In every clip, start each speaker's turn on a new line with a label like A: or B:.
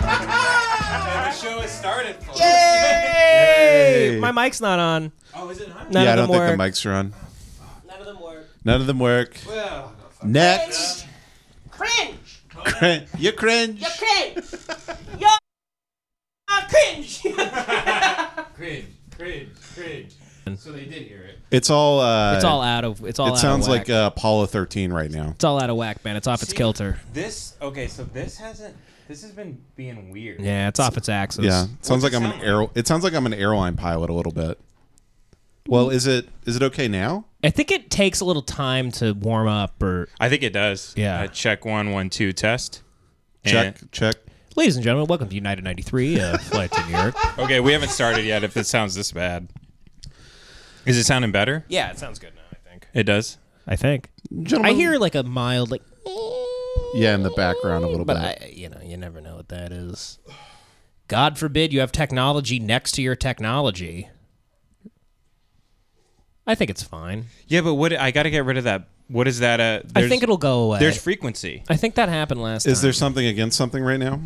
A: The show has started. folks.
B: Yay!
C: Yay.
B: My mic's not on.
A: Oh, is it not?
B: None
C: yeah,
B: of
C: I
B: them
C: don't think
B: work.
C: the mics are on.
B: None of them work.
C: None of them work.
A: Well, no, fuck.
C: Next.
B: Cringe.
C: Crin- you cringe.
B: You're cringe. You're cringe.
A: cringe, cringe, cringe. So they did hear it.
C: It's all. Uh,
B: it's all out of. It's all. out
C: It sounds
B: of whack.
C: like uh, Apollo 13 right now.
B: It's all out of whack, man. It's off its
A: See?
B: kilter.
A: This okay, so this hasn't. This has been being weird.
B: Yeah, it's off its axis.
C: Yeah, sounds
A: What's
C: like
A: it
C: I'm an
A: sound like?
C: aer- It sounds like I'm an airline pilot a little bit. Well, is it is it okay now?
B: I think it takes a little time to warm up. Or,
A: I think it does.
B: Yeah.
A: Uh, check one, one, two, test.
B: Eh.
C: Check check.
B: ladies and gentlemen, welcome to United ninety three, uh, flight to New York.
A: And- okay, we haven't started yet. If it sounds this bad, is it sounding better?
B: Yeah, it sounds good now. I think.
A: It does.
B: I think.
C: Gentlemen,
B: I hear like a mild like.
C: Yeah, in the background a little
B: but
C: bit.
B: I, you know, you never know what that is. God forbid you have technology next to your technology. I think it's fine.
A: Yeah, but what? I got to get rid of that. What is that? Uh,
B: I
A: there's-
B: think it'll go away.
A: There's frequency.
B: I think that happened last
C: Is
B: time.
C: there something against something right now?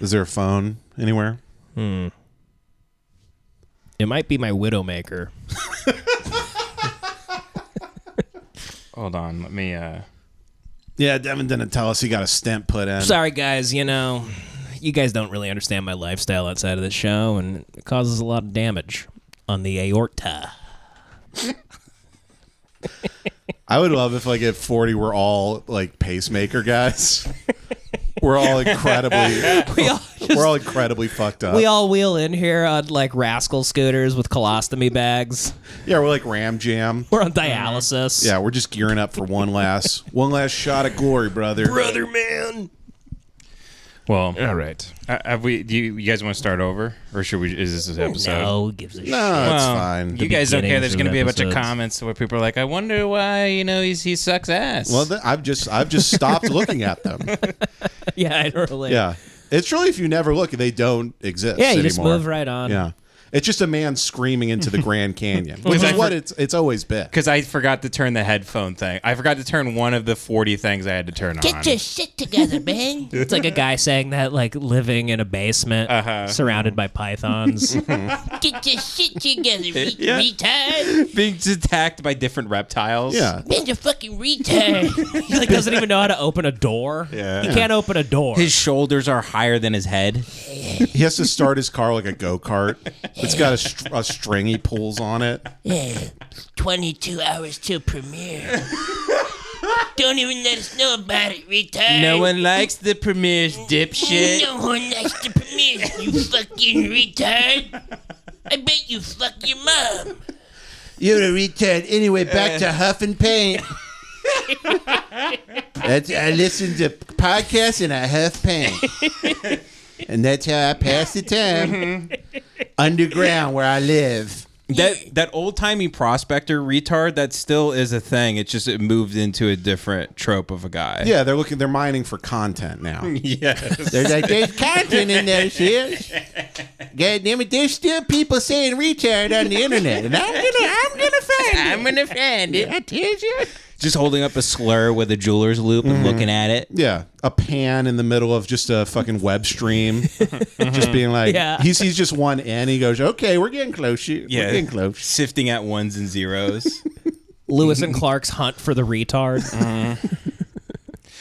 C: Is there a phone anywhere?
B: It might be my widowmaker.
A: Hold on. Let me. uh
C: Yeah, Devin didn't tell us he got a stent put in.
B: Sorry guys, you know, you guys don't really understand my lifestyle outside of this show and it causes a lot of damage on the aorta.
C: I would love if like at 40 we're all like pacemaker guys. we're all incredibly
B: We all
C: we're all incredibly fucked up.
B: we all wheel in here on like rascal scooters with colostomy bags.
C: yeah, we're like Ram Jam.
B: We're on dialysis.
C: Yeah, we're just gearing up for one last one last shot at glory, brother.
B: Brother man.
A: Well,
B: All right.
A: uh, have we? Do you, you guys want to start over, or should we? Is this an episode?
B: No, who gives a
C: No,
B: shit.
C: it's
A: Well,
C: fine.
A: You guys don't care.
B: beginnings
A: There's
B: of
A: going to be a bunch of
B: episodes.
A: comments where people are like, "I wonder why you know he's, he sucks ass."
C: well, th- I've just I've just stopped looking at them.
B: Yeah, I don't really.
C: Yeah, it's really if you never look, they don't exist.
B: Yeah, you just
C: anymore.
B: move right on.
C: Yeah, it's just a man screaming into the Grand Canyon, which
A: I
C: is
A: for-
C: what it's it's always been.
A: because I forgot to turn the headphone thing. I forgot to turn one of the 40 things I had to turn on.
D: Get your shit together, man.
B: It's like a guy saying that, like living in a basement
C: Uh-huh.
B: surrounded by pythons.
D: Get your shit together, re-
A: Yeah.
D: retard.
A: Being attacked by different reptiles.
C: Yeah,
D: Man's a fucking retard.
B: he like doesn't even know how to open a door.
A: Yeah.
B: He can't open a door.
A: His shoulders are higher than his head.
C: he has to start his car like a go kart. It's got a, str- a string he pulls on it.
D: yeah. 22 hours till premiere. Don't even let us know about it, retard.
A: likes the premier's dipshit.
D: No one likes the premiere, you fucking retard. I bet you fuck your mom.
C: You're a retard. Anyway, back to Huff and Paint. that's, I listen to podcasts and I huff paint. and that's how I pass the time. Underground where I live.
A: That that old timey prospector retard that still is a thing. It's just it moved into a different trope of a guy.
C: Yeah, they're looking they're mining for content now.
A: Yes.
C: They're like, there's content in that shit. God damn it, there's still people saying retard on the internet. And I'm gonna I'm gonna find it. I'm gonna find it. I tell you.
A: just holding up a slur with a jeweler's loop and looking at it.
C: Yeah, a pan in the middle of just a fucking web stream, just being like,
B: Yeah.
C: he sees just one end. He goes, "Okay, we're getting close. Shoot,
A: Yeah.
C: we're getting close."
A: Sifting at ones and zeros.
B: Lewis and Clark's hunt for the retard.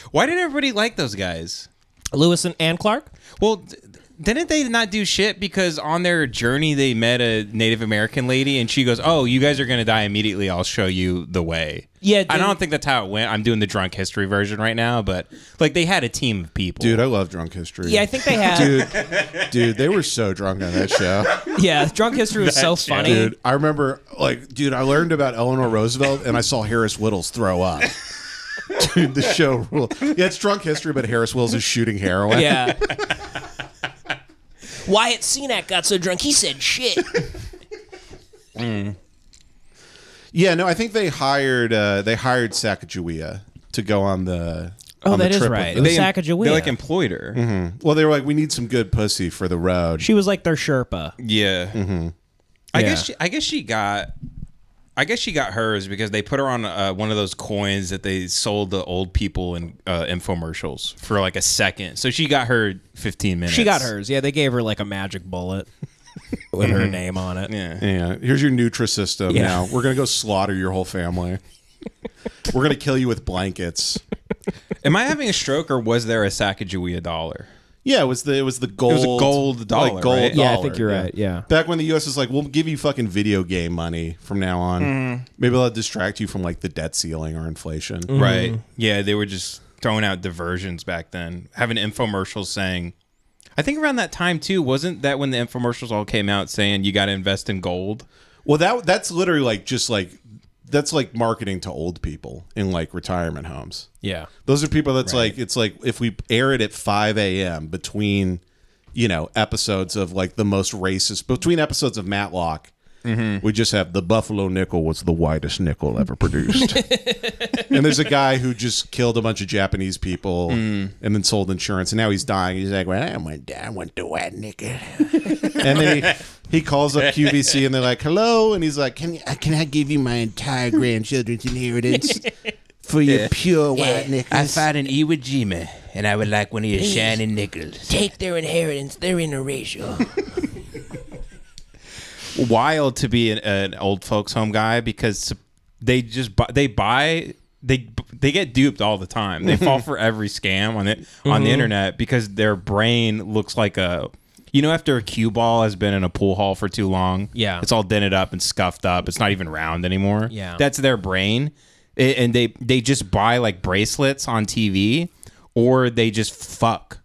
A: Why did everybody like those guys?
B: Lewis and, and Clark?
A: Well, d- didn't they not do shit because on their journey they met a Native American lady and she goes, "Oh, you guys are gonna die immediately. I'll show you the way."
B: Yeah,
A: I
B: dude.
A: don't think that's how it went. I'm doing the drunk history version right now, but like they had a team of people.
C: Dude, I love Drunk History.
B: Yeah, I think they had.
C: dude, dude, they were so drunk on that show.
B: Yeah, Drunk History was so funny.
C: Dude, I remember, like, dude, I learned about Eleanor Roosevelt, and I saw Harris Whittles throw up. Dude, the show ruled. Yeah, it's Drunk History, but Harris Whittles is shooting heroin.
B: Yeah.
D: Wyatt Cenac got so drunk he said shit.
C: Yeah, no, I think they hired uh, they hired Sacagawea to go on the.
B: Oh,
C: on
B: that
C: the
B: is
C: trip with
B: right.
C: them.
B: They- Sacagawea.
A: They like employed her.
C: Well, they were like, we need some good pussy for the road.
B: She was like their Sherpa.
A: Yeah. I
B: Yeah.
A: guess she, I guess she got I guess she got hers because they put her on uh, one of those coins that they sold to old people in uh, infomercials for like a second. So she got her 15 minutes.
B: She got hers. Yeah, they gave her like a magic bullet with her name on it.
A: Yeah.
C: Yeah, here's your Nutra system.
B: Yeah.
C: Now we're gonna go slaughter your whole family. we're gonna kill you with blankets.
A: Am I having a stroke or was there a Sacagawea dollar?
C: Yeah, it was the it was the gold.
A: gold dollar, right?
B: Yeah, I think you're right, yeah.
C: Back when the U.S. was like, we'll give you fucking video game money from now on.
B: Mm-hmm.
C: Maybe that'll distract you from like the debt ceiling or inflation.
A: Right. Yeah, they were just throwing out diversions back then, having infomercials saying I think around that time too, wasn't that when the infomercials all came out saying you got to invest in gold?
C: Well, that that's literally like just like that's like marketing to old people in like retirement homes.
B: Yeah.
C: Those are people that's like it's like if we air it at 5 a.m. between you know episodes of like the most racist between episodes of Matlock. We just have the Buffalo Nickel was the whitest nickel ever produced, and there's a guy who just killed a bunch of Japanese people and then sold insurance, and now he's dying. He's like, "Well, I went, I went to white nickel," and then he, he calls up QVC, and they're like, "Hello," and he's like, "Can you,
E: Can I give you my entire grandchildren's inheritance for your pure white nickels?
A: an Iwo Jima, and I would like one of your
D: shining
A: nickels.
D: Take their inheritance. They're interracial.
A: wild to be an, an old folks home guy because they just buy, they buy they they get duped all the time. They fall for every scam on it on
B: Mm-hmm.
A: the internet because their brain looks like a you know after a cue ball has been in a pool hall for too long.
B: Yeah.
A: it's all dented up and scuffed up. It's not even round anymore.
B: Yeah.
A: that's their brain, A- and they they just buy like bracelets on TV or they just fuck.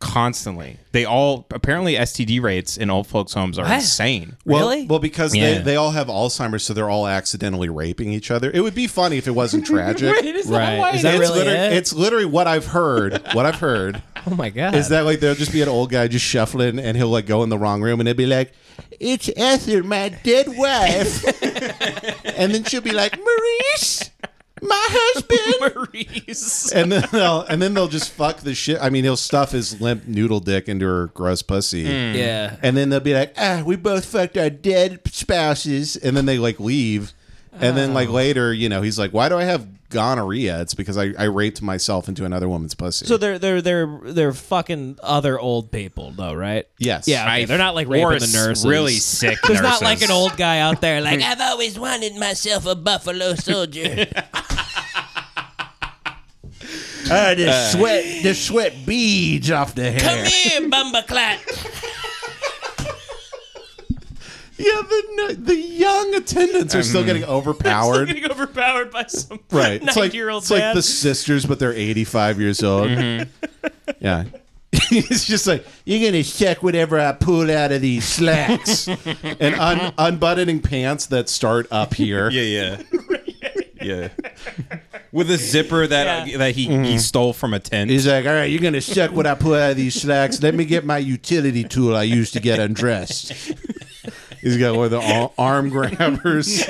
A: Constantly, they all apparently STD rates in old folks' homes are insane.
C: Well,
B: Really?
C: Well, because
A: Yeah.
C: they, they all have Alzheimer's, so they're all accidentally raping each other. It would be funny if it wasn't tragic.
B: Right. Is that
C: it's,
B: really
C: literally,
B: it?
C: it's literally what I've heard. What I've heard
B: oh my god.
C: is that like there'll just be an old guy just shuffling, and he'll like go in the wrong room, and it'd be like,
E: It's Ethel, my dead wife. and then she'll be like, Maurice, my husband.
C: and then they'll, and then they'll just fuck the shit. I mean, he'll stuff his limp noodle dick into her gross pussy.
B: Hmm. yeah.
C: And then they'll be like, ah, we both fucked our dead spouses. And then they like leave. And then
E: Oh.
C: like later, you know, he's like, why do I have gonorrhea? It's because I, I raped myself into another woman's pussy.
B: So they're they're they're they're fucking other old people though, right?
C: Yes.
B: Yeah. okay,
A: I-
B: they're not like raping
A: or
B: the nurses.
A: Really sick.
B: There's not
A: nurses.
B: like an old guy out there like
D: I've always wanted myself a buffalo soldier.
E: Ah, the sweat, the sweat beads off the hair.
D: Come here, Bumbaclat.
C: yeah. The the young attendants are still getting overpowered.
B: getting overpowered by some
C: right. It's like,
B: 90-year-old
C: it's like
B: man.
C: the sisters, but they're 85 years old. Yeah. it's just like,
E: You're gonna check whatever I pull out of these slacks.
C: and un- unbuttoning pants that start up here.
A: Yeah, yeah, yeah. With a zipper that uh, that he,
C: Mm-hmm.
A: he stole from a tent.
E: He's like, all right, you're gonna check what I pull out of these slacks. Let me get my utility tool I use to get undressed.
C: He's got one of the ar- arm grabbers,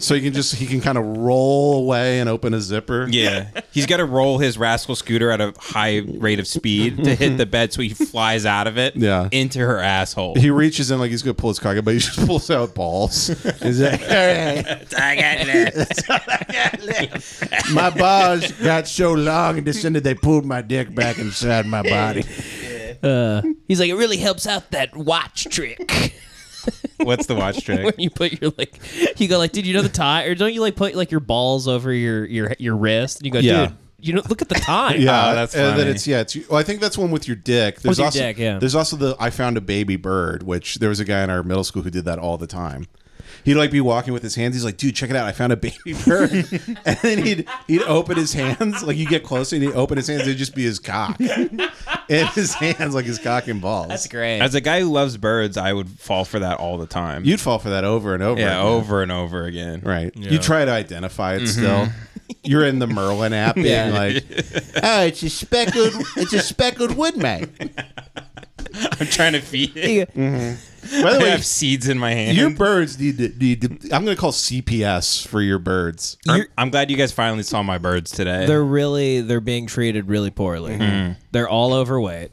C: so he can just he can kind of roll away and open a zipper.
A: yeah, he's got to roll his rascal scooter at a high rate of speed to hit the bed, so he flies out of it.
C: Yeah.
A: into her asshole.
C: He reaches in like he's gonna pull his cock out, but he just pulls out balls. He's like,
D: I got left.
E: My balls got so long and descended they pulled my dick back inside my body.
D: He's like, it really helps out that watch trick.
A: What's the watch trick?
B: you put your like you go like, dude, you know the time or don't you like put like your balls over your your your wrist and you go,
C: Yeah.
B: dude, you know look at the time.
C: yeah,
A: Oh, that's
C: Uh, And then
A: funny.
C: it's yeah, it's well, I think that's one with your dick. There's
B: your
C: also
B: dick, yeah.
C: there's also the I found a baby bird, which there was a guy in our middle school who did that all the time. He'd like be walking with his hands. He's like, dude, check it out, I found a baby bird. and then he'd he'd open his hands, like you get closer, and he'd open his hands. It'd just be his cock and his hands, like his cock and balls.
B: That's great.
A: As a guy who loves birds, I would fall for that all the time.
C: You'd fall for that over and over.
A: yeah,
C: again.
A: over Mm-hmm. and over again.
C: Right. You try to identify it still. You're in the Merlin app being like,
E: Oh, it's a speckled, it's a speckled woodman.
A: I'm trying to feed it.
C: By the
A: I
C: way,
A: have seeds in my hand.
C: your birds need to need to. I'm gonna call CPS for your birds.
A: I'm- I'm glad you guys finally saw my birds today.
B: They're really they're being treated really poorly.
C: Mm-hmm.
B: They're all overweight.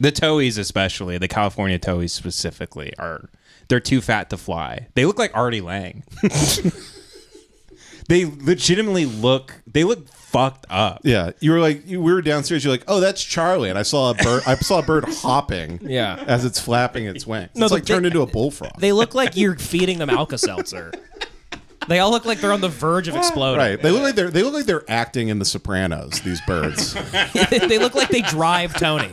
A: The towies, especially the California towies specifically, are they're too fat to fly. They look like Artie Lang. they legitimately look. They look fucked up.
C: Yeah, you were like you, we were downstairs. You're like, oh, that's Charlie, and I saw a bird. I saw a bird hopping.
B: Yeah.
C: as it's flapping its wings.
B: No,
C: it's
B: but
C: like turned
B: they-
C: into a bullfrog.
B: They look like you're feeding them Alka Seltzer. They all look like they're on the verge of exploding.
C: Ah, right. They look like they're they look like they're acting in The Sopranos. These birds.
B: they look like they drive Tony.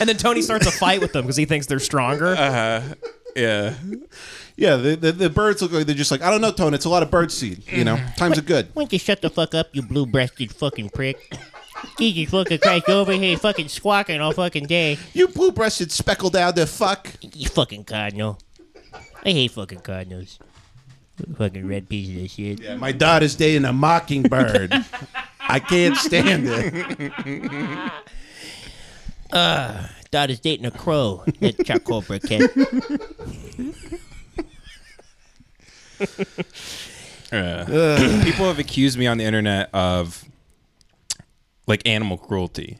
B: and then Tony starts a fight with them because he thinks they're stronger.
A: Yeah.
C: yeah, the, the the birds look like they're just like I don't know, Tone. It's a lot of bird seed. You know, times are good.
D: Why don't you shut the fuck up, you blue-breasted fucking prick? Jesus fucking Christ, you're over here fucking squawking all fucking day.
C: You blue breasted speckled out there. Fuck.
D: You fucking cardinal. I hate fucking cardinals. Fucking red pieces of shit.
C: My daughter's dating a mockingbird. I can't stand it.
D: Daughter's dating a crow. That charcoal briquette.
A: People have accused me on the internet of like animal cruelty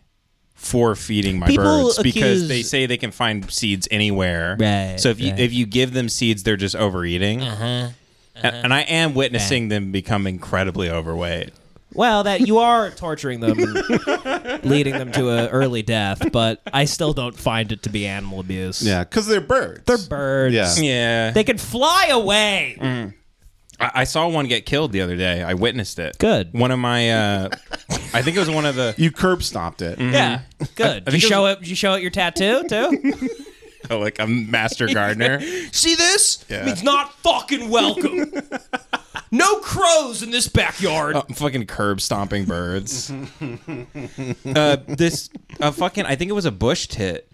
A: for feeding my
D: People
A: birds because
D: accuse-
A: they say they can find seeds anywhere.
D: Right,
A: So if you
D: right.
A: if you give them seeds, they're just overeating. Uh-huh. And,
D: uh-huh.
A: and I am witnessing them become incredibly overweight.
B: well, that you are torturing them and leading them to an early death, but I still don't find it to be animal abuse.
C: Yeah, because they're birds. They're
B: Birds.
C: Yeah.
A: Yeah.
B: They can fly away.
A: I, I saw one get killed the other day. I witnessed it.
B: Good.
A: One of my, uh, I think it was one of the.
C: You curb stomped it.
B: Yeah. Good. Did you
A: think it
B: show up did you show it your tattoo too?
A: Oh, like a master gardener.
B: See this? It's not fucking welcome. no crows in this backyard.
A: I'm Oh, fucking curb stomping birds. uh, this a fucking. I think it was a bush tit.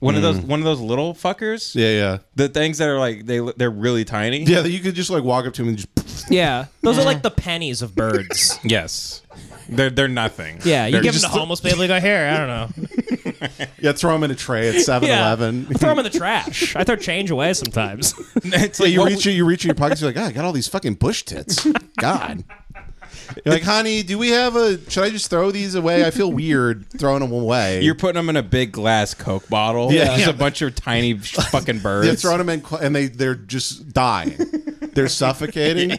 A: One of those. One of those little fuckers.
C: Hmm. Yeah, yeah.
A: The things that are like they they're really tiny.
C: Yeah, that you could just like walk up to him and just
B: yeah. Those are like the pennies of birds.
A: Yes. They're they're nothing.
B: Yeah, you
A: They're
B: give them
A: just-
B: to homeless people. They go here. I don't know.
C: yeah throw him in a tray at 7-Eleven.
B: I throw them in the trash. I throw change away sometimes.
A: It's
C: Yeah,
A: like
C: you
A: what
C: reach you reach in your pockets. You're like, oh, I got all these fucking bush tits. God. You're like, honey, do we have a? Should I just throw these away? I feel weird throwing them away.
A: You're putting them in a big glass Coke bottle.
C: Yeah.
A: Just
C: Yeah.
A: a bunch of tiny sh- fucking birds.
C: They're throwing them in, cl- and they they're just dying. They're suffocating.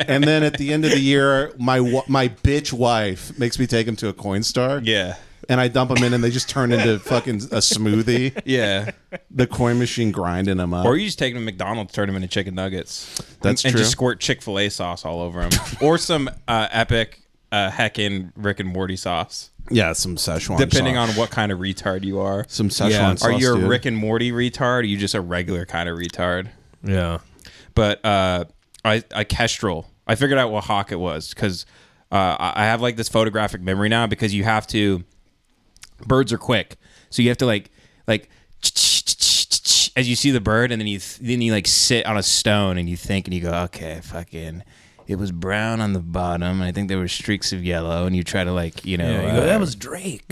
C: And then at the end of the year, my wa- my bitch wife makes me take them to a Coinstar.
A: Yeah.
C: And I dump them in, and they just turn into fucking a smoothie.
A: Yeah.
C: The coin machine grinding them up.
A: Or you just take them to McDonald's, turn them into chicken nuggets.
C: That's
A: and, And
C: true.
A: just squirt Chick Fil A sauce all over them, or some uh, epic uh, heckin' Rick and Morty sauce,
C: yeah, some Szechuan.
A: depending
C: sauce.
A: on what kind of retard you are.
C: some Szechuan sauce.
A: are you a
C: dude.
A: Rick and Morty retard? Or are you just a regular kind of retard?
B: Yeah.
A: But uh, I, I kestrel. I figured out what hawk it was because uh, I I have like this photographic memory now because you have to. Birds are quick, so you have to like like as you see the bird, and then you th- then you like sit on a stone and you think and you go, okay, fucking. It was brown on the bottom, and I think there were streaks of yellow. And you try to like, you know, uh,
B: that was Drake.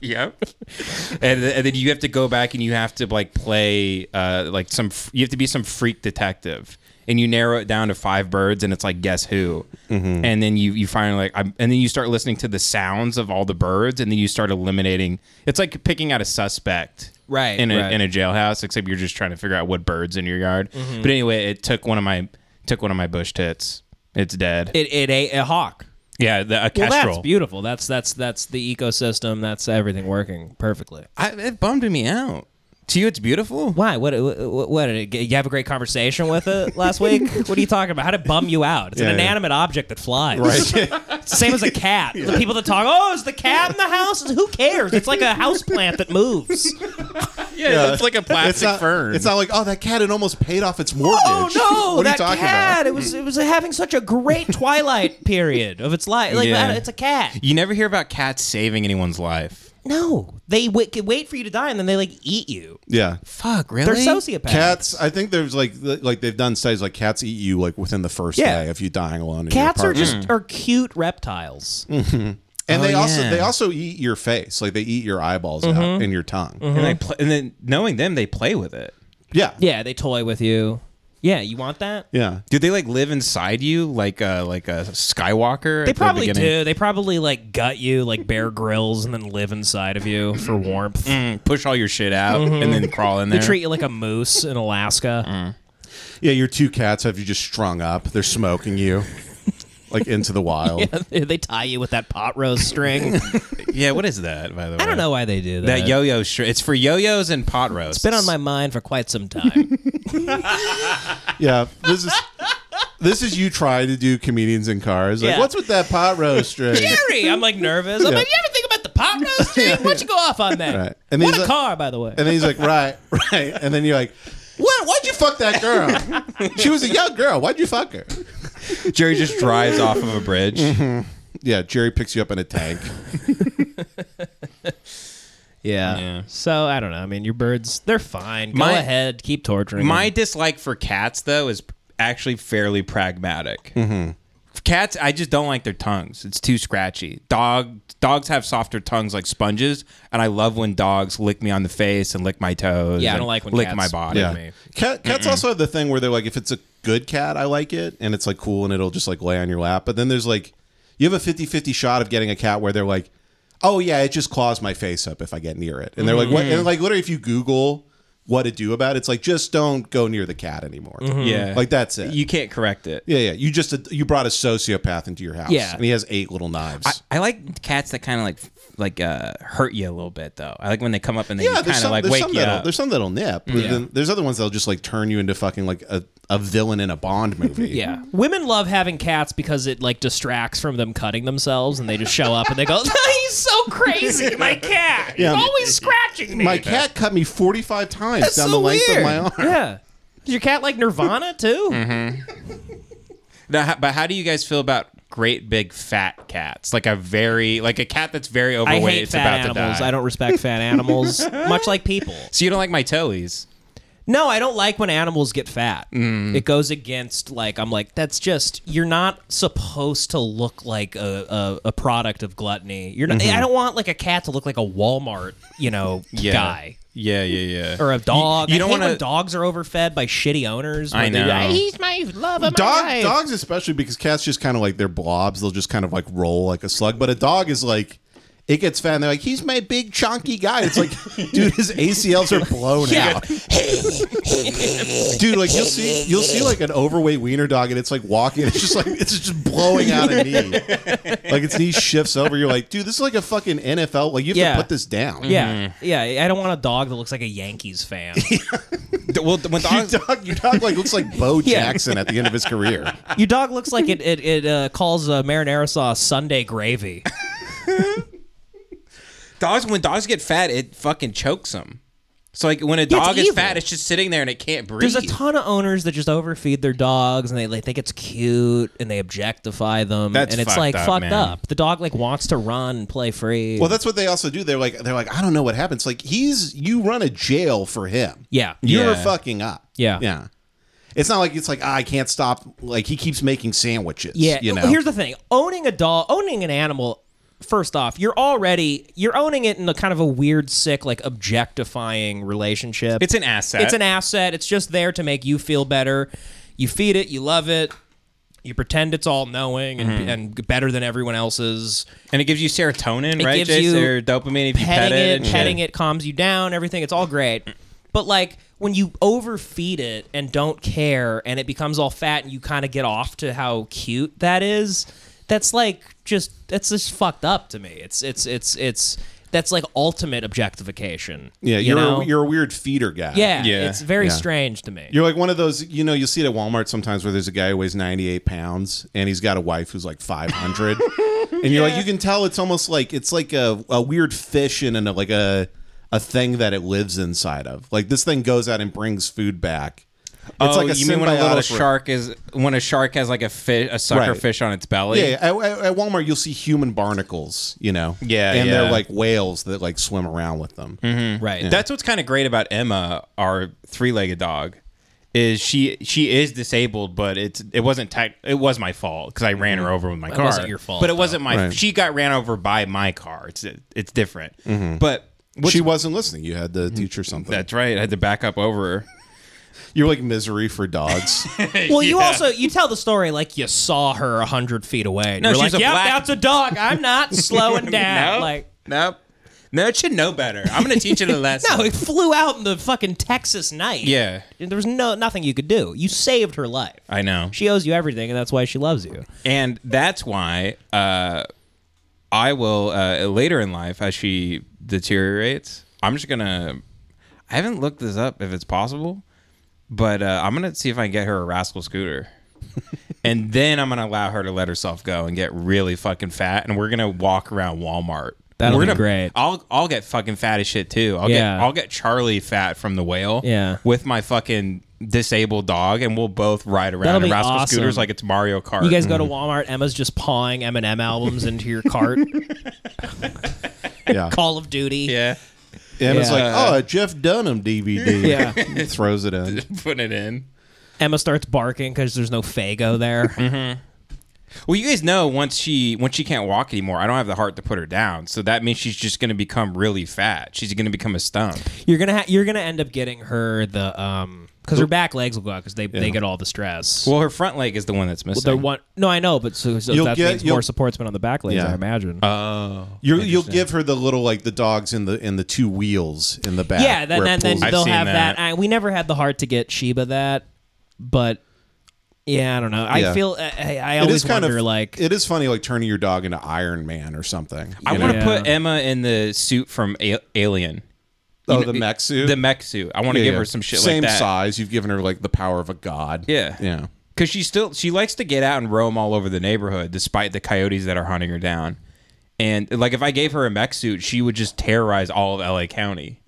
A: Yep. and, th- and then you have to go back and you have to like play uh, like some f- you have to be some freak detective and you narrow it down to five birds and it's like guess who and then you you find like I'm, and then you start listening to the sounds of all the birds and then you start eliminating it's like picking out a suspect
B: Right,
A: in a,
B: right.
A: in a jailhouse except you're just trying to figure out what birds in your yard but anyway it took one of my took one of my bush tits it's dead
B: It it ate a hawk.
A: yeah the, a
B: Well, that's
A: kestrel
B: beautiful. That's that's that's the ecosystem. That's everything working perfectly.
A: I, it bummed me out to you it's beautiful
B: Why? What? What? what did it, get- you have a great conversation with it last week? what are you talking about? How did it bum you out? It's
C: Yeah,
B: an
C: yeah.
B: inanimate object that flies.
C: Right.
B: It's the same as a cat. The people that talk, oh, is the cat in the house? Who cares? It's like a house plant that moves.
A: Yeah, it's like a plastic
C: it's not,
A: fern.
C: It's not like, oh, that cat had almost paid off its mortgage.
B: Oh no,
C: what are you
B: that
C: talking
B: cat!
C: about?
B: It was it was having such a great twilight period of its life. Like
A: Yeah.
B: that- it's a cat.
A: you never hear about cats saving anyone's life.
B: No, they wait, can wait for you to die and then they like eat you.
C: Yeah.
A: Fuck, really?
B: They're sociopaths.
C: Cats, I think there's like like they've done studies like cats eat you like within the first
B: Yeah.
C: day if you dying alone. in your Mm.
B: Cats are
C: apartment.
B: just are cute reptiles.
C: And
A: Oh,
C: they also
A: yeah. Mm-hmm.
C: they also eat your face, like they eat your eyeballs out and your tongue.
A: and they play, and then knowing them, they play with it.
C: Yeah,
B: Yeah, they toy with you. Yeah, you want that?
C: yeah.
A: Do they like live inside you like a like a Skywalker?
B: They
A: at the
B: probably
A: beginning?
B: do. They probably like gut you like bear grills and then live inside of you for warmth.
A: Mm, push all your shit out
B: Mm-hmm.
A: and then crawl in
B: They
A: there.
B: treat you like a moose in Alaska.
C: Yeah, your two cats have you just strung up. They're smoking you, like into the wild.
A: Mm.
B: they tie you with that pot roast string.
A: yeah, what is that by the way?
B: I don't know why they do that.
A: That yo-yo string. It's for yo-yos and pot roasts.
B: It's been on my mind for quite some time.
C: Yeah, this is this is you trying to do comedians in cars. Like,
B: Yeah.
C: what's with that pot roast string?
B: Gary, I'm like nervous. I'm
C: Yeah.
B: like, you ever think about the pot roast string? Why'd you go off on that?
C: Right.
B: And
C: And he's
B: what a
C: like-
B: car, by the way.
C: And then he's like, right, right. And then you're like, what? Why'd you fuck that girl? she was a young girl. Why'd you fuck her?
A: Jerry just drives off of a bridge.
C: Yeah, Jerry picks you up in a tank.
B: Yeah.
A: Yeah.
B: So I don't know. I mean, your birds, they're fine. Go
A: My-
B: ahead, keep torturing.
A: My
B: them.
A: dislike for cats though is actually fairly pragmatic.
C: Mm-hmm.
A: For Cats, I just don't like their tongues. It's too scratchy. Dog dogs have softer tongues like sponges, and I love when dogs lick me on the face and lick my toes.
B: Yeah, I
A: and
B: don't like when
A: lick
B: cats-
A: my body.
C: Yeah.
B: me.
C: Cat, cats also have the thing where they're like, if it's a good cat, I like it. And it's like cool and it'll just like lay on your lap. But then there's like, you have a 50 50 shot of getting a cat where they're like, oh yeah, it just claws my face up if I get near it. And they're like, what? And like, literally, if you Google what to do about it, it's like, just don't go near the cat anymore.
A: Yeah.
C: Like, that's it.
A: You can't correct it.
C: yeah, yeah. You just, you brought a sociopath into your house.
B: Yeah.
C: And he has eight little knives.
A: I like cats that kind of like like uh, hurt you a little bit though. I like when they come up and they
C: yeah,
A: kind
C: there's
A: of
C: some,
A: like
C: there's,
A: wake
C: some
A: you
C: that'll,
A: up.
C: there's some that'll nip. But then there's other ones that'll just like turn you into fucking like a, a villain in a Bond movie.
B: Yeah. Mm. Women love having cats because it like distracts from them cutting themselves and they just show up and they go, He's so crazy, my cat.
C: Yeah.
B: He's always scratching me.
C: My cat cut me 45 times down the length of my arm.
B: Yeah. Is your cat like Nirvana too?
A: Mm-hmm. Now, how- but how do you guys feel about great big fat cats? Like a very like a cat that's very
B: I
A: overweight.
B: hate
A: Oh, it's
B: fat
A: about
B: animals.
A: to die.
B: I don't respect fat animals, much like people.
A: So you don't like my toeies?
B: No, I don't like when animals get fat.
A: Mm.
B: It goes against like I'm like that's just you're not supposed to look like a, a, a product of gluttony. You're not. I don't want like a cat to look like a Walmart, you know,
A: Mm-hmm.
B: guy
A: Yeah, yeah, yeah.
B: or a dog.
A: you
B: You,
A: don't
B: don't want
A: wanna-
B: when dogs are overfed by shitty owners.
A: I
B: when they-
A: know.
D: He's my love of my
C: Dog,
D: life.
C: dogs, especially because cats just kind of like they're blobs. They'll just kind of like roll like a slug. But a dog is like, it gets fat. And they're like, he's my big chunky guy. It's like, dude, his ACLs are blown out. dude, like you'll see, you'll see like an overweight wiener dog, and it's like walking. And it's just like it's just blowing out a knee. Like its knee shifts over. You're like, dude, this is like a fucking NFL. Like you have
B: Yeah.
C: to put this down.
A: Mm-hmm.
B: Yeah, yeah. I don't want a dog that looks like a Yankees fan.
A: D- well, d- when
C: Your
A: dogs,
C: dog, your dog like looks like Bo
B: Yeah.
C: Jackson at the end of his career.
B: Your dog looks like it it, it uh, calls uh, marinara sauce Sunday gravy.
A: dogs, when dogs get fat, it fucking chokes them. So like when a
B: Yeah, it's
A: dog is
B: evil.
A: fat, it's just sitting there and it can't breathe.
B: There's a ton of owners that just overfeed their dogs and they like think it's cute and they objectify them
A: That's
B: and it's
A: fucked
B: like
A: up,
B: fucked
A: man.
B: up. The dog like wants to run and play free.
C: Well, that's what they also do. They're like, they're like, I don't know what happens. Like he's, you run a jail for him.
B: yeah.
C: you're
A: Yeah.
C: fucking up.
B: Yeah.
C: yeah. It's not like it's like ah, I can't stop. Like he keeps making sandwiches.
B: Yeah. oh,
C: you know.
B: Here's the thing. Owning a dog, owning an animal First off, you're already you're owning it in a kind of a weird, sick, like objectifying relationship.
A: it's an asset.
B: It's an asset. It's just there to make you feel better. You feed it, you love it, you pretend it's all knowing and, and better than everyone else's.
A: and it gives you serotonin, right?
B: gives
A: Jace?
B: you
A: or dopamine if you pet
B: petting
A: it.
B: it, petting it calms you down, everything. It's all great. But like when you overfeed it and don't care and it becomes all fat and you kind of get off to how cute that is, that's like just that's just fucked up to me. It's it's it's it's that's like ultimate objectification.
C: yeah,
B: you
C: you're
B: know?
C: a, you're a weird feeder guy.
B: yeah,
A: Yeah.
B: it's very
C: Yeah.
B: strange to me.
C: You're like one of those, you know, you'll see it at Walmart sometimes where there's a guy who weighs 98 pounds and he's got a wife who's like 500. and you're like, you can tell it's almost like, it's like a, a weird fish in and like a, a thing that it lives inside of. Like this thing goes out and brings food back. It's
A: oh, you mean when a little
C: symbiotic re-
A: shark is when a shark has like a fish, a sucker
C: Right.
A: fish on its belly?
C: Yeah, at, at at Walmart you'll see human barnacles, you know.
A: Yeah,
C: and
A: yeah. Mm-hmm.
C: they're like whales that like swim around with them.
B: right.
A: That's what's kind of great about Emma, our three-legged dog, is she she is disabled, but it's it wasn't tech, it was my fault because I ran her over with my car.
B: Mm-hmm. wasn't your fault,
A: but it wasn't my.
C: Right.
A: She got ran over by my car. It's it's different. But what's,
C: she wasn't listening. You had to teach her something.
A: that's right. I had to back up over her.
C: You're like misery for dogs.
B: Well, you also you tell the story like you saw her a hundred feet away. And
A: No,
B: you're
A: she's
B: like,
A: a
B: "Yep,
A: black-
B: that's a dog. I'm not slowing down.
A: No.
B: Ah, Like,
A: Nope. No, it should know better. I'm gonna teach it a lesson.
B: no, it flew out in the fucking Texas night.
A: Yeah.
B: there was no nothing you could do. You saved her life.
A: I know.
B: She owes you everything, and that's why she loves you.
A: and that's why uh, I will uh, later in life as she deteriorates. I'm just gonna. I haven't looked this up if it's possible, but uh, I'm gonna see if I can get her a rascal scooter, and then I'm gonna allow her to let herself go and get really fucking fat, and we're gonna walk around Walmart.
B: That'll
A: we're
B: be great.
A: I'll I'll get fucking fat as shit too. I'll
B: Yeah.
A: get I'll get Charlie fat from the whale.
B: Yeah.
A: with my fucking disabled dog, and we'll both ride around
B: That'll
A: in
B: be
A: rascal
B: awesome.
A: scooters like it's Mario Kart.
B: You guys go to Walmart. Emma's just pawing Eminem albums into your cart.
C: yeah.
B: Call of Duty.
A: yeah.
C: And it's
B: Yeah.
C: like, oh, a Jeff Dunham DVD.
B: Yeah.
C: Throws it in.
A: putting it in.
B: Emma starts barking because there's no
A: Mm-hmm.
B: Fago there.
A: Well, you guys know once she once she can't walk anymore, I don't have the heart to put her down. So that means she's just going to become really fat. She's going to become a stump.
B: you're gonna ha- you're gonna end up getting her the um because her back legs will go out because they, they get all the stress.
A: Well, her front leg is the one that's
B: The
A: missing.
B: one, no, I know, but so, so
C: You'll
B: that
C: get-
B: means
C: you'll-
B: more support's been on the back legs,
C: Yeah. Uh,
B: I imagine.
C: you you'll give her the little like the dogs in the in the two wheels in the back.
B: yeah, then
C: where
B: then,
C: it
B: then
C: pulls-
A: I've
B: they'll
A: seen
B: have that.
A: that.
B: I, we never had the heart to get Sheba that, but yeah, I don't know. I
C: Yeah.
B: feel I, I, I
C: it
B: always
C: is kind
B: wonder
C: of
B: like
C: it is funny like turning your dog into Iron Man or something.
A: I
C: you
A: want to
C: know?
B: Yeah.
A: put Emma in the suit from A- Alien,
C: oh the mech suit.
A: the mech suit. I want to
C: Yeah,
A: give
C: yeah.
A: her some shit
C: Same
A: like that.
C: size. You've given her like the power of a god.
A: Yeah.
C: Yeah.
A: Because she still she likes to get out and roam all over the neighborhood, despite the coyotes that are hunting her down. And like if I gave her a mech suit, she would just terrorize all of L.A. County.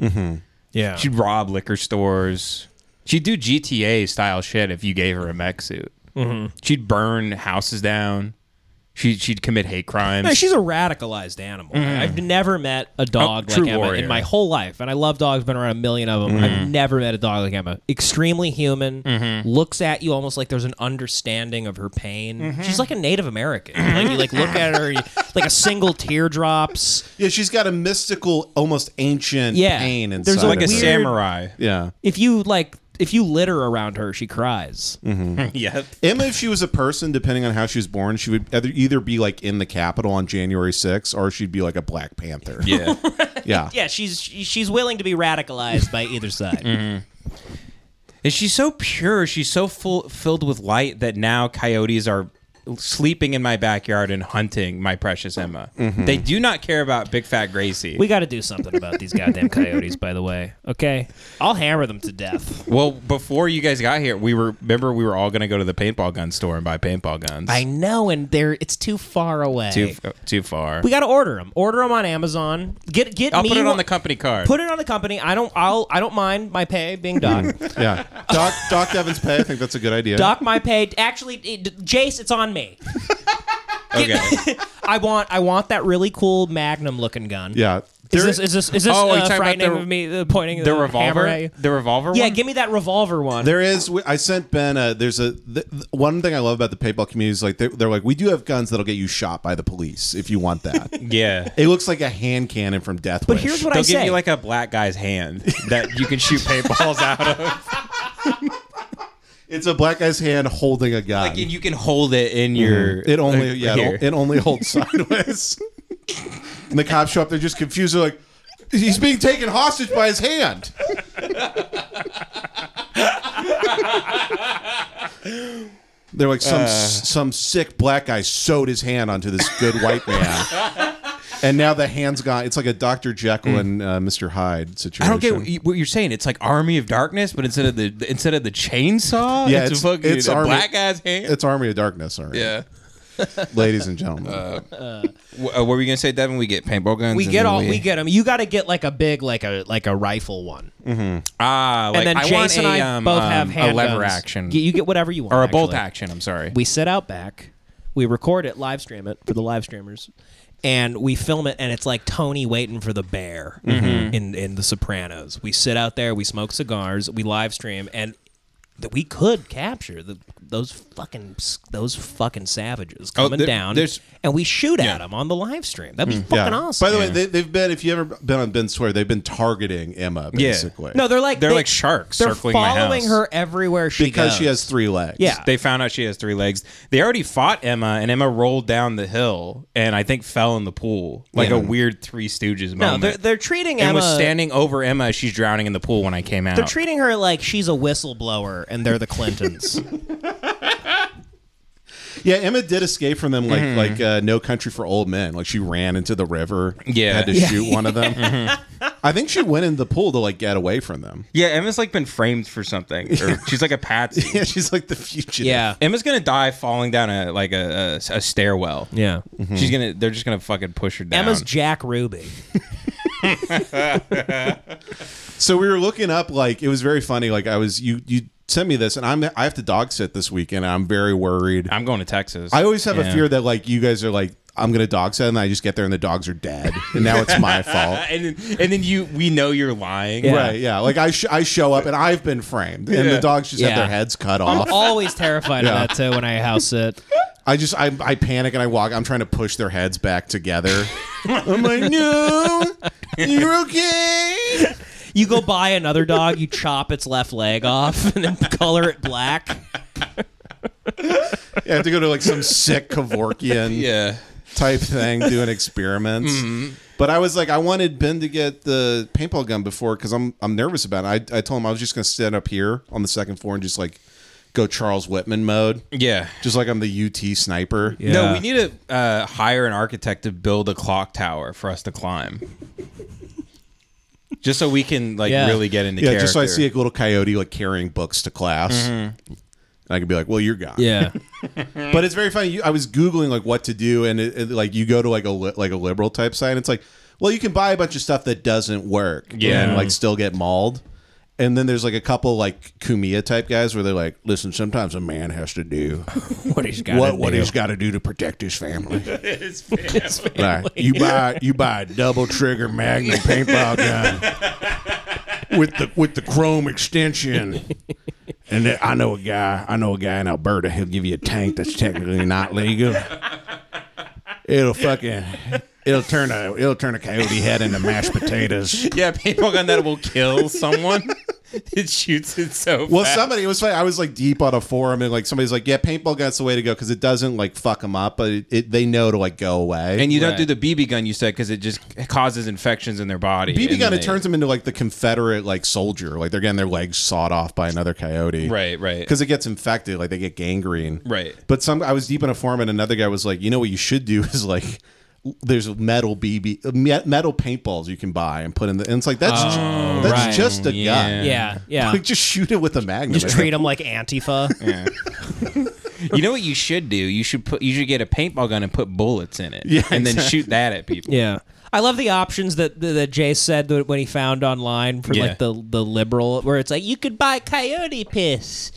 B: yeah,
A: She'd rob liquor stores. She'd do GTA style shit if you gave her a mech suit. She'd burn houses down. She she'd commit hate crimes.
B: No, she's a radicalized animal.
C: Mm-hmm.
B: I've never met
C: Oh,
B: a dog
A: true
B: like Emma
A: warrior.
B: in my whole life, and I love dogs. Been around a million of them.
C: Mm-hmm.
B: I've never met a dog like Emma. Extremely human. Looks at you almost like there's an understanding of her pain.
C: Mm-hmm.
B: She's like a Native American. like you like look at her, you, like a single tear drops.
C: Yeah, she's got a mystical, almost ancient
B: Yeah.
C: pain inside.
B: There's,
A: like a
C: of her.
B: weird-
A: samurai.
C: yeah.
B: If you like, if you litter around her, she cries.
A: yep.
C: Emma, if she was a person, depending on how she was born, she would either, either be like in the Capitol on January 6th or she'd be like a Black Panther.
A: Yeah.
C: Yeah.
B: Yeah, she's she- she's willing to be radicalized by either side.
A: and she's so pure. She's so full filled with light that now coyotes are sleeping in my backyard and hunting my precious Emma. They do not care about big fat Gracie.
B: Mm-hmm. We got to do something about these goddamn coyotes, by the way. Okay, I'll hammer them to death.
A: well, before you guys got here, we were remember we were all going to go to the paintball gun store and buy paintball guns.
B: I know, and they're it's too far away.
A: too too far.
B: we got to order them. Order them on Amazon. Get get
A: I'll
B: me.
A: put it
B: one-
A: on the company card.
B: Put it on the company. I don't. I'll. I don't mind my pay being docked.
C: Yeah. Doc, Doc Devon's pay, I think that's a good idea.
B: Dock my pay. Actually, it, Jace, it's on me.
A: okay.
B: I want. I want that really cool Magnum looking gun.
C: Yeah.
B: Is
C: There-
B: this is this is this
A: Oh, are you
B: uh,
A: talking about
B: frightening
A: the-
B: of me uh, pointing
A: the
B: uh, hammer at
A: revolver
B: you?
A: the revolver
B: Yeah,
A: one?
B: give me that revolver one.
C: There is. we- I sent Ben. A, there's a th- th- one thing I love about the paintball community is like they're, they're like we do have guns that'll get you shot by the police if you want that.
A: yeah
C: it looks like a hand cannon from Death.
B: but
C: Wish.
B: here's what
A: they'll
B: I
A: give
B: say.
A: you like a black guy's hand that you can shoot paintballs out of
C: it's a black guy's hand holding a gun.
A: and you can hold Mm-hmm. it in your
C: it only yeah
A: here.
C: it, it only holds sideways. and the cops show up. They're just confused. They're like, he's being taken hostage by his hand. They're like
A: Uh.
C: some some sick black guy sewed his hand onto this good white man, and now the hand's gone. It's like a Doctor Jekyll and uh, Mister Hyde
A: Mm. I
C: situation.
A: don't get what you- what you're saying. It's like Army of Darkness, but instead of the the- instead of the chainsaw,
C: Yeah,
A: it's,
C: it's-
A: a fucking
C: it's
A: a
C: Army-
A: black guy's hand.
C: It's Army of Darkness, all right,
A: yeah. Uh,
C: ladies and gentlemen.
A: W- uh, what were you gonna say, Devin? We get paintball guns.
B: we
A: and
B: get
A: then
B: all. We get them. You got to get like a big, like a like a rifle one.
A: ah. Like,
B: and then
A: I want
B: Jason
A: a,
B: and I
A: um,
B: both have
A: um,
B: handguns.
A: a lever action
B: You, you get whatever you want,
A: or a bolt
B: actually.
A: action. I'm sorry.
B: We sit out back, we record it, live stream it for the live streamers, and we film it. And it's like Tony waiting for the bear
A: Mm-hmm.
B: in in The Sopranos. We sit out there, we smoke cigars, we live stream, and that we could capture the those fucking those fucking savages coming
A: Oh, there-
B: down,
A: there's-
B: and we shoot
A: Yeah. Mm.
B: at them on the live stream. That'd be fucking awesome.
C: By the way, they, they've been if you ever been on Ben's Twitter, they've been targeting Emma
A: Yeah.
C: basically.
B: no, they're like
A: They're
B: they-
A: like sharks
B: They're
A: circling my
B: following
A: house.
B: her everywhere she
C: because she
B: goes.
C: has three legs.
B: Yeah.
A: They found out she has three legs. They already fought Emma, and Emma rolled down the hill and I think fell in the pool like a weird Three Stooges moment.
B: No, they're they're treating
A: and
B: Emma.
A: was standing over Emma as she's drowning in the pool when I came out.
B: they're treating her like she's a whistleblower, and they're the Clintons.
C: Yeah, Emma did escape from them like like uh, No Country for Old Men. Like she ran into the river.
A: Yeah.
C: had to
A: Yeah.
C: shoot one of them. I think she went in the pool to like get away from them.
A: yeah, Emma's like been framed for something. Or she's like a patsy.
C: Yeah, she's like the fugitive.
B: yeah,
A: Emma's gonna die falling down a like a, a, a stairwell.
B: yeah.
A: She's gonna. They're just gonna fucking push her down.
B: Emma's Jack Ruby.
C: So we were looking up like it was very funny. Like I was you you sent me this and I'm I have to dog sit this weekend. and I'm very worried.
A: I'm going to Texas.
C: I always have a
A: Yeah.
C: fear that like you guys are like I'm gonna dog sit and I just get there and the dogs are dead and now it's my fault.
A: and then, and then you we know you're lying.
B: Yeah.
C: Right, yeah. Like I, sh- I show up and I've been framed, and the dogs just have
B: Yeah.
C: their heads cut
B: I'm
C: off.
B: always terrified of that too when I house sit.
C: I just I, I panic and I walk. I'm trying to push their heads back together. I'm like, no, you're okay.
B: You go buy another dog, you chop its left leg off, and then color it black.
C: Yeah, I have to go to like some sick Kevorkian
A: Yeah.
C: type thing doing experiments. But I was like, I wanted Ben to get the paintball gun before because I'm I'm nervous about it. I, I told him I was just gonna stand up here on the second floor and just like go Charles Whitman mode,
A: Yeah.
C: just like I'm the UT sniper. Yeah.
A: No, we need to uh, hire an architect to build a clock tower for us to climb. just so we can like
B: Yeah.
A: really get into
C: yeah,
A: character. Mm-hmm.
C: just so I see a little coyote like carrying books to class. And I could be like, "Well, you're gone."
B: Yeah,
C: but it's very funny. You, I was googling like what to do, and it, it- like you go to like a li- like a liberal type site. And it's like, well, you can buy a bunch of stuff that doesn't work,
A: Yeah.
C: and like still get mauled. And then there's like a couple like Kumia type guys where they're like, listen, sometimes a man has to do
B: what he's got.
C: what what he's got to do to protect his family.
A: His family.
C: Right. You buy you buy a double trigger Magnum paintball gun with the with the chrome extension. And then I know a guy. I know a guy in Alberta. He'll give you a tank that's technically not legal. It'll fucking it'll turn a it'll turn a coyote head into mashed potatoes.
A: yeah, paintball gun that will kill someone. it shoots it so
C: Well,
A: fast.
C: somebody it was funny. I was like deep on a forum, and like somebody's like, "Yeah, paintball gun's the way to go because it doesn't like fuck them up, but it, it they know to like go away."
A: And you don't do the BB gun you said because it just causes infections in their body.
C: BB
A: and
C: gun,
A: they-
C: it turns them into like the Confederate like soldier. Like they're getting their legs sawed off by another coyote.
A: Right, right.
C: Because it gets infected, like they get gangrene.
A: Right.
C: But some I was deep in a forum and another guy was like, you know what you should do is like there's metal BB me- metal paintballs you can buy and put in the and it's like that's that's
B: right.
C: just a
A: Oh, Yeah.
C: gun.
B: Yeah, yeah.
C: Like just shoot it with a magnum.
B: Just treat him like Antifa.
A: You know what you should do? You should put you should get a paintball gun and put bullets in it.
C: Yeah,
A: and then shoot that at people.
B: Yeah. I love the options that that Jay said that when he found online for
A: Yeah.
B: like the the liberal where it's like you could buy coyote piss.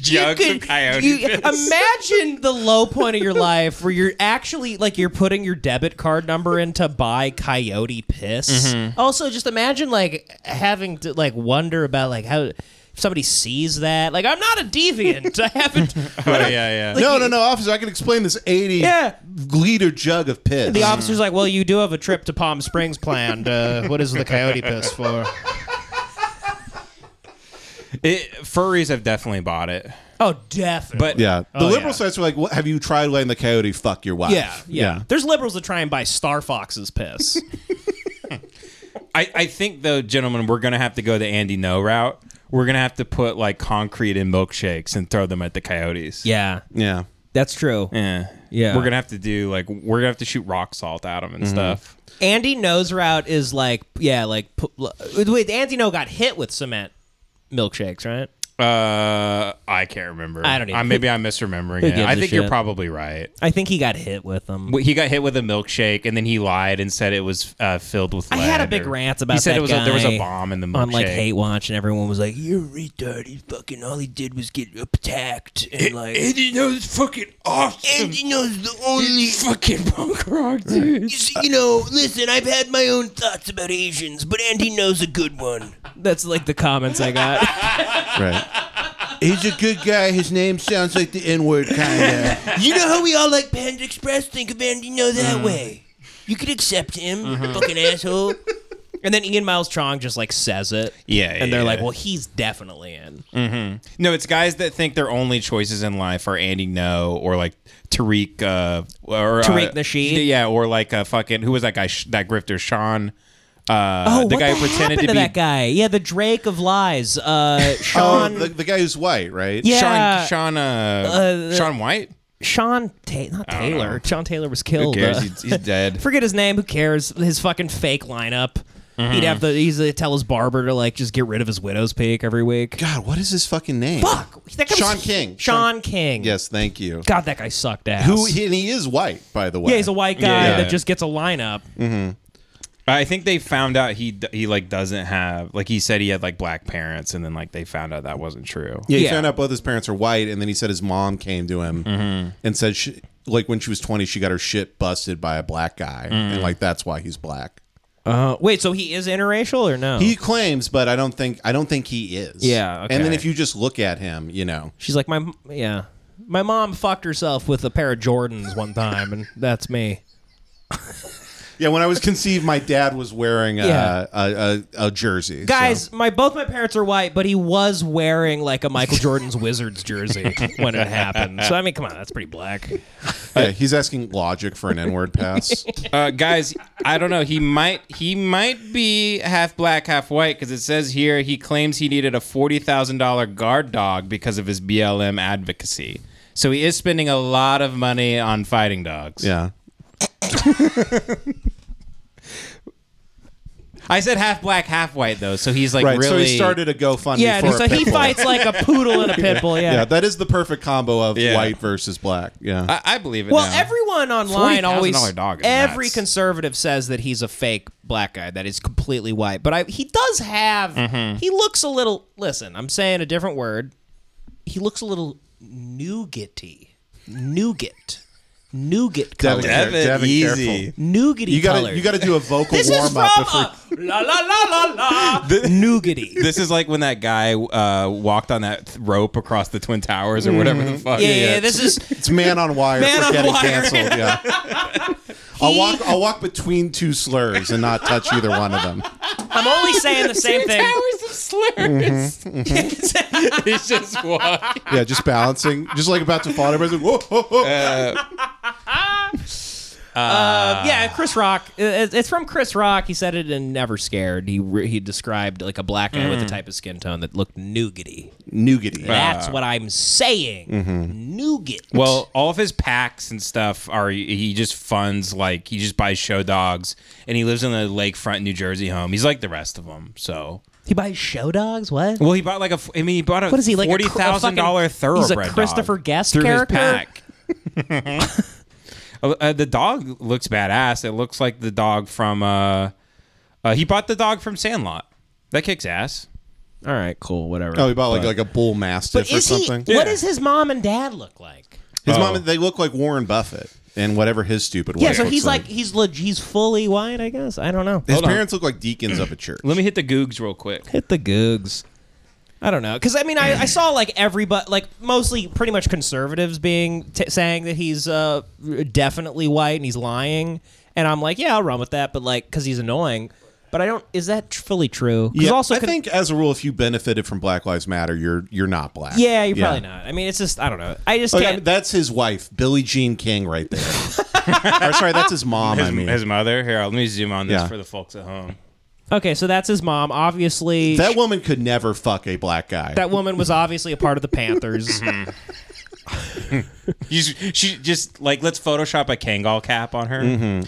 A: Jugs
B: Could- you- Imagine the low point of your life where you're actually like you're putting your debit card number in to buy coyote piss.
A: Mm-hmm.
B: Also, just imagine like having to like wonder about like how if somebody sees that. Like I'm not a deviant. I haven't.
A: Oh, yeah, yeah.
C: no, no, no, officer. I can explain this 80
B: Yeah.
C: liter jug of piss.
B: The officer's like, "Well, you do have a trip to Palm Springs planned. Uh, what is the coyote piss for?"
A: It, furries have definitely bought it.
B: Oh, definitely.
A: But
C: yeah. The
B: Oh,
C: liberal
B: yeah.
C: sites were like, what, have you tried letting the coyote fuck your wife?
B: Yeah, yeah, There's liberals that try and buy Star Fox's piss.
A: I, I think though, gentlemen, we're gonna have to go the Andy No route. We're gonna have to put like concrete in milkshakes and throw them at the coyotes.
B: yeah,
C: Yeah.
B: that's true.
A: Yeah.
B: Yeah. Mm-hmm.
A: We're gonna have to do like we're gonna have to shoot rock salt at them and stuff.
B: Andy No's route is like, yeah, like pu- l- wait, Andy No got hit with cement milkshakes, right?
A: Uh, I I can't remember.
B: I don't even-
A: Uh, maybe I'm misremembering
B: who
A: it.
B: gives
A: I
B: a
A: think you're
B: shit?
A: probably right.
B: I think he got hit with them.
A: Wh- He got hit with a milkshake, and then he lied and said it was uh, filled with.
B: I had a
A: lead
B: big
A: or-
B: rant about
A: He said
B: that
A: it was a, there was
B: guy
A: a bomb in the milkshake.
B: on like Hate Watch, and everyone was like,
D: You're retarded. Fucking all he did was get attacked and like.
A: Andy knows fucking awesome.
D: Andy knows the only.
A: fucking punk rock, dude.
D: You, see, you know, listen, I've had my own thoughts about Asians, but Andy knows a good one.
B: "That's like the comments I got."
C: Right.
E: He's a good guy. His name sounds like the N word, kind of.
D: You know how we all like Panda Express? Think of Andy No that way. You could accept him, fucking asshole.
B: and then Ian Miles Strong just like says it.
A: Yeah,
B: and they're
A: yeah, Mm.
B: like,
A: yeah.
B: "Well, he's definitely in."
A: No, it's guys that think their only choices in life are Andy No or like Tariq uh, or uh,
B: Tariq Nasheed?
A: Yeah, or like uh, fucking who was that guy? Sh- that grifter Sean. Uh,
B: Oh,
A: the
B: what
A: guy
B: the
A: who pretended
B: happened to,
A: be
B: that guy? Yeah, the Drake of lies, uh,
C: Oh,
B: Sean.
C: the, the guy who's white, right?
B: Yeah.
A: Sean Sean uh, Sean White.
B: Sean Ta- not Taylor. Sean Taylor was
A: Who
B: killed.
A: cares?
B: uh,
A: He's, he's dead.
B: forget his name. Who cares? His fucking fake lineup. He'd have the he's uh, tell his barber to like just get rid of his widow's peak every week.
C: God, what is his fucking name?
B: Fuck. That guy's-
C: Sean King.
B: Sean, King.
C: Yes, thank you.
B: God, that guy sucked ass.
C: Who and he is white, by the way.
B: Yeah, he's a white guy
A: Yeah.
B: that just gets a lineup.
C: Mm.
A: I think they found out he d- he like doesn't have like he said he had like black parents and then like they found out that wasn't true.
C: Yeah, he
B: Yeah.
C: found out both his parents are white, and then he said his mom came to him
B: Mm-hmm.
C: and said, she, like, when she was 20, she got her shit busted by a black guy.
B: Mm.
C: And, like, that's why he's black.
B: Uh, wait, so he is interracial or no?
C: He claims, but I don't think I don't think he is.
B: Oh. Yeah, okay.
C: And then if you just look at him, you know,
B: She's like my m- yeah. My mom fucked herself with a pair of Jordans one time, and that's me.
C: yeah. When I was conceived, my dad was wearing a
B: Yeah.
C: a, a, a jersey. so-
B: Guys, my both my parents are white, but he was wearing like a Michael Jordan's Wizards jersey when it happened. So I mean, come on, that's pretty black.
C: Yeah, he's asking logic for an N-word pass.
A: Uh, guys, I don't know. He might he might be half black, half white because it says here he claims he needed a forty thousand dollar guard dog because of his BLM advocacy. So he is spending a lot of money on fighting dogs.
C: yeah.
A: I said half black, half white though. So he's like
C: Right.
A: really.
C: So he started a GoFundMe.
B: Yeah,
C: for
B: so
C: a
B: he
C: pit bull.
B: fights like a poodle and a pit bull. Yeah.
C: Yeah, that is the perfect combo of
A: Yeah.
C: white versus black. Yeah.
A: I, I believe it.
B: well,
A: now.
B: everyone online always
A: $40,000 dog is
B: every
A: nuts.
B: conservative says that he's a fake black guy that is completely white, but I, he does have
C: Mm-hmm.
B: he looks a little. Listen, I'm saying a different word. He looks a little nougaty, nougat, nougat
C: Devin,
B: color,
C: care-
A: Devin,
C: Devin,
A: easy.
C: careful.
B: nougaty
C: You gotta
B: color.
C: you gotta do a vocal
B: This is
C: warm
B: from
C: up
B: a, la la la la la nougaty.
A: This is like when that guy uh, walked on that rope across the twin towers or whatever the fuck.
B: Mm-hmm. yeah, yeah, This is
C: It's man on wire
B: Man
C: for
B: on
C: getting
B: wire.
C: canceled. Yeah. I'll walk I'll walk between two slurs and not touch either one of them.
B: I'm only saying the same thing.
A: of slurs. He's just walking.
C: Yeah, just balancing. Just like about to fall. Everybody's like, whoa, whoa, whoa.
B: Uh, yeah, Chris Rock. It- It's from Chris Rock. He said it in Never Scared. He re- he described like a black guy with a type of skin tone that looked nougaty.
C: nougaty.
B: That's what I'm saying. Nougat.
A: Well, all of his packs and stuff are he just funds like he just buys show dogs and he lives in a lakefront New Jersey home. He's like the rest of them. So
B: he buys show dogs. What?
A: well, he bought like a f- I mean he bought a
B: What is he like? a cr-
A: forty
B: a
A: thousand
B: fucking-
A: dollar thoroughbred.
B: He's a
A: dog
B: Christopher Guest
A: through
B: character.
A: his pack. Uh, uh, the dog looks badass. It looks like the dog from uh, uh he bought the dog from Sandlot. That kicks ass.
B: All right, cool, whatever.
C: Oh, he bought like like a bull mastiff
B: but
C: or
B: is he?
C: something.
B: What
A: Yeah.
B: does his mom and dad look like?
C: His
A: Oh.
C: mom and- they look like Warren Buffett and whatever his stupid
B: Yeah,
C: wife
B: so
C: looks
B: he's like, he's leg- he's fully white, I guess. I don't know.
C: his
A: Hold on.
C: parents look like deacons of a church.
A: Let me hit the Googs real quick.
B: Hit the googs. I don't know, because I mean, I, I saw like everybody, like mostly pretty much conservatives being t- saying that he's uh, definitely white and he's lying, and I'm like, yeah, I'll run with that, but like, because he's annoying. But I don't. Is that tr- fully true? 'Cause
C: Yeah,
B: also
C: I
B: con-
C: think as a rule, if you benefited from Black Lives Matter, you're you're not black.
B: Yeah, you're probably not. I mean, it's just I don't know. I just
C: Oh, yeah,
B: can't.
C: that's his wife, Billie Jean King, right there. or, sorry, that's his mom.
A: His,
C: I mean,
A: his mother. Here, let me zoom on this
C: Yeah.
A: for the folks at home.
B: okay, so that's his mom. Obviously,
C: that woman could never fuck a black guy.
B: that woman was obviously a part of the Panthers. Mm-hmm.
A: You, she just like let's Photoshop a Kangol cap on her.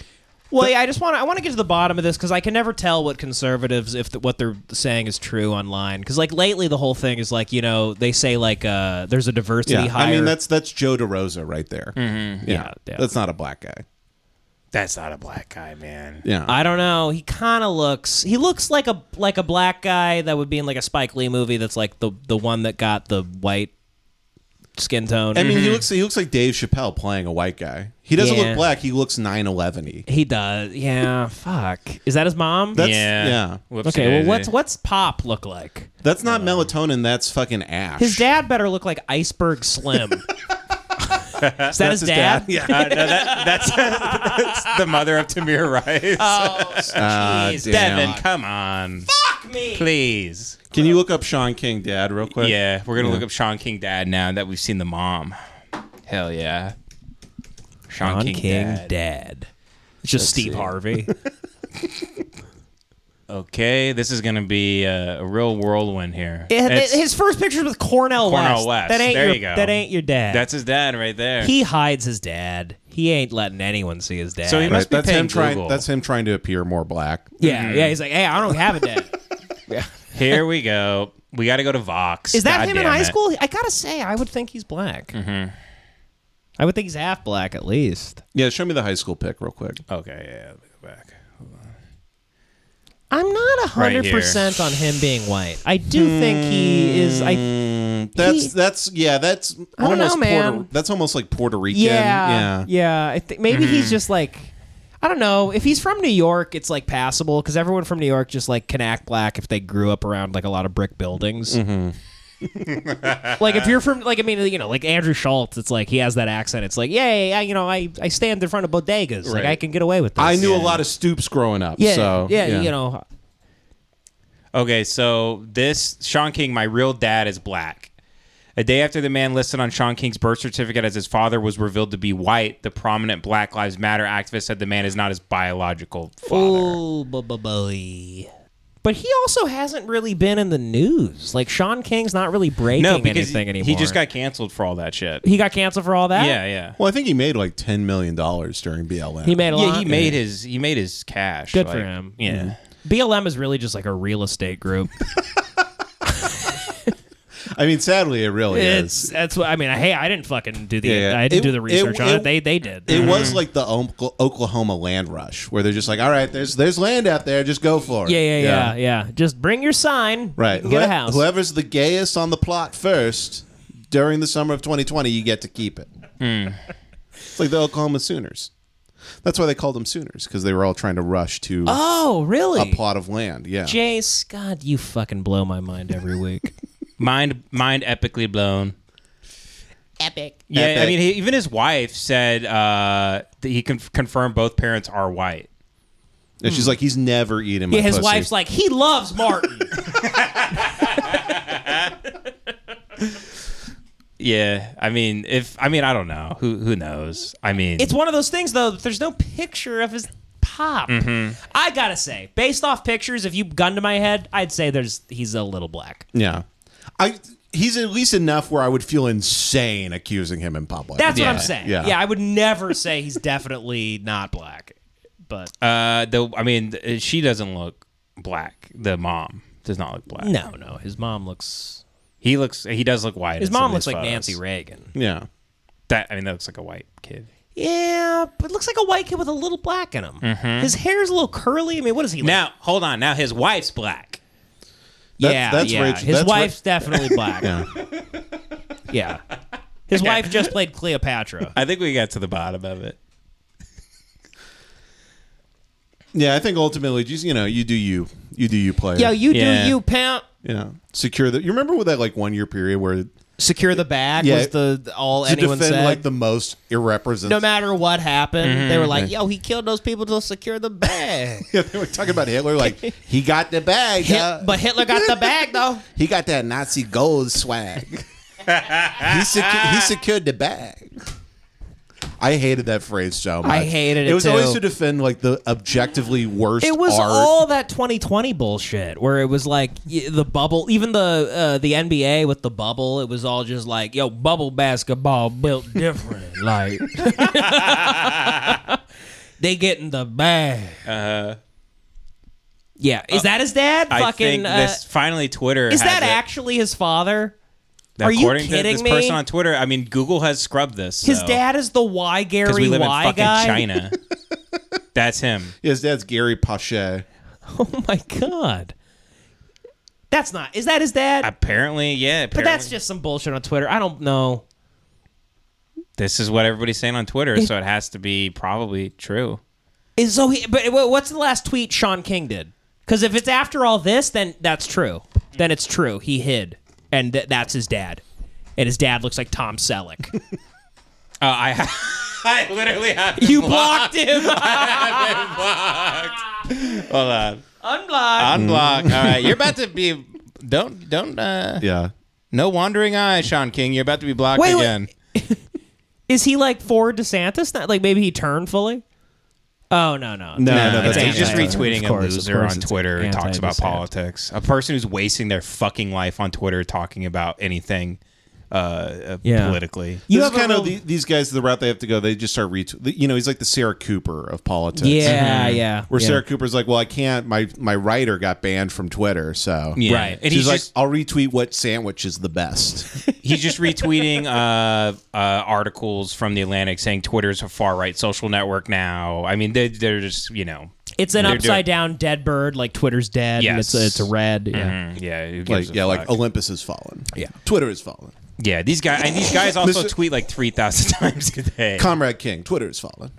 B: Well, yeah, I just want to I want to get to the bottom of this because I can never tell what conservatives if the, what they're saying is true online. Because like lately, the whole thing is like you know they say like uh there's a diversity
C: Yeah,
B: hire.
C: I mean that's that's Joe DeRosa right there.
B: Yeah,
C: Yeah,
B: Mm-hmm. yeah.
C: that's not a black guy.
A: That's not a black guy, man.
C: Yeah,
B: I don't know. He kind of looks he looks like a like a black guy that would be in like a Spike Lee movie. That's like the the one that got the white skin tone.
C: I mean he looks he looks like Dave Chappelle playing a white guy. He doesn't
B: Mm-hmm. Yeah.
C: look black. He looks nine eleven y.
B: he does. Yeah. fuck. Is that his mom?
C: That's
A: Yeah.
C: yeah.
A: Whoopsie
B: okay. Well,
A: daisy.
B: what's what's Pop look like?
C: That's not melatonin. That's fucking ash.
B: His dad better look like Iceberg Slim. Is that his, dad?
C: Yeah.
A: Uh, no, that, that's, that's the mother of Tamir Rice.
B: Oh, jeez.
C: damn.
A: Devin, come on,
B: fuck me.
A: please.
C: Can you look up Sean King dad real quick?
A: yeah, we're gonna look up Sean King dad now that we've seen the mom. Hell yeah, Sean,
B: Don
A: King,
B: King,
A: dad.
B: Dad. It's just Steve Harvey.
A: Okay, this is gonna be uh, a real whirlwind here. It's-
B: his first pictures with Cornell,
A: Cornell
B: West.
A: West.
B: That ain't
A: There
B: your,
A: you go.
B: That ain't your dad.
A: that's his dad right there.
B: he hides his dad. He ain't letting anyone see his dad.
A: So he
C: Right,
A: must be
C: that's
A: paying
C: him trying.
A: Google.
C: That's him trying to appear more black.
B: yeah,
A: Mm-hmm.
B: yeah. He's like, hey, I don't have a dad.
A: Here we go. We got to go to Vox.
B: Is that
A: God
B: him in
A: damn
B: high
A: it. Mm-hmm.
B: school? I gotta say, I would think he's black. I would think he's half black at least.
C: Yeah, show me the high school pic real quick.
A: Okay, yeah, let me go back.
B: I'm not
A: Right
B: hundred
A: here.
B: percent on him being white. I do think he is. I
C: That's
B: He-
C: that's yeah. That's
B: I don't know,
C: almost
B: man.
C: Puerto, that's almost like Puerto Rican.
B: yeah, yeah.
C: yeah.
B: I think maybe
A: Mm-hmm.
B: he's just like. I don't know. If he's from New York, it's like passable because everyone from New York just like can act black if they grew up around like a lot of brick buildings.
A: Mm-hmm.
B: like if you're from like I mean you know like Andrew Schultz, it's like he has that accent. It's like yay, I, you know I I stand in front of bodegas, like
C: Right.
B: I can get away with this.
C: I knew a lot of Stoops growing up.
B: Yeah,
C: so,
B: yeah, you know.
A: Okay, so this Sean King, my real dad, is black. A day after the man listed on Sean King's birth certificate as his father was revealed to be white, the prominent Black Lives Matter activist said the man is not his biological father.
B: Ooh, bu- bu- boy. But he also hasn't really been in the news. Like Sean King's not really breaking
A: no, because
B: anything
A: he,
B: anymore.
A: he just got canceled for all that shit.
B: he got canceled for all that.
A: yeah, yeah.
C: Well, I think he made like ten million dollars during BLM.
B: He made a
A: yeah,
B: lot.
A: he made his he made his cash.
B: Good for
A: like,
B: him.
A: Yeah.
B: BLM is really just like a real estate group.
C: I mean, sadly, it really
B: it's
C: is.
B: that's what I mean. I, hey, I didn't fucking do the
C: Yeah, yeah.
B: I didn't
C: It-
B: do the
C: it-
B: research on it,
C: it-
B: They they did.
C: It was like the Oka- Oklahoma land rush, where they're just like, "All right, there's there's land out there, just go for it."
B: yeah, yeah, yeah, yeah, Just bring your sign.
C: Right.
B: You can get a
C: Whoe-
B: house.
C: Whoever's the gayest on the plot first during the summer of 2020, you get to keep it.
B: Hmm.
C: It's like the Oklahoma Sooners. That's why they called them Sooners because they were all trying to rush to
B: oh,
C: a
B: really?
C: plot of land. Yeah.
B: Jace, God, you fucking blow my mind every week.
A: Mind mind epically blown.
D: Epic.
A: Yeah, I
C: Epic.
A: mean, he, even his wife said uh, that he can confirm both parents are white.
C: and she's like, he's never eating
B: hmm.
C: my
B: yeah, his
C: pussy."
B: wife's like, he loves Martin.
A: Yeah, I mean, if I mean, I don't know who who knows. I mean,
B: it's one of those things though. There's no picture of his pop.
C: Mm-hmm.
B: I gotta say, based off pictures, if you gun to my head, I'd say there's he's a little black.
C: yeah. I. He's at least enough where I would feel insane accusing him in public.
B: That's
A: Yeah,
B: what I'm saying. Yeah.
C: yeah.
B: I would never say he's definitely not black, but
A: uh, the I mean, th- she doesn't look black. The mom does not look black.
B: no, no, his mom looks.
A: he looks he does look white.
B: His
A: in some
B: mom
A: of
B: looks
A: these
B: like
A: photos.
B: Nancy Reagan.
C: yeah.
A: That I mean, that looks like a white kid.
B: Yeah, but looks like a white kid with a little black in him. His hair's a little curly. I mean, what is he? Like?
A: Now hold on. Now his wife's black.
C: That's-
B: yeah,
C: that's
B: yeah.
C: Rachel-
B: His
C: that's Ra-
B: wife's definitely black. yeah.
C: Yeah.
B: his wife just played Cleopatra.
A: I think we got to the bottom of it.
C: Yeah, I think ultimately, just you know, you do you, you do you player.
B: Yo, Oh, you
A: Yeah.
B: do you, pimp.
C: you know, secure the. You remember with that like one year period where
B: Secure the bag
C: Yeah.
B: was the the- all
C: to
B: anyone
C: defend
B: said.
C: like the most
B: no
C: irrepresentative.
B: matter what happened, they were like, "Yo, he killed those people to secure the bag."
C: Yeah, they were talking about Hitler. Like he got the bag,
B: Hit- but Hitler got the bag though.
C: he got that Nazi gold swag. he, secu- he secured the bag. I hated that phrase so much.
B: I hated it
C: It was always
B: too.
C: to defend like the objectively worst.
B: It was
C: art.
B: all that 2020 bullshit where it was like y- the bubble, even the uh, the NBA with the bubble. It was all just like, yo, bubble basketball built different. like, They get in the bag. Uh, yeah, is that his dad?
A: Uh-huh. Uh, I
B: Fucking.
A: think
B: uh,
A: this finally Twitter
B: is
A: has
B: that
A: it.
B: actually his father? Are you
A: According
B: kidding
A: to this
B: me?
A: person on Twitter, I mean Google has scrubbed this.
B: His
A: so-
B: dad is the Y Gary
A: 'cause we live
B: Y
A: in fucking
B: guy.
A: China. That's him.
C: His dad's Gary Pache.
B: Oh my god, that's not. Is that his dad?
A: Apparently, yeah.
B: but
A: Apparently.
B: that's just some bullshit on Twitter. I don't know.
A: this is what everybody's saying on Twitter, so it has to be probably true.
B: Is so he, but wha- what's the last tweet Sean King did? Because if it's after all this, then that's true. Then it's true. He hid, and th- that's his dad. And his dad looks like Tom Selleck.
A: Uh, I I literally have
B: you blocked him.
A: Hold on.
B: Unblocked.
A: Unblock. All right, you're about to be. Don't don't. Uh,
C: Yeah.
A: No wandering eye, Sean King. You're about to be blocked
B: Wait, wait.
A: again.
B: Is he like for DeSantis? Not like maybe he turned fully. Oh no no
C: No,
A: No,
C: no,
A: it's-
C: that's
A: he's just
B: anti-
A: retweeting
B: of course,
A: a
B: of
A: loser
B: course
A: on
B: it's
A: Twitter who talks about
B: anti-DeSantis.
A: politics. A person who's wasting their fucking life on Twitter talking about anything uh, uh,
B: Yeah.
A: politically.
B: You
C: this
B: have
C: is kind
B: a
C: of
B: real-
C: the, these guys. The route they have to go, they just start retweet. You know, he's like the Sarah Cooper of politics. Mm-hmm.
B: yeah yeah
C: Where
B: yeah.
C: Sarah Cooper's like, well, I can't. My my writer got banned from Twitter, so
A: Yeah.
B: Right.
A: And
C: She's
A: he's
C: like,
A: just
C: I'll retweet what sandwich is the best.
A: he's just retweeting uh, uh, articles from the Atlantic saying Twitter's a far right social network now. I mean, they, they're just you know,
B: It's an
A: They're doing-
B: upside down dead bird. Like Twitter's dead. and it's
A: Yes.
B: a, it's a red. Yeah.
A: mm, yeah, who gives
C: like
A: a
C: yeah, like
A: fuck?
C: Olympus has fallen.
A: Yeah.
C: Twitter has fallen.
A: yeah. These guys and these guys also
C: Mr.
A: tweet like three thousand times a day.
C: Comrade King, Twitter has fallen.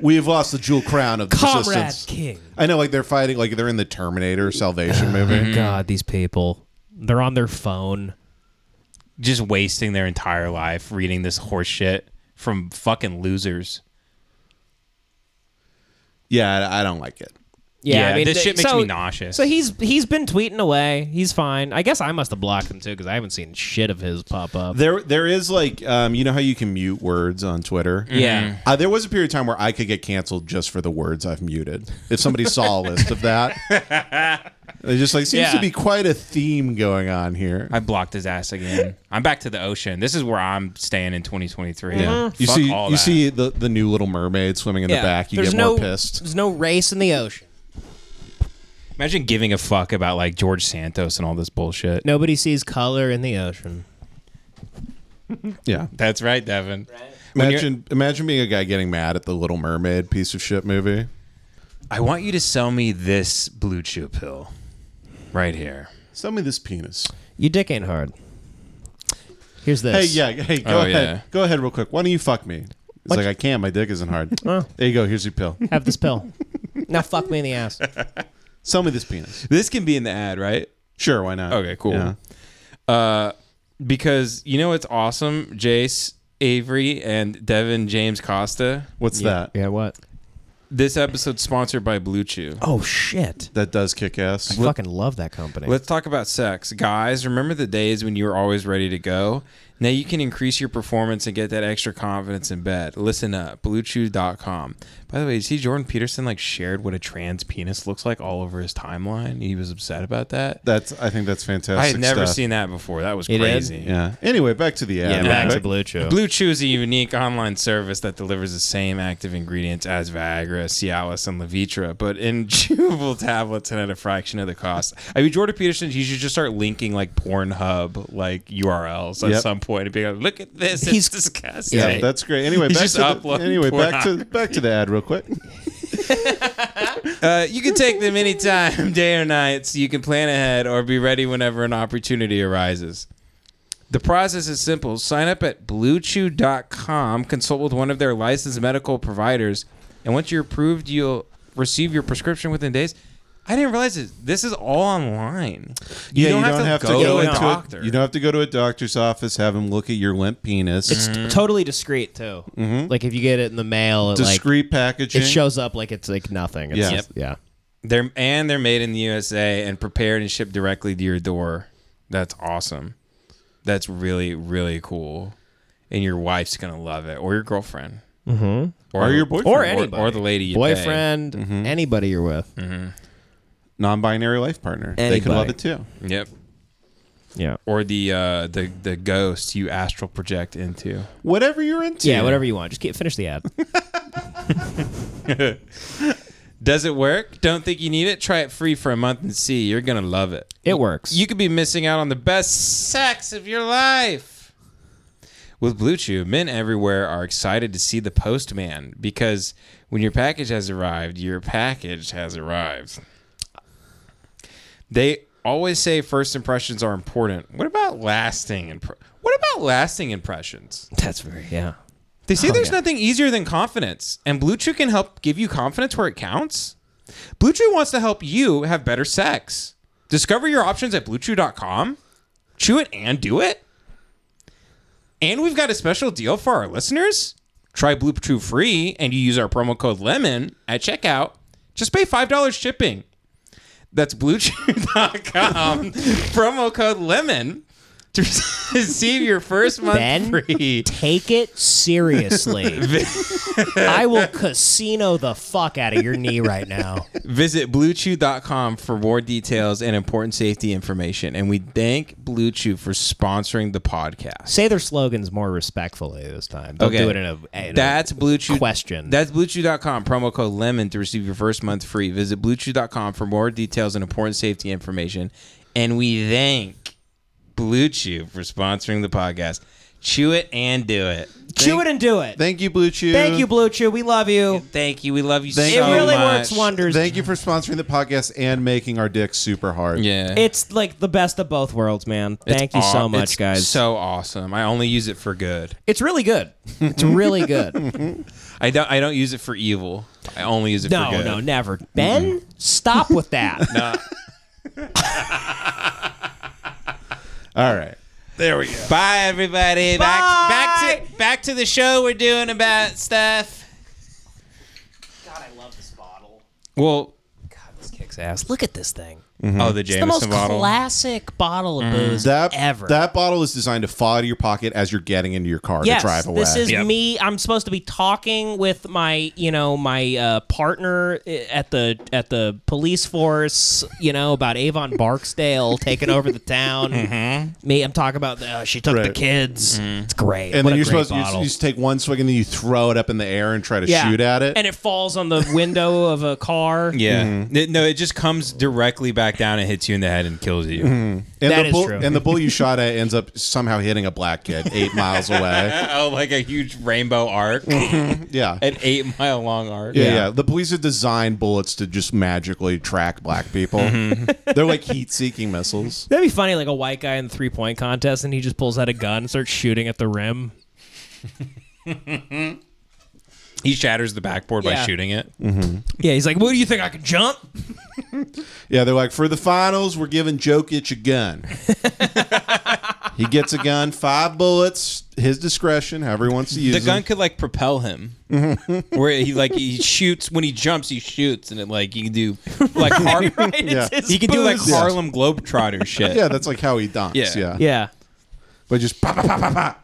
C: We have lost the jewel crown of the
B: Comrade
C: resistance.
B: King. Uh-huh.
C: I know, like they're fighting, like they're in the Terminator Salvation movie.
B: God, these people. They're on their phone.
A: just wasting their entire life reading this horse shit from fucking losers.
C: Yeah, I, I don't like it.
A: Yeah, this
B: they-
A: shit makes
B: so-
A: me nauseous.
B: So he's he's been tweeting away. He's fine. I guess I must have blocked him too because I haven't seen shit of his pop up.
C: There, there is like, um, you know how you can mute words on Twitter.
B: Yeah.
C: Uh, there was a period of time where I could get canceled just for the words I've muted. If somebody saw a list of that, it just like seems
B: Yeah.
C: to be quite a theme going on here.
A: I blocked his ass again. I'm back to the ocean. This is where I'm staying in 2023.
C: You
A: Fuck
C: see,
A: all
C: you
A: that.
C: see the, the new Little Mermaid swimming in
B: Yeah.
C: the back. You
B: There's
C: get
B: no,
C: more pissed.
B: There's no race in the ocean.
A: Imagine giving a fuck about like George Santos and all this bullshit.
B: Nobody sees color in the ocean.
C: Yeah.
A: That's right, Devin. When you're-
C: Imagine, imagine being a guy getting mad at the Little Mermaid piece of shit movie.
A: I want you to sell me this blue chew pill right here.
C: Sell me this penis.
B: Your dick ain't hard. Here's this.
C: Hey, yeah, hey, go
A: Oh,
C: ahead,
A: yeah.
C: go ahead, real quick. Why don't you fuck me? He's like, I can't. My dick isn't hard. There you go. Here's your pill.
B: Have this pill. now fuck me in the ass.
C: Sell me this penis.
A: This can be in the ad, right?
C: Sure, why not?
A: Okay, cool.
C: Yeah.
A: Uh, because you know what's awesome, Jace Avery and Devin James Costa.
C: What's that?
B: Yeah, what?
A: This episode's sponsored by Blue Chew.
B: Oh shit.
C: That does kick ass.
B: Fucking love that company.
A: Let's talk about sex. Guys, remember the days when you were always ready to go? Now you can increase your performance and get that extra confidence in bed. Listen up, bluechew.com. By the way, you see Jordan Peterson like shared what a trans penis looks like all over his timeline. He was upset about that.
C: That's. I think that's fantastic.
A: I had never
C: stuff.
A: seen that before. That was
B: It is?
A: crazy.
C: Yeah. Anyway, back to the ad.
B: yeah, back
C: right?
B: to Blue Chew.
A: Blue Chew is a unique online service that delivers the same active ingredients as Viagra, Cialis, and Levitra, but in chewable tablets and at a fraction of the cost. I mean, Jordan Peterson, he should just start linking like Pornhub like URLs at
C: Yep.
A: some point and be like, "Look at this, it's
B: He's-
A: disgusting."
C: Yeah, that's great. Anyway,
A: He's
C: back
A: just
C: to the,
A: uploading
C: anyway,
A: porn.
C: back to back to the ad real quick.
A: Uh, you can take them anytime, day or night, so you can plan ahead or be ready whenever an opportunity arises. The process is simple. Sign up at bluechew.com, consult with one of their licensed medical providers, and once you're approved, you'll receive your prescription within days. I didn't realize this. This is all online. You don't, have, to go, to a
C: into
A: doctor.
C: You don't have to go to a doctor's office, have him look at your limp penis.
B: It's
A: Mm-hmm.
B: totally discreet too. Like if you get it in the mail, it, like
C: Mm-hmm. discreet packaging.
B: it shows up like it's like nothing. It's
C: Yeah.
B: just- yeah.
A: They're and they're made in the USA and prepared and shipped directly to your door. That's awesome. That's really really cool, and your wife's gonna love it, or your girlfriend, mm-hmm. or,
C: Or your boyfriend.
A: or,
C: Or
A: anybody. or the lady you pay.
B: Boyfriend,
A: Mm-hmm.
B: anybody
A: Mm.
B: you're with.
C: non-binary life partner. They
B: Anybody.
C: could love it too.
A: Yep.
B: Yeah.
A: or the uh, the the ghost you astral project into.
C: Whatever you're into.
B: Yeah, whatever you want. Just get, finish the ad.
A: Does it work? Don't think you need it? Try it free for a month and see. You're gonna love it.
B: It works.
A: You could be missing out on the best sex of your life. With Blue Chew, men everywhere are excited to see the postman because when your package has arrived, your package has arrived. They always say first impressions are important. What about lasting impr- What about lasting impressions?
B: That's very yeah.
A: They say there's
B: yeah.
A: nothing easier than confidence, and Blue Chew can help give you confidence where it counts. Blue Chew wants to help you have better sex. Discover your options at bluechew.com. Chew it and do it. And we've got a special deal for our listeners. Try Blue Chew free, and you use our promo code LEMON at checkout. Just pay $5 shipping. That's bluechew.com, promo code LEMON to receive your first month
B: Ben?
A: free.
B: Take it seriously. I will casino the fuck out of your knee right now.
A: Visit bluechew.com for more details and important safety information. And we thank Blue Chew for sponsoring the podcast.
B: Say their slogans more respectfully this time. Don't do it in a. In
A: That's Blue Chew.
B: question.
A: That's bluechew.com. Promo code lemon to receive your first month free. Visit bluechew.com for more details and important safety information. And we thank Blue Chew for sponsoring the podcast. Chew it and do it.
B: a, chew it and do it.
C: Thank you, Blue Chew.
B: Thank you, Blue Chew. We love you.
A: Thank you. We love you
C: Thank
A: so
B: It really
A: much.
B: works wonders.
C: Thank you for sponsoring the podcast and making our dicks super hard.
A: Yeah.
B: It's like the best of both worlds, man.
A: It's
B: Thank you so
A: aw-
B: much,
A: it's
B: guys.
A: So awesome. I only use it for good.
B: it's really good. It's really good. no,
A: I don't. I don't use it for evil. I only use it for good.
B: no, never. Ben, stop with that.
C: All right.
A: There we go. Bye, everybody.
B: Bye.
A: Back, back to back to the show we're doing about stuff.
B: God, I love this bottle.
A: Well,
B: God, this kicks ass. Look at this thing.
A: oh, the Jameson
B: the most
A: bottle.
B: classic bottle of booze
C: That
B: ever.
C: that bottle is designed to fall out of your pocket as you're getting into your car
B: yes,
C: to drive away.
B: this is
A: Yep.
B: me. I'm supposed to be talking with my, you know, my uh, partner i- at the at the police force. You know about Avon Barksdale taking over the town. Me, I'm talking about the, oh, she took the
C: Mm-hmm. Right. Mm-hmm.
B: kids. It's great.
C: and
B: What
C: then
B: a
C: you're
B: great
C: supposed to you,
B: bottle.
C: you just take one swig and then you throw it up in the air and try to
B: Yeah.
C: shoot at it.
B: and it falls on the window of a car.
A: yeah. It- no, it just comes directly back down and hits you in the head and kills you.
C: And
B: That
C: the
B: is
C: bull,
B: true.
C: And the bull you shot at ends up somehow hitting a black kid eight miles away.
A: oh, like a huge rainbow arc, an
C: Yeah.
A: eight mile long arc.
C: yeah, yeah. The police have designed bullets to just magically track black people. They're like heat-seeking missiles.
B: That'd be funny, like a white guy in the three point contest, and he just pulls out a gun and starts shooting at the rim.
A: He shatters the backboard by
B: Yeah.
A: shooting it.
B: Yeah, he's like, "What do you think I can jump?"
C: Yeah, they're like, for the finals, we're giving Jokic a gun. he gets a gun, five bullets, his discretion, however he wants to use
A: The gun
C: them.
A: could like propel him, where he like he shoots when he jumps, he shoots, and it like you can do like Har-
C: Yeah.
A: he can do like
C: Yeah.
A: Harlem Globetrotter shit.
C: Yeah, that's like how he dunks.
A: Yeah.
C: Yeah,
B: Yeah,
C: But just pop, pop, pop, pop, pop.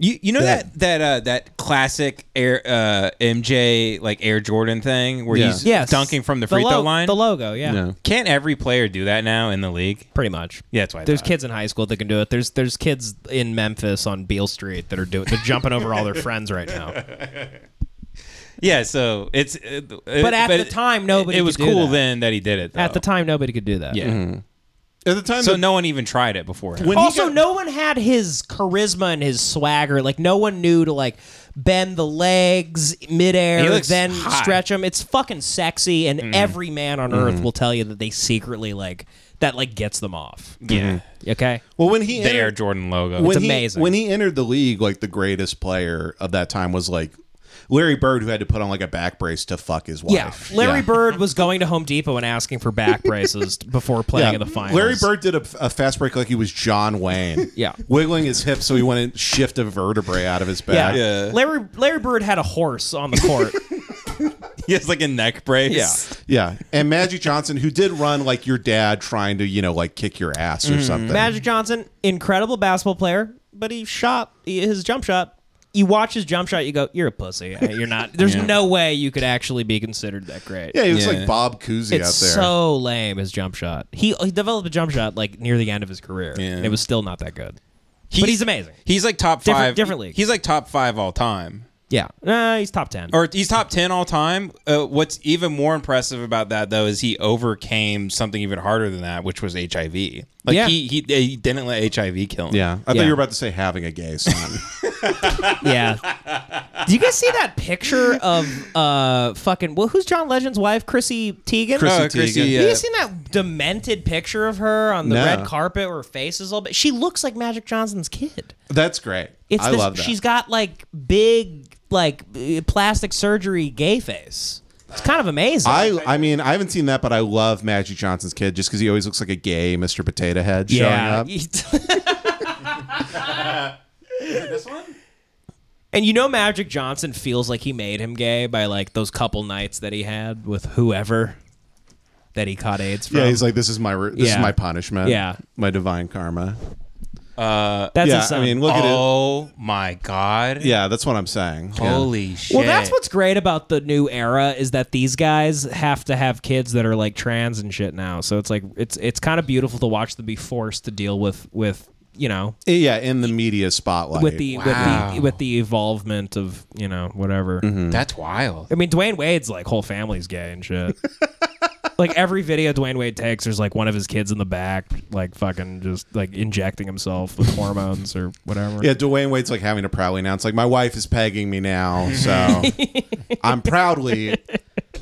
A: You you know
C: That-
A: that that uh, that classic Air uh, MJ like Air Jordan thing where
C: Yeah.
A: he's
B: yes.
A: dunking from the free
B: lo-
A: throw line.
B: the logo. Yeah,
A: Can't every player do that now in the league?
B: pretty much.
A: Yeah, that's why. I
B: There's
A: thought.
B: kids in high school that can do it. There's there's kids in Memphis on Beale Street that are doing. They're jumping over all their friends right now.
A: Yeah, so it's. uh, It,
B: But at the time, nobody
A: it
B: could
A: was
B: do
A: cool
B: that.
A: then that he did it. Though.
B: At the time, nobody could do that.
A: yeah.
C: At the time,
A: So
C: the-
A: no one even tried it before him.
C: when Mm-hmm. he
B: Also,
C: got-
B: no one had his charisma and his swagger. Like no one knew to like bend the legs
A: He
B: midair,
A: looks
B: then
A: hot. Mm-hmm.
B: stretch them. It's fucking sexy, and every man on earth will tell you that they secretly like that. Like gets them off.
A: yeah,
B: Okay.
C: Well, when he
A: the Air
C: entered,
A: Jordan logo.
C: Mm-hmm. when
B: It's
C: he-
B: amazing.
C: when he entered the league, like the greatest player of that time was like Larry Bird, who had to put on like a back brace to fuck his
B: Yeah,
C: wife.
B: Larry Bird was going to Home Depot and asking for back braces before playing in the finals.
C: Larry Bird did a, a fast break like he was John Wayne.
B: Yeah.
C: Wiggling his hips so he wouldn't shift a vertebrae out of his
B: Yeah.
C: back.
A: Yeah.
B: Larry Larry Bird had a horse on the court.
A: he has like a neck brace.
C: Yeah. And Magic Johnson, who did run like your dad trying to, you know, like kick your
B: Mm-hmm.
C: ass or something.
B: Magic Johnson, incredible basketball player, but he shot his jump shot you watch his jump shot, you go, "You're a pussy. You're not. There's no way you could actually be considered that great."
C: Yeah, he was
A: Yeah.
C: like Bob Cousy
B: it's
C: out there.
B: so lame. His jump shot. He he developed a jump shot like near the end of his career,
A: Yeah.
B: and it was still not that good. but he's amazing.
A: He's like top
B: Different-
A: five.
B: different league.
A: He's like top five all time.
B: Yeah, uh, he's top ten.
A: or he's top 10 all time. Uh, what's even more impressive about that though is he overcame something even harder than that, which was HIV. Like
B: Yeah.
A: he, he he didn't let HIV kill him.
C: yeah, I
B: Yeah.
C: thought you were about to say having a gay son.
B: yeah. Do you guys see that picture of uh fucking well who's John Legend's wife, Chrissy Teigen?
C: Chrissy
A: Oh, Chrissy,
C: Teigen.
A: yeah.
B: Have you seen that demented picture of her on the
C: No.
B: red carpet where her face is all bit? She looks like Magic Johnson's kid.
C: That's great.
B: It's
C: I
B: this,
C: love that.
B: She's got like big, like uh, plastic surgery gay face. It's kind of amazing.
C: I, I mean I haven't seen that, but I love Magic Johnson's kid just because he always looks like a gay Mr. Potato Head showing up.
A: This one?
B: and you know, Magic Johnson feels like he made him gay by like those couple nights that he had with whoever that he caught AIDS from.
C: Yeah, he's like this is my re- this
B: Yeah.
C: is my punishment.
B: Yeah.
C: my divine karma.
B: That's
C: yeah,
B: his son.
C: I mean look at it.
A: Oh my god.
C: Yeah, that's what I'm saying.
A: Holy shit.
B: well, that's what's great about the new era is that these guys have to have kids that are like trans and shit now. So it's like it's it's kind of beautiful to watch them be forced to deal with with you know
C: Yeah. yeah, in the media spotlight.
B: with the with
A: Wow.
B: the with the evolvement of you know whatever.
C: Mm-hmm.
A: that's wild.
B: I mean, Dwayne Wade's like whole family's gay and shit. like every video Dwayne Wade takes, there's like one of his kids in the back, like fucking just like injecting himself with hormones or whatever.
C: yeah, Dwayne Wade's like having to proudly announce, like, my wife is pegging me now, so I'm proudly.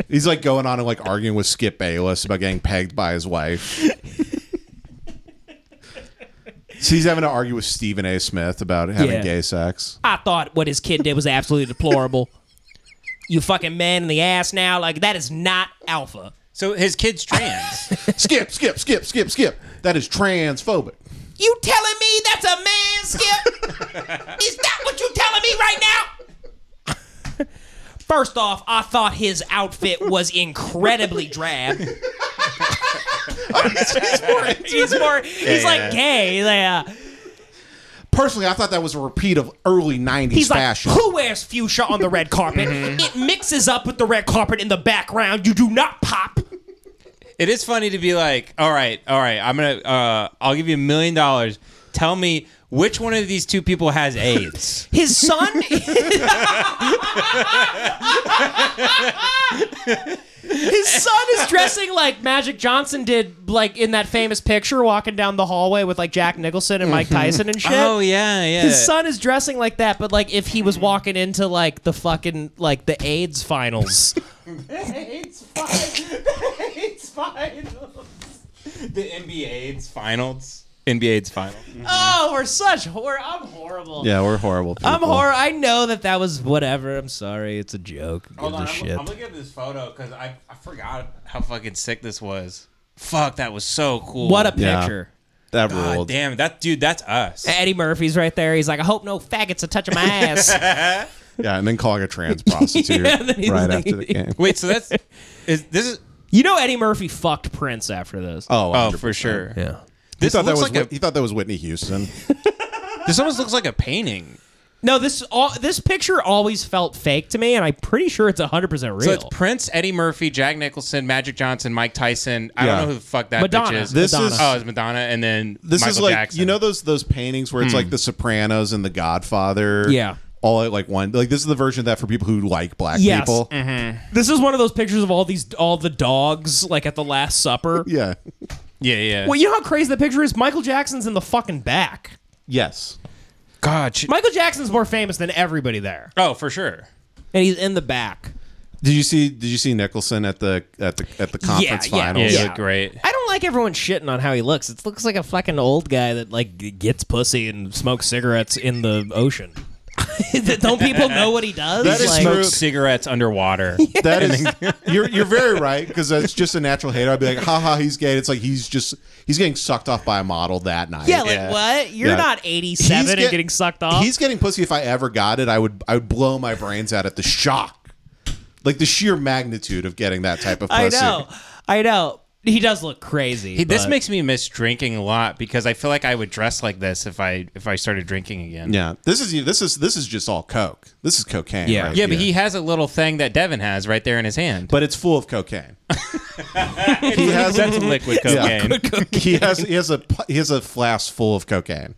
C: He's like going on and like arguing with Skip Bayless about getting pegged by his wife. so he's having to argue with Stephen A. Smith about having
B: Yeah.
C: gay sex.
B: I thought what his kid did was absolutely deplorable. You fucking man in the ass now, like that is not alpha.
A: So his kid's trans.
C: Skip, skip, skip, skip, skip. That is transphobic.
B: You telling me that's a man, Skip? is that what you telling me right now? First off, I thought his outfit was incredibly drab. he's more, he's like gay. He's like, uh,
C: Personally, I thought that was a repeat of early 90s
B: he's like,
C: fashion.
B: who wears fuchsia on the red carpet? it mixes up with the red carpet in the background. You do not pop.
A: it is funny to be like, all right, all right, I'm gonna uh I'll give you a million dollars. Tell me which one of these two people has AIDS?
B: His son. His son is dressing like Magic Johnson did, like in that famous picture walking down the hallway with like Jack Nicholson and Mike Tyson and shit.
A: oh yeah, Mm-hmm. yeah.
B: His son is dressing like that, but like if he was walking into like the fucking like the AIDS finals.
A: the NBA's finals. NBA's finals.
B: oh, we're such hor. I'm horrible.
C: yeah, we're horrible people.
B: I'm horrible. I know that that was whatever. I'm sorry. It's a joke. Who
A: Hold on,
B: gives a
A: I'm,
B: shit.
A: I'm looking at this photo because I, I forgot how fucking sick this was. Fuck, that was so cool.
B: what a
C: Yeah.
B: picture.
C: That
A: God
C: ruled.
A: damn that dude. That's us.
B: Eddie Murphy's right there. He's like, I hope no faggots are touching my ass.
C: Yeah, and then calling a trans prostitute
B: Yeah, then he's
C: right
B: like-
C: after the game.
A: Wait, so that's is this is
B: you know, Eddie Murphy fucked Prince after this.
C: Oh,
A: oh
C: 100%.
A: for sure.
B: yeah.
C: He
A: This
C: thought
A: looks
C: that was
A: like
C: Whit-
A: a
C: he thought that was Whitney Houston.
A: this almost looks like a painting.
B: No, this all this picture always felt fake to me, and I'm pretty sure it's 100 percent
A: So
B: real.
A: it's Prince, Eddie Murphy, Jack Nicholson, Magic Johnson, Mike Tyson. I
C: Yeah.
A: don't know who the fuck that
B: Madonna.
A: bitch is.
C: This
B: Madonna.
C: is- uh,
A: oh, it's Madonna, and then
C: This
A: Michael
C: is like
A: Jackson.
C: you know those those paintings where it's like The Sopranos and The Godfather.
B: Hmm. Yeah.
C: all at like one. Like this is the version of that for people who like black
B: Yes. Mm-hmm.
C: people.
B: this is one of those pictures of all these all the dogs like at the Last Supper.
C: Yeah.
A: yeah, yeah.
B: Well, you know how crazy the picture is. Michael Jackson's in the fucking back.
C: Yes.
A: God, she-
B: Michael Jackson's more famous than everybody there,
A: oh for sure.
B: and he's in the back.
C: Did you see Did you see Nicholson at the at the at the conference
B: yeah,
C: finals?
A: Yeah, you
B: Yeah.
A: look great.
B: I don't like everyone shitting on how he looks. It looks like a fucking old guy that like g- gets pussy and smokes cigarettes in the ocean. don't people know what he does?
C: That is
B: like,
C: true.
A: Smoke cigarettes underwater.
C: That is, you're you're very right because that's just a natural hater. I'd be like, haha, he's gay. It's like he's just he's getting sucked off by a model that night.
B: Yeah, like
A: Yeah.
B: what? You're
C: Yeah.
B: not
C: He's
B: 87 and
C: get-
B: getting sucked off.
C: He's getting pussy. If I ever got it, I would I would blow my brains out at the shock, like the sheer magnitude of getting that type of
B: I
C: pussy.
B: know. I know. he does look crazy.
A: Hey, this
B: but-
A: makes me miss drinking a lot because I feel like I would dress like this if I if I started drinking again.
C: Yeah, this is this is this is just all coke. This is cocaine.
B: Yeah.
C: right
A: Yeah, but
C: here.
A: he has a little thing that Devin has right there in his hand.
C: but it's full of cocaine. he has
A: that's liquid
C: Yeah.
A: cocaine.
C: he has he has a pu- he has a flask full of cocaine.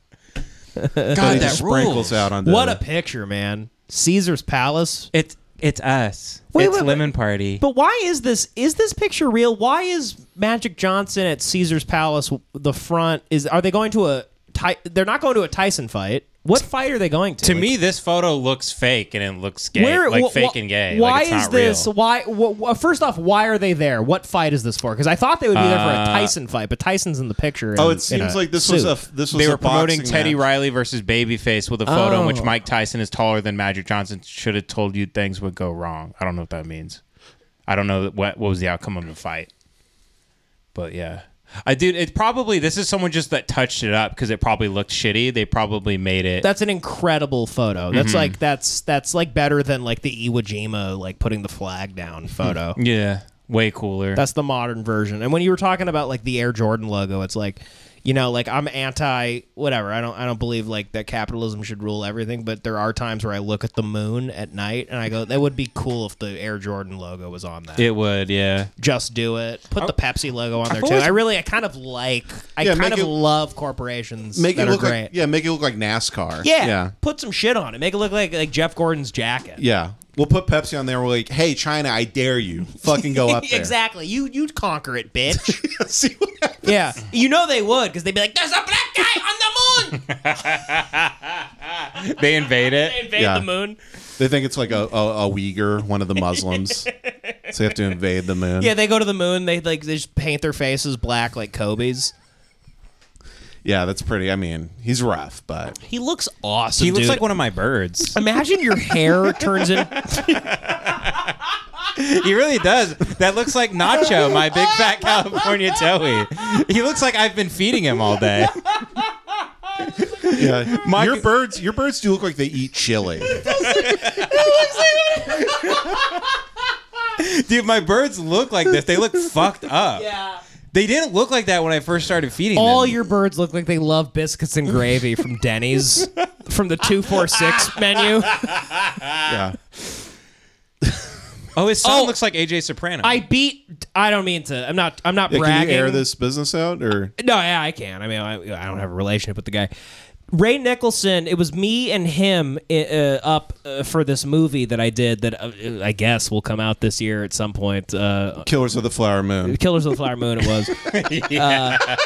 C: God, that he just sprinkles out on the
B: what a picture, man. Caesar's Palace.
A: It's it's us.
B: Wait,
A: it's
B: wait, wait.
A: Lemon Party.
B: But why is this? Is this picture real? Why is Magic Johnson at Caesar's Palace the front? Is are they going to a? Ty, they're not going to a Tyson fight. What fight are they going to?
A: to
B: Like,
A: me, this photo looks fake and it looks gay, like
B: wh-
A: fake
B: wh-
A: and gay.
B: Why
A: Like, it's
B: is
A: not
B: this?
A: real.
B: Why? wh- wh- first off, why are they there? What fight is this for? Because I thought they would be there for a
A: Uh,
B: Tyson fight, but Tyson's in the picture.
C: Oh,
B: in-
C: it seems
B: in
C: like this was
B: suit.
C: a f- this was
A: They
C: a
A: were promoting
C: boxing
A: Teddy
C: match.
A: Riley versus Babyface with a photo in which
B: Oh.
A: Mike Tyson is taller than Magic Johnson. Should have told you things would go wrong. I don't know what that means. I don't know what what was the outcome of the fight. But yeah. I dude, it probably this is someone just that touched it up because it probably looked shitty. They probably made it.
B: That's an incredible photo. That's
A: Mm-hmm.
B: like that's that's like better than like the Iwo Jima like putting the flag down photo.
A: yeah, way cooler.
B: That's the modern version. And when you were talking about like the Air Jordan logo, it's like, you know, like I'm anti whatever. I don't I don't believe like that capitalism should rule everything, but there are times where I look at the moon at night and I go, that would be cool if the Air Jordan logo was on that.
A: it would, yeah.
B: Just do it. Put the Pepsi logo on there too.
A: always-
B: I really I kind of like I
C: Yeah,
B: kind
C: make
B: of
C: it-
B: love corporations
C: Make
B: that
C: it
B: are
C: look
B: great.
C: like yeah, make it look like NASCAR.
B: yeah.
C: yeah,
B: Put some shit on it. Make it look like like Jeff Gordon's jacket.
C: yeah. We'll put Pepsi on there. We're like, hey, China, I dare you, fucking go up there.
B: exactly. You you conquer it, bitch.
C: See what happens.
B: yeah. You know they would because they'd be like, "There's a black guy on the moon."
A: They invade it.
B: invade
C: Yeah.
B: the moon.
C: They think it's like a, a, a Uyghur, one of the Muslims. so they have to invade the moon.
B: Yeah, they go to the moon. They like they just paint their faces black like Kobe's.
C: Yeah, that's pretty. I mean, he's rough, but
B: He looks awesome.
A: He looks
B: dude.
A: like one of my birds.
B: Imagine your hair turns in.
A: He really does. That looks like Nacho, my big fat California Joey. He looks like I've been feeding him all day.
C: yeah, your birds, your birds do look like they eat chili.
A: Dude, my birds look like this. They look fucked up.
B: Yeah.
A: They didn't look like that when I first started feeding
B: All
A: them.
B: your birds look like they love biscuits and gravy from Denny's from the two four six menu.
C: yeah,
A: oh, his son
B: Oh.
A: looks like AJ Soprano.
B: I beat. I don't mean to. I'm not. I'm not
C: Yeah,
B: bragging.
C: can you air this business out or?
B: No, yeah, I can. I mean, I, I don't have a relationship with the guy. Ray Nicholson. It was me and him uh, uh, up uh, for this movie that I did that uh, I guess will come out this year at some point. Uh,
C: Killers of the Flower Moon.
B: Killers of the Flower Moon. It was. Uh,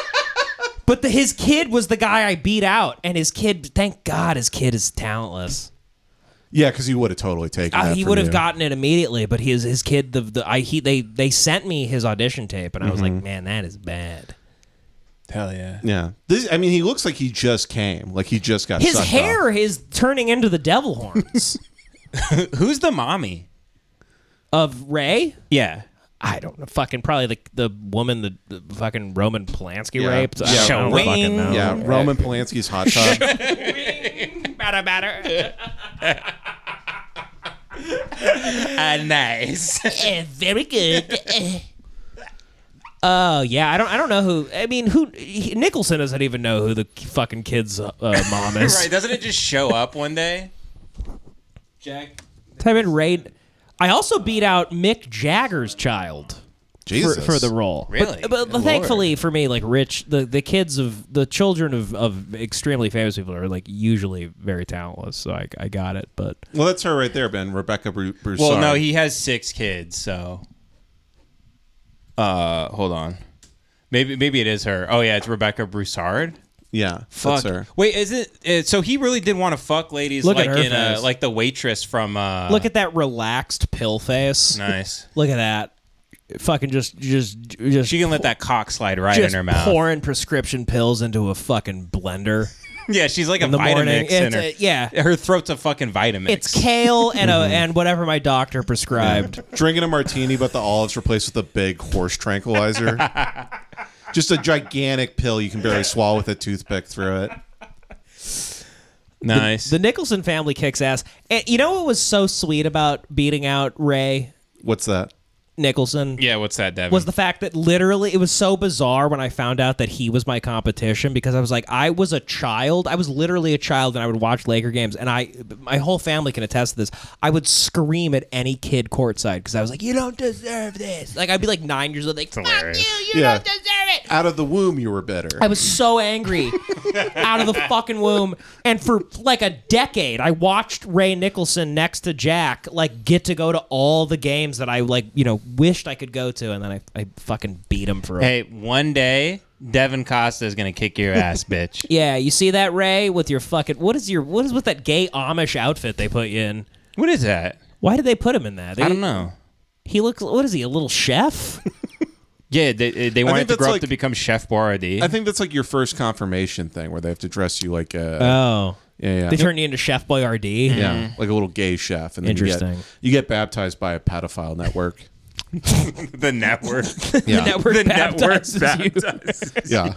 B: but the, his kid was the guy I beat out, and his kid. Thank God, his kid is talentless.
C: Yeah, because you would have totally taken.
B: Uh,
C: that
B: he
C: from
B: would have
C: you.
B: gotten it immediately, but his his kid. The, the I he they they sent me his audition tape, and I was
C: Mm-hmm.
B: like, man, that is bad.
A: Hell yeah.
C: Yeah, this. I mean, he looks like he just came. Like he just got
B: His
C: sucked
B: hair
C: off.
B: is turning into the devil horns
A: Who's the mommy?
B: of Ray.
A: Yeah.
B: I don't know. Fucking probably the the woman the, the fucking Roman Polanski
C: Yeah.
B: raped. I
C: Yeah.
B: don't, I don't fucking
A: Showing.
B: know.
C: Yeah, Roman Polanski's hot tub.
B: Batter, batter.
A: Uh, nice.
D: Eh, very good. Eh.
B: Oh yeah, I don't. I don't know who. I mean, who? He, Nicholson doesn't even know who the fucking kid's uh, mom is.
A: right, doesn't it just show up one day? Jack.
B: Type in Ray. I also beat out Mick Jagger's child. for,
C: Jesus.
B: for the role.
A: Really?
B: But, but
A: Good
B: thankfully for me, like rich, the, the kids of the children of, of extremely famous people are like usually very talentless. So I, I got it. But
C: Well, that's her right there, Ben. Rebecca Bru- Broussard.
A: Well, no, he has six kids, so. Uh, hold on. Maybe maybe it is her. Oh yeah, it's Rebecca Broussard.
C: Yeah,
A: Fuck.
C: that's her.
A: Wait, is it? Uh, so he really did want to fuck ladies
B: Look at
A: like
B: her
A: in uh,
B: face.
A: like the waitress from. Uh,
B: look at that relaxed pill face.
A: nice.
B: Look at that. Fucking just just just
A: She can let that cock slide right
B: just
A: in her mouth.
B: pouring prescription pills into a fucking blender
A: yeah, she's like a
B: in the morning.
A: Vitamix in
B: It's
A: her.
B: a- yeah. Mm-hmm.
A: Her throat's a fucking Vitamix.
B: It's kale and a, and whatever my doctor prescribed.
C: Drinking a martini, but the olives replaced with a big horse tranquilizer. Just a gigantic pill you can barely swallow with a toothpick through it.
A: nice.
B: The Nicholson family kicks ass. And you know what was so sweet about beating out Ray?
C: What's that?
B: Nicholson
A: Yeah, what's that, Devin?
B: was the fact that literally it was so bizarre when I found out that he was my competition because I was like I was a child. I was literally a child and I would watch Laker games and I my whole family can attest to this. I would scream at any kid courtside because I was like, You don't deserve this. Like I'd be like nine years old, like fuck
A: hilarious.
B: you, you
C: Yeah.
B: don't deserve it.
C: Out of the womb, you were better.
B: I was so angry out of the fucking womb. And for like a decade, I watched Ray Nicholson next to Jack, like, get to go to all the games that I, like, you know, wished I could go to. And then I, I fucking beat him for a
A: hey, one day Devin Costa is gonna kick your ass, bitch.
B: Yeah, you see that Ray with your fucking what is your what is with that gay Amish outfit they put you in?
A: What is that?
B: Why did they put him in that?
A: I don't know.
B: He looks what is he a little chef?
A: Yeah, they, they wanted to
C: that's
A: grow up
C: like-
A: to become Chef Boyardee.
C: I think that's like your first confirmation thing where they have to dress you like a
A: Uh,
B: oh,
C: yeah,
B: they
C: yeah,
B: turned you into Chef Boyardee.
C: yeah like a little gay chef. And then You
B: Interesting.
C: get, you get baptized by a pedophile network.
A: the network.
C: Yeah,
B: Network
A: The
B: baptizes
A: network
B: you.
A: baptizes.
C: yeah.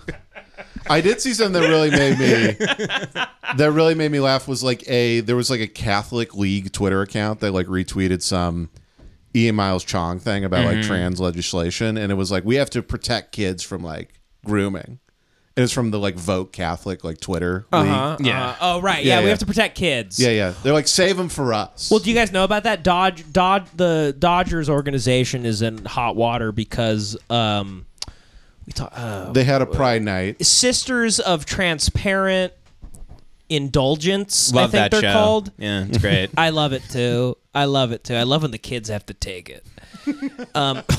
C: I did see something that really made me that really made me laugh was like a there was like a Catholic League Twitter account that like retweeted some Ian Miles Chong thing about
B: Mm-hmm.
C: like trans legislation and it was like we have to protect kids from like grooming. And it's from the like vote Catholic like Twitter
B: Uh-huh,
C: league.
A: Yeah.
B: uh, oh right. Yeah,
C: Yeah,
B: we
C: yeah.
B: have to protect kids.
C: Yeah, yeah. They're like save them for us.
B: Well, do you guys know about that? Dodge, Dodge, the Dodgers organization is in hot water because um, we talk, uh,
C: they had a pride night.
B: Sisters of Transparent Indulgence. I
A: Love
B: think
A: that
B: they're
A: show.
B: called.
A: Yeah, it's great.
B: I love it too. I love it too. I love when the kids have to take it. Um,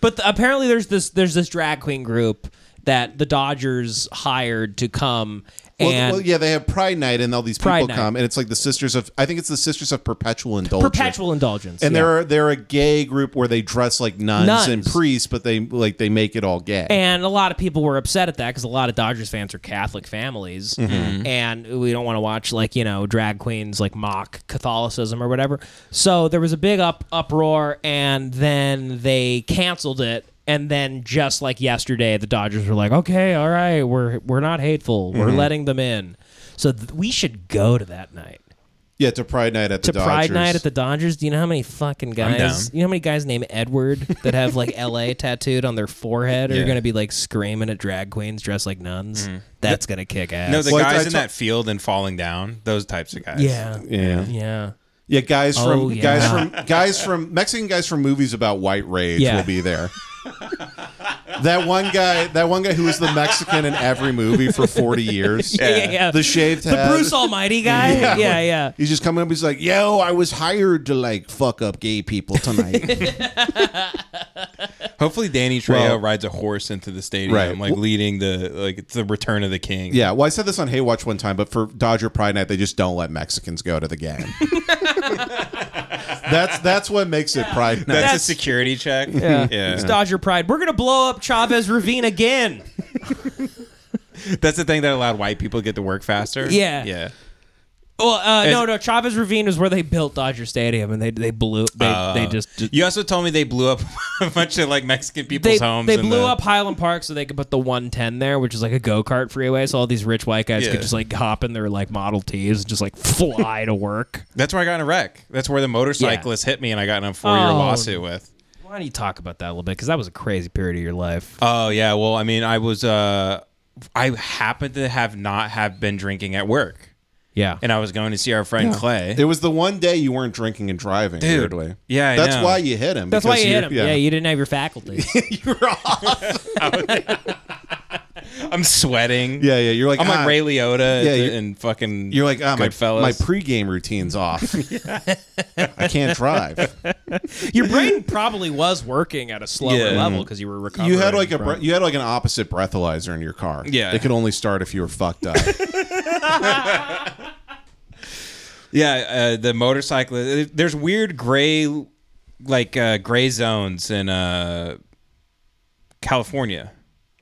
B: but the- apparently, there's this there's this drag queen group that the Dodgers hired to come
C: Well,
B: and
C: well, yeah, they have Pride Night, and all these
B: Pride
C: people
B: Night.
C: come, and it's like the sisters of. I think it's the sisters of perpetual indulgence.
B: perpetual indulgence.
C: and
B: yeah.
C: they're they're a gay group where they dress like nuns,
B: Nuns.
C: and priests, but they like they make it all gay.
B: And a lot of people were upset at that because a lot of Dodgers fans are Catholic families, and we don't want to watch like you know drag queens like mock Catholicism or whatever. So there was a big up uproar, and then they canceled it. And then just like yesterday, the Dodgers were like, "Okay, all right, we're we're not hateful. We're letting them in." So th- we should go to that night
C: yeah, to Pride Night at
B: to
C: the Dodgers.
B: Pride Night at the Dodgers. Do you know how many fucking guys?
A: down.
B: You know how many guys named Edward that have like L.A. tattooed on their forehead are
C: Yeah.
B: going to be like screaming at drag queens dressed like nuns? That's going to kick ass.
A: No, the
C: Well, I-
A: guys
C: I
A: in
C: ta-
A: that field and falling down, those types of guys.
B: yeah,
C: yeah,
B: yeah.
C: yeah, guys from
B: Oh, yeah.
C: guys from guys from Mexican guys from movies about white rage
B: Yeah.
C: will be there. that one guy, that one guy who was the Mexican in every movie for forty years.
B: Yeah, yeah, yeah.
C: the shaved
B: The
C: head.
B: Bruce Almighty guy. yeah, yeah.
C: He's just coming up. He's like, "Yo, I was hired to like fuck up gay people tonight."
A: Hopefully, Danny Trejo
C: Well-
A: rides a horse into the stadium,
C: Right.
A: like leading the like it's the return of the king.
C: yeah. Well, I said this on Hey Watch one time, but for Dodger Pride Night, they just don't let Mexicans go to the game. that's that's what makes it Pride Night.
A: that's,
B: That's-
A: a security check.
B: Yeah.
A: Yeah,
B: It's Dodger Pride. We're gonna blow up Chavez Ravine again.
A: that's the thing that allowed white people to get to work faster.
B: Yeah.
A: yeah.
B: Well, uh, no,
A: As-
B: no. Chavez Ravine is where they built Dodger Stadium, and they they blew. They,
A: Uh,
B: they just, just
A: You also told me they blew up a bunch of like Mexican people's
B: they,
A: homes.
B: they
A: in
B: blew
A: the-
B: up Highland Park so they could put the 110 there, which is like a go kart freeway. So all these rich white guys could
A: Yeah.
B: just like hop in their like Model Ts and just like fly to work.
A: That's where I got in a wreck. That's where the motorcyclist hit me, and I got in a four-year
B: Oh.
A: lawsuit with.
B: Why don't you talk about that a little bit? Because that was a crazy period of your life.
A: Oh yeah, well, I mean, I was uh, I happened to have not have been drinking at work,
B: Yeah.
A: and I was going to see our friend Clay.
C: It was the one day you weren't drinking and driving.
A: Dude.
C: weirdly.
A: Yeah, I
C: that's
A: know.
C: why you hit him.
B: That's why
C: because
B: you hit
C: you're-
B: him. Yeah. you didn't have your faculty.
A: I'm sweating.
C: yeah, yeah. You're like,
A: I'm
C: ah,
A: like Ray Liotta
C: Yeah,
A: and-
C: you're-
A: and fucking.
C: You're like, ah, my
A: Goodfellas.
C: my pregame routine's off. I can't drive.
B: your brain probably was working at a slower
A: Yeah.
B: level because you were recovering.
C: You had like a
B: from-
C: bre- you had like an opposite breathalyzer in your car.
A: Yeah.
C: it could only start if you were fucked up.
A: Yeah, uh, the motorcyclist. There's weird gray, like uh, gray zones in uh, California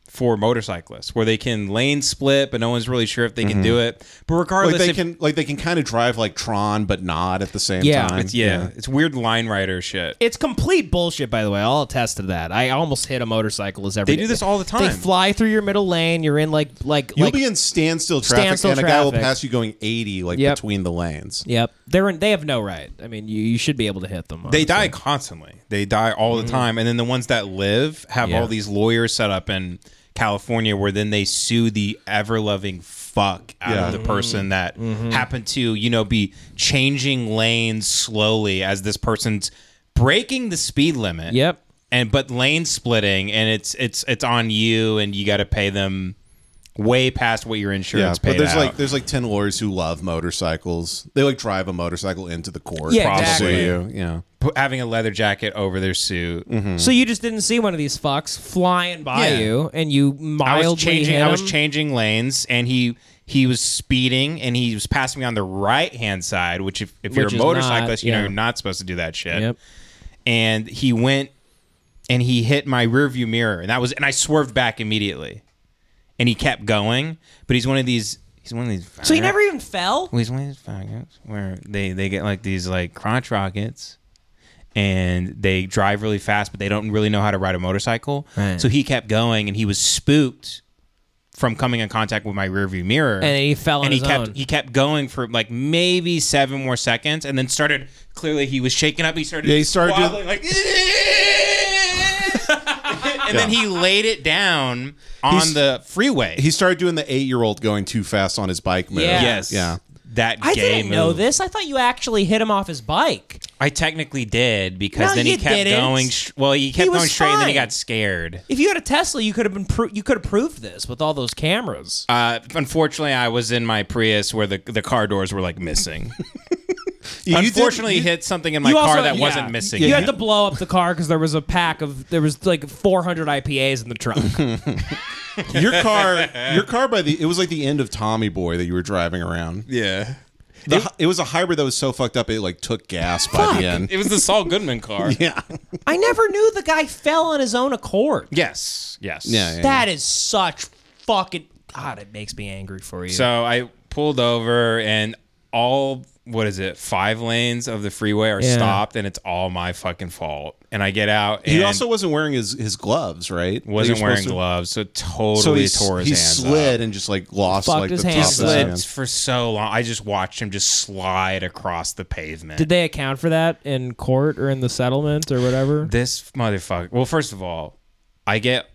A: for motorcyclists where they can lane split, but no one's really sure if they can do it. But regardless,
C: Mm-hmm. Like they
A: if-
C: can, like they can kind of drive like Tron, but not at the same
B: Yeah.
C: time.
A: it's, yeah, it's weird line rider shit.
B: It's complete bullshit, by the way. I'll attest to that. I almost hit a motorcyclist every
A: They do
B: day.
A: this all the
B: They
A: time.
B: fly through your middle lane. You're in like like
C: You'll
B: like.
C: be in standstill traffic,
B: Standstill
C: and a guy will
B: traffic.
C: pass you going 80, like
B: Yep.
C: between the lanes.
B: yep. They're in, they have no right. I mean, you, you should be able to hit them.
A: They
B: honestly.
A: die constantly. They die all
C: Mm-hmm.
A: the time, and then the ones that live have
B: Yeah.
A: all these lawyers set up in California, where then they sue the ever loving fuck out
C: Yeah. Mm-hmm.
A: of the person that happened to, you know, be changing lanes slowly as this person's breaking the speed limit.
B: Yep.
A: And but lane splitting, and it's it's it's on you, and you got to pay them way past what your insurance paid
C: but there's
A: out.
C: like there's like ten lawyers who love motorcycles. They like drive a motorcycle into the court.
B: Yeah,
C: probably.
B: exactly.
C: You, yeah.
A: P- having a leather jacket over their suit.
C: Mm-hmm.
B: So you just didn't see one of these fucks flying by
A: Mm. Yeah.
B: you, and you
A: I
B: mildly
A: was changing.
B: hit
A: I was
B: him?
A: changing lanes, and he he was speeding, and he was passing me on the right hand side. Which, if, if you're
B: Which
A: a
B: is not,
A: motorcyclist, you know
B: yeah.
A: you're not supposed to do that shit.
B: Yep.
A: And he went, and he hit my rearview mirror, and that was, and I swerved back immediately, and he kept going. But he's one of these. He's one of these.
B: So you never even fell.
A: Well, he's one of these faggots where they they get like these like crotch rockets, and they drive really fast, but they don't really know how to ride a motorcycle.
B: Right.
A: So he kept going, and he was spooked from coming in contact with my rearview mirror,
B: And he fell on
A: and he
B: his
A: kept
B: own.
A: he kept going for like maybe seven more seconds, and then started clearly he was shaking up. He started
C: Yeah, he started doing-
A: wobbling, like. and then he laid it down on
C: He's-
A: the freeway.
C: He started doing the eight year old going too fast on his bike move.
B: Yeah.
A: yes,
C: Yeah.
A: That
B: I
A: gay
B: didn't know
A: move.
B: this. I thought you actually hit him off his bike.
A: I technically did because
B: No,
A: then he
B: you
A: kept
B: didn't.
A: going. Sh- well, he kept
B: He was
A: going straight, and then he
B: fine.
A: got scared.
B: If you had a Tesla, you could have been pro- you could have proved this with all those cameras.
A: Uh, unfortunately, I was in my Prius where the the car doors were like missing.
C: You did-
A: unfortunately,
C: you-
A: hit something in my
B: You
A: car
B: also-
A: that
B: yeah.
A: wasn't missing.
B: You
A: it.
B: had to blow up the car because there was a pack of there was like 400 IPAs in the trunk.
C: your car, your car by the it was like the end of Tommy Boy that you were driving around.
A: yeah,
C: The hy- it was a hybrid that was so fucked up it like took gas by the end.
A: it was the Saul Goodman car.
C: Yeah,
B: I never knew the guy fell on his own accord.
A: Yes, yes,
C: Yeah, yeah.
B: That is such fucking God. It makes me angry for you.
A: So I pulled over, and all what is it? Five lanes of the freeway are
B: Yeah.
A: stopped, and it's all my fucking fault. And I get out. And
C: he also wasn't wearing his his gloves, right?
A: wasn't
C: You're
A: wearing
C: supposed to-
A: gloves, so totally
C: So he,
A: tore his
C: he
A: hands up.
C: slid and just like lost
B: Fucked
C: like
B: his
C: the
B: hands
C: top
B: up.
C: of his
A: slid
C: hand.
A: for so long. I just watched him just slide across the pavement.
B: Did they account for that in court or in the settlement or whatever?
A: this motherfucker. Well, first of all, I get,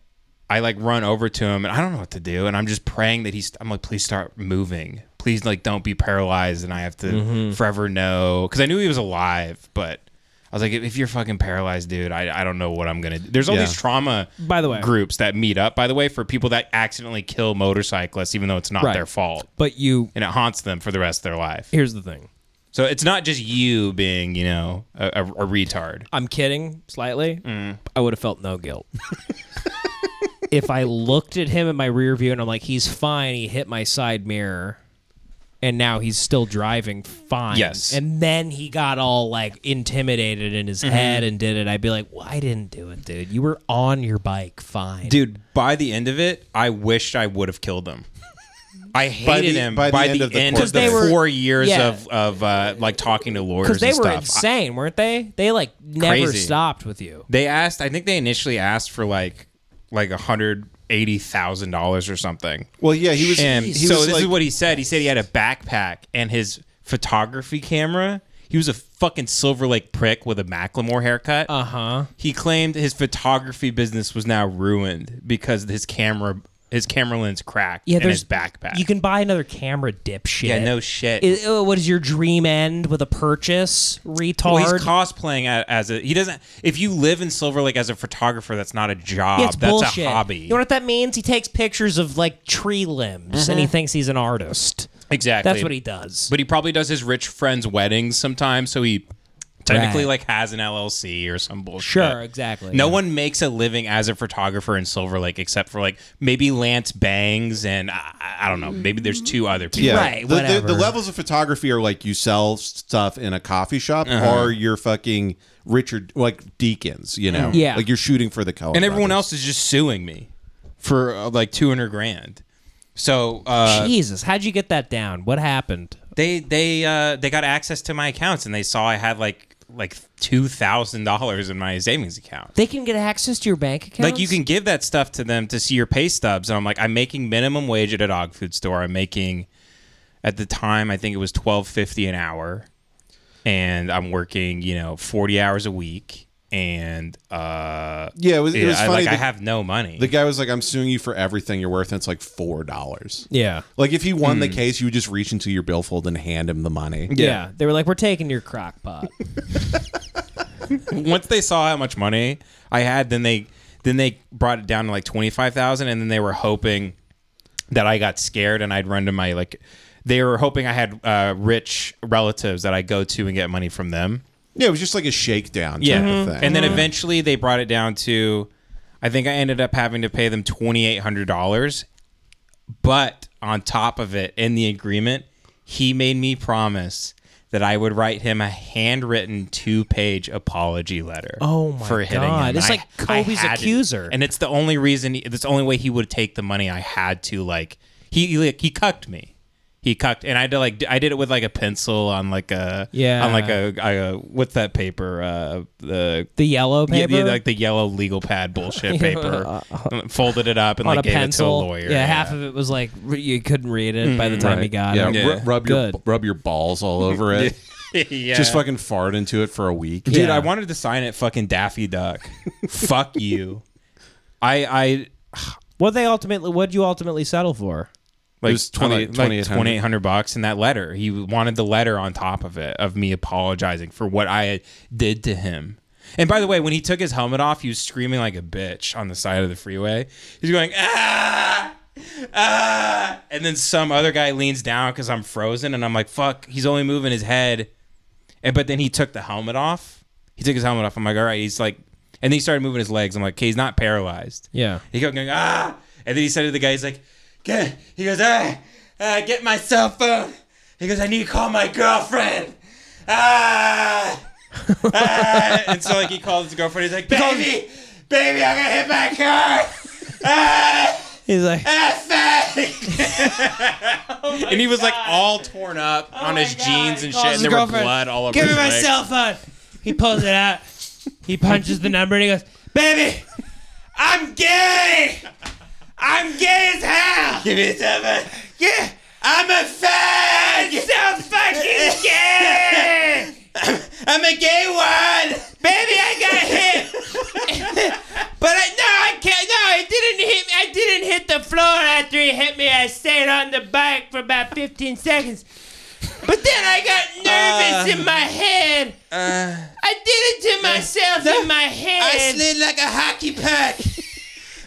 A: I like run over to him, and I don't know what to do, and I'm just praying that he's. I'm like, please start moving. Please, like, don't be paralyzed, and I have to
B: Mm-hmm.
A: forever know because I knew he was alive, but. I was like, if you're fucking paralyzed, dude, I, I don't know what I'm gonna do. There's all
C: Yeah.
A: these trauma
B: By the way.
A: groups that meet up, by the way, for people that accidentally kill motorcyclists, even though it's not
B: Right.
A: their fault.
B: But you,
A: And it haunts them for the rest of their life.
B: here's the thing.
A: So it's not just you being, you know, a, a, a retard.
B: I'm kidding slightly.
A: Mm.
B: I would have felt no guilt. if I looked at him in my rear view and I'm like, he's fine, he hit my side mirror, and now he's still driving fine.
A: Yes. Mm-hmm.
B: And then he got all like intimidated in his head and did it. I'd be like, well, I didn't do it, dude. You were on your bike fine.
A: Dude, by the end of it, I wished I would have killed him. I hated
C: By the-
A: him
C: by
A: by,
C: the
A: the
C: end
A: end
C: of the
A: of the
B: case. They
C: court
B: were-
A: four years
B: yeah.
A: of, of uh, like talking to lawyers
B: Because they
A: and
B: were
A: stuff. I-
B: insane, weren't they? They like never
A: Crazy.
B: stopped with you.
A: they asked, I think they initially asked for like like $180,000 or something.
C: Well, yeah, he was.
A: And
C: he
A: so
C: was,
A: this
C: like-
A: is what he said. He said he had a backpack and his photography camera. He was a fucking Silver Lake prick with a Macklemore haircut.
B: Uh
C: Uh-huh.
B: huh.
A: He claimed his photography business was now ruined because his camera his camera lens cracked
B: Yeah,
A: in
B: there's
A: his backpack.
B: You can buy another camera, dipshit.
A: yeah, no shit.
B: Is, uh, what is your dream end with a purchase, retard?
A: well, he's cosplaying a- as a he doesn't. If you live in Silver Lake as a photographer, that's not a job.
B: Yeah, it's
A: that's
B: bullshit.
A: a hobby.
B: You know what that means? He takes pictures of like tree limbs and he thinks he's an artist.
A: Mm-hmm. exactly.
B: That's what he does.
A: But he probably does his rich friends' weddings sometimes, so he technically
B: Right.
A: like has an LLC or some bullshit.
B: sure, exactly.
A: No
B: Yeah.
A: one makes a living as a photographer in Silver Lake except for like maybe Lance Bangs and I, I- I don't know. Maybe there's two other people.
C: Yeah.
B: Right,
C: The, the,
B: whatever.
C: the levels of photography are like you sell stuff in a coffee shop
A: Uh-huh.
C: or you're fucking Richard, like Deacons, you know?
B: Yeah.
C: Like you're shooting for the color.
A: And everyone else
C: brothers.
A: is just suing me. for uh, like 200 grand. So uh,
B: Jesus, how'd you get that down? What happened?
A: they they uh, they got access to my accounts and they saw I had like like two thousand dollars in my savings account.
B: They can get access to your bank account.
A: Like you can give that stuff to them to see your pay stubs. And I'm like, I'm making minimum wage at a dog food store. I'm making at the time I think it was twelve fifty an hour. And I'm working, you know, forty hours a week. And uh
C: Yeah, it was, it was
A: I,
C: funny.
A: like
C: the,
A: I have no money.
C: the guy was like, "I'm suing you for everything you're worth," and it's like four dollars.
B: Yeah.
C: Like if he won
A: Hmm.
C: the case, you would just reach into your billfold and hand him the money.
B: yeah. They were like, we're taking your crock pot.
A: Once they saw how much money I had, then they then they brought it down to like twenty five thousand and then they were hoping that I got scared and I'd run to my like they were hoping I had uh, rich relatives that I go to and get money from them.
C: Yeah, it was just like a shakedown. Type
A: yeah.
B: Mm-hmm.
C: of thing.
A: And then eventually they brought it down to, I think I ended up having to pay them twenty eight hundred dollars, but on top of it, in the agreement, he made me promise that I would write him a handwritten two page apology letter.
B: Oh my
A: for hitting
B: God.
A: him.
B: It's
A: I-
B: like Kobe's
A: I had to-
B: accuser.
A: and it's the only reason. It's the only way he would take the money. I had to like he he, like, he cucked me. He cucked, and I did like I did it with like a pencil on like a
B: Yeah.
A: on like a, a what's that paper uh the
B: The yellow
A: yeah,
B: paper.
A: yeah, like the yellow legal pad bullshit paper. folded it up and
B: on
A: like
B: a
A: gave
B: pencil.
A: it to a lawyer. Mm-hmm.
B: yeah, half of it was like re- you couldn't read it by the time you got
C: yeah,
B: it.
A: Yeah.
C: ru- rub your
B: Good.
C: rub your balls all over it.
A: yeah.
C: Just fucking fart into it for a week.
A: Dude,
B: Yeah.
A: I wanted to sign it fucking Daffy Duck. Fuck you. I I
B: What they ultimately? What would you ultimately settle for?
A: like
C: was 20
A: like,
C: 2800.
A: twenty eight hundred bucks in that letter. He wanted the letter on top of it of me apologizing for what I did to him. And by the way, when he took his helmet off, he was screaming like a bitch on the side of the freeway. He's going ah. Ah! And then some other guy leans down because I'm frozen, and I'm like, "Fuck!" He's only moving his head, and but then he took the helmet off. He took his helmet off. I'm like, "All right." He's like, and then he started moving his legs. I'm like, "Okay, he's not paralyzed."
B: Yeah.
A: He kept going, ah. And then he said to the guy, he's like, get, he goes, ah, ah, get my cell phone. He goes, I need to call my girlfriend. Ah. ah. And so, like, he called his girlfriend. He's like, baby, baby, I'm going to hit my car. Ah,
B: He's like,
A: ah, fuck." and he was like all torn up on his jeans and shit,
B: calls
A: and
B: his
A: there were
B: girlfriend,
A: blood all over
B: give me
A: his
B: my
A: legs.
B: cell phone. He pulls it out. He punches the number and he goes, baby,
A: I'm gay. I'm gay as hell. Give me seven. Yeah. I'm a fag. So fucking gay. I'm a gay one. Baby, I got hit. but I, no, I can't. No, I didn't hit me. I didn't hit the floor after he hit me. I stayed on the bike for about 15 seconds. But then I
D: Uh.
A: got nervous in my head. I did it to myself in my head. I slid like a hockey puck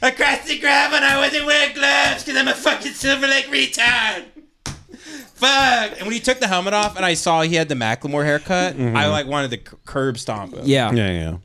A: across the gravel and I wasn't wearing gloves because I'm a fucking Silver Lake retard. Fuck. And when he took the helmet off and I saw he had the Macklemore haircut, I like wanted to c- curb stomp him.
B: Mm-hmm. yeah.
C: Yeah, yeah.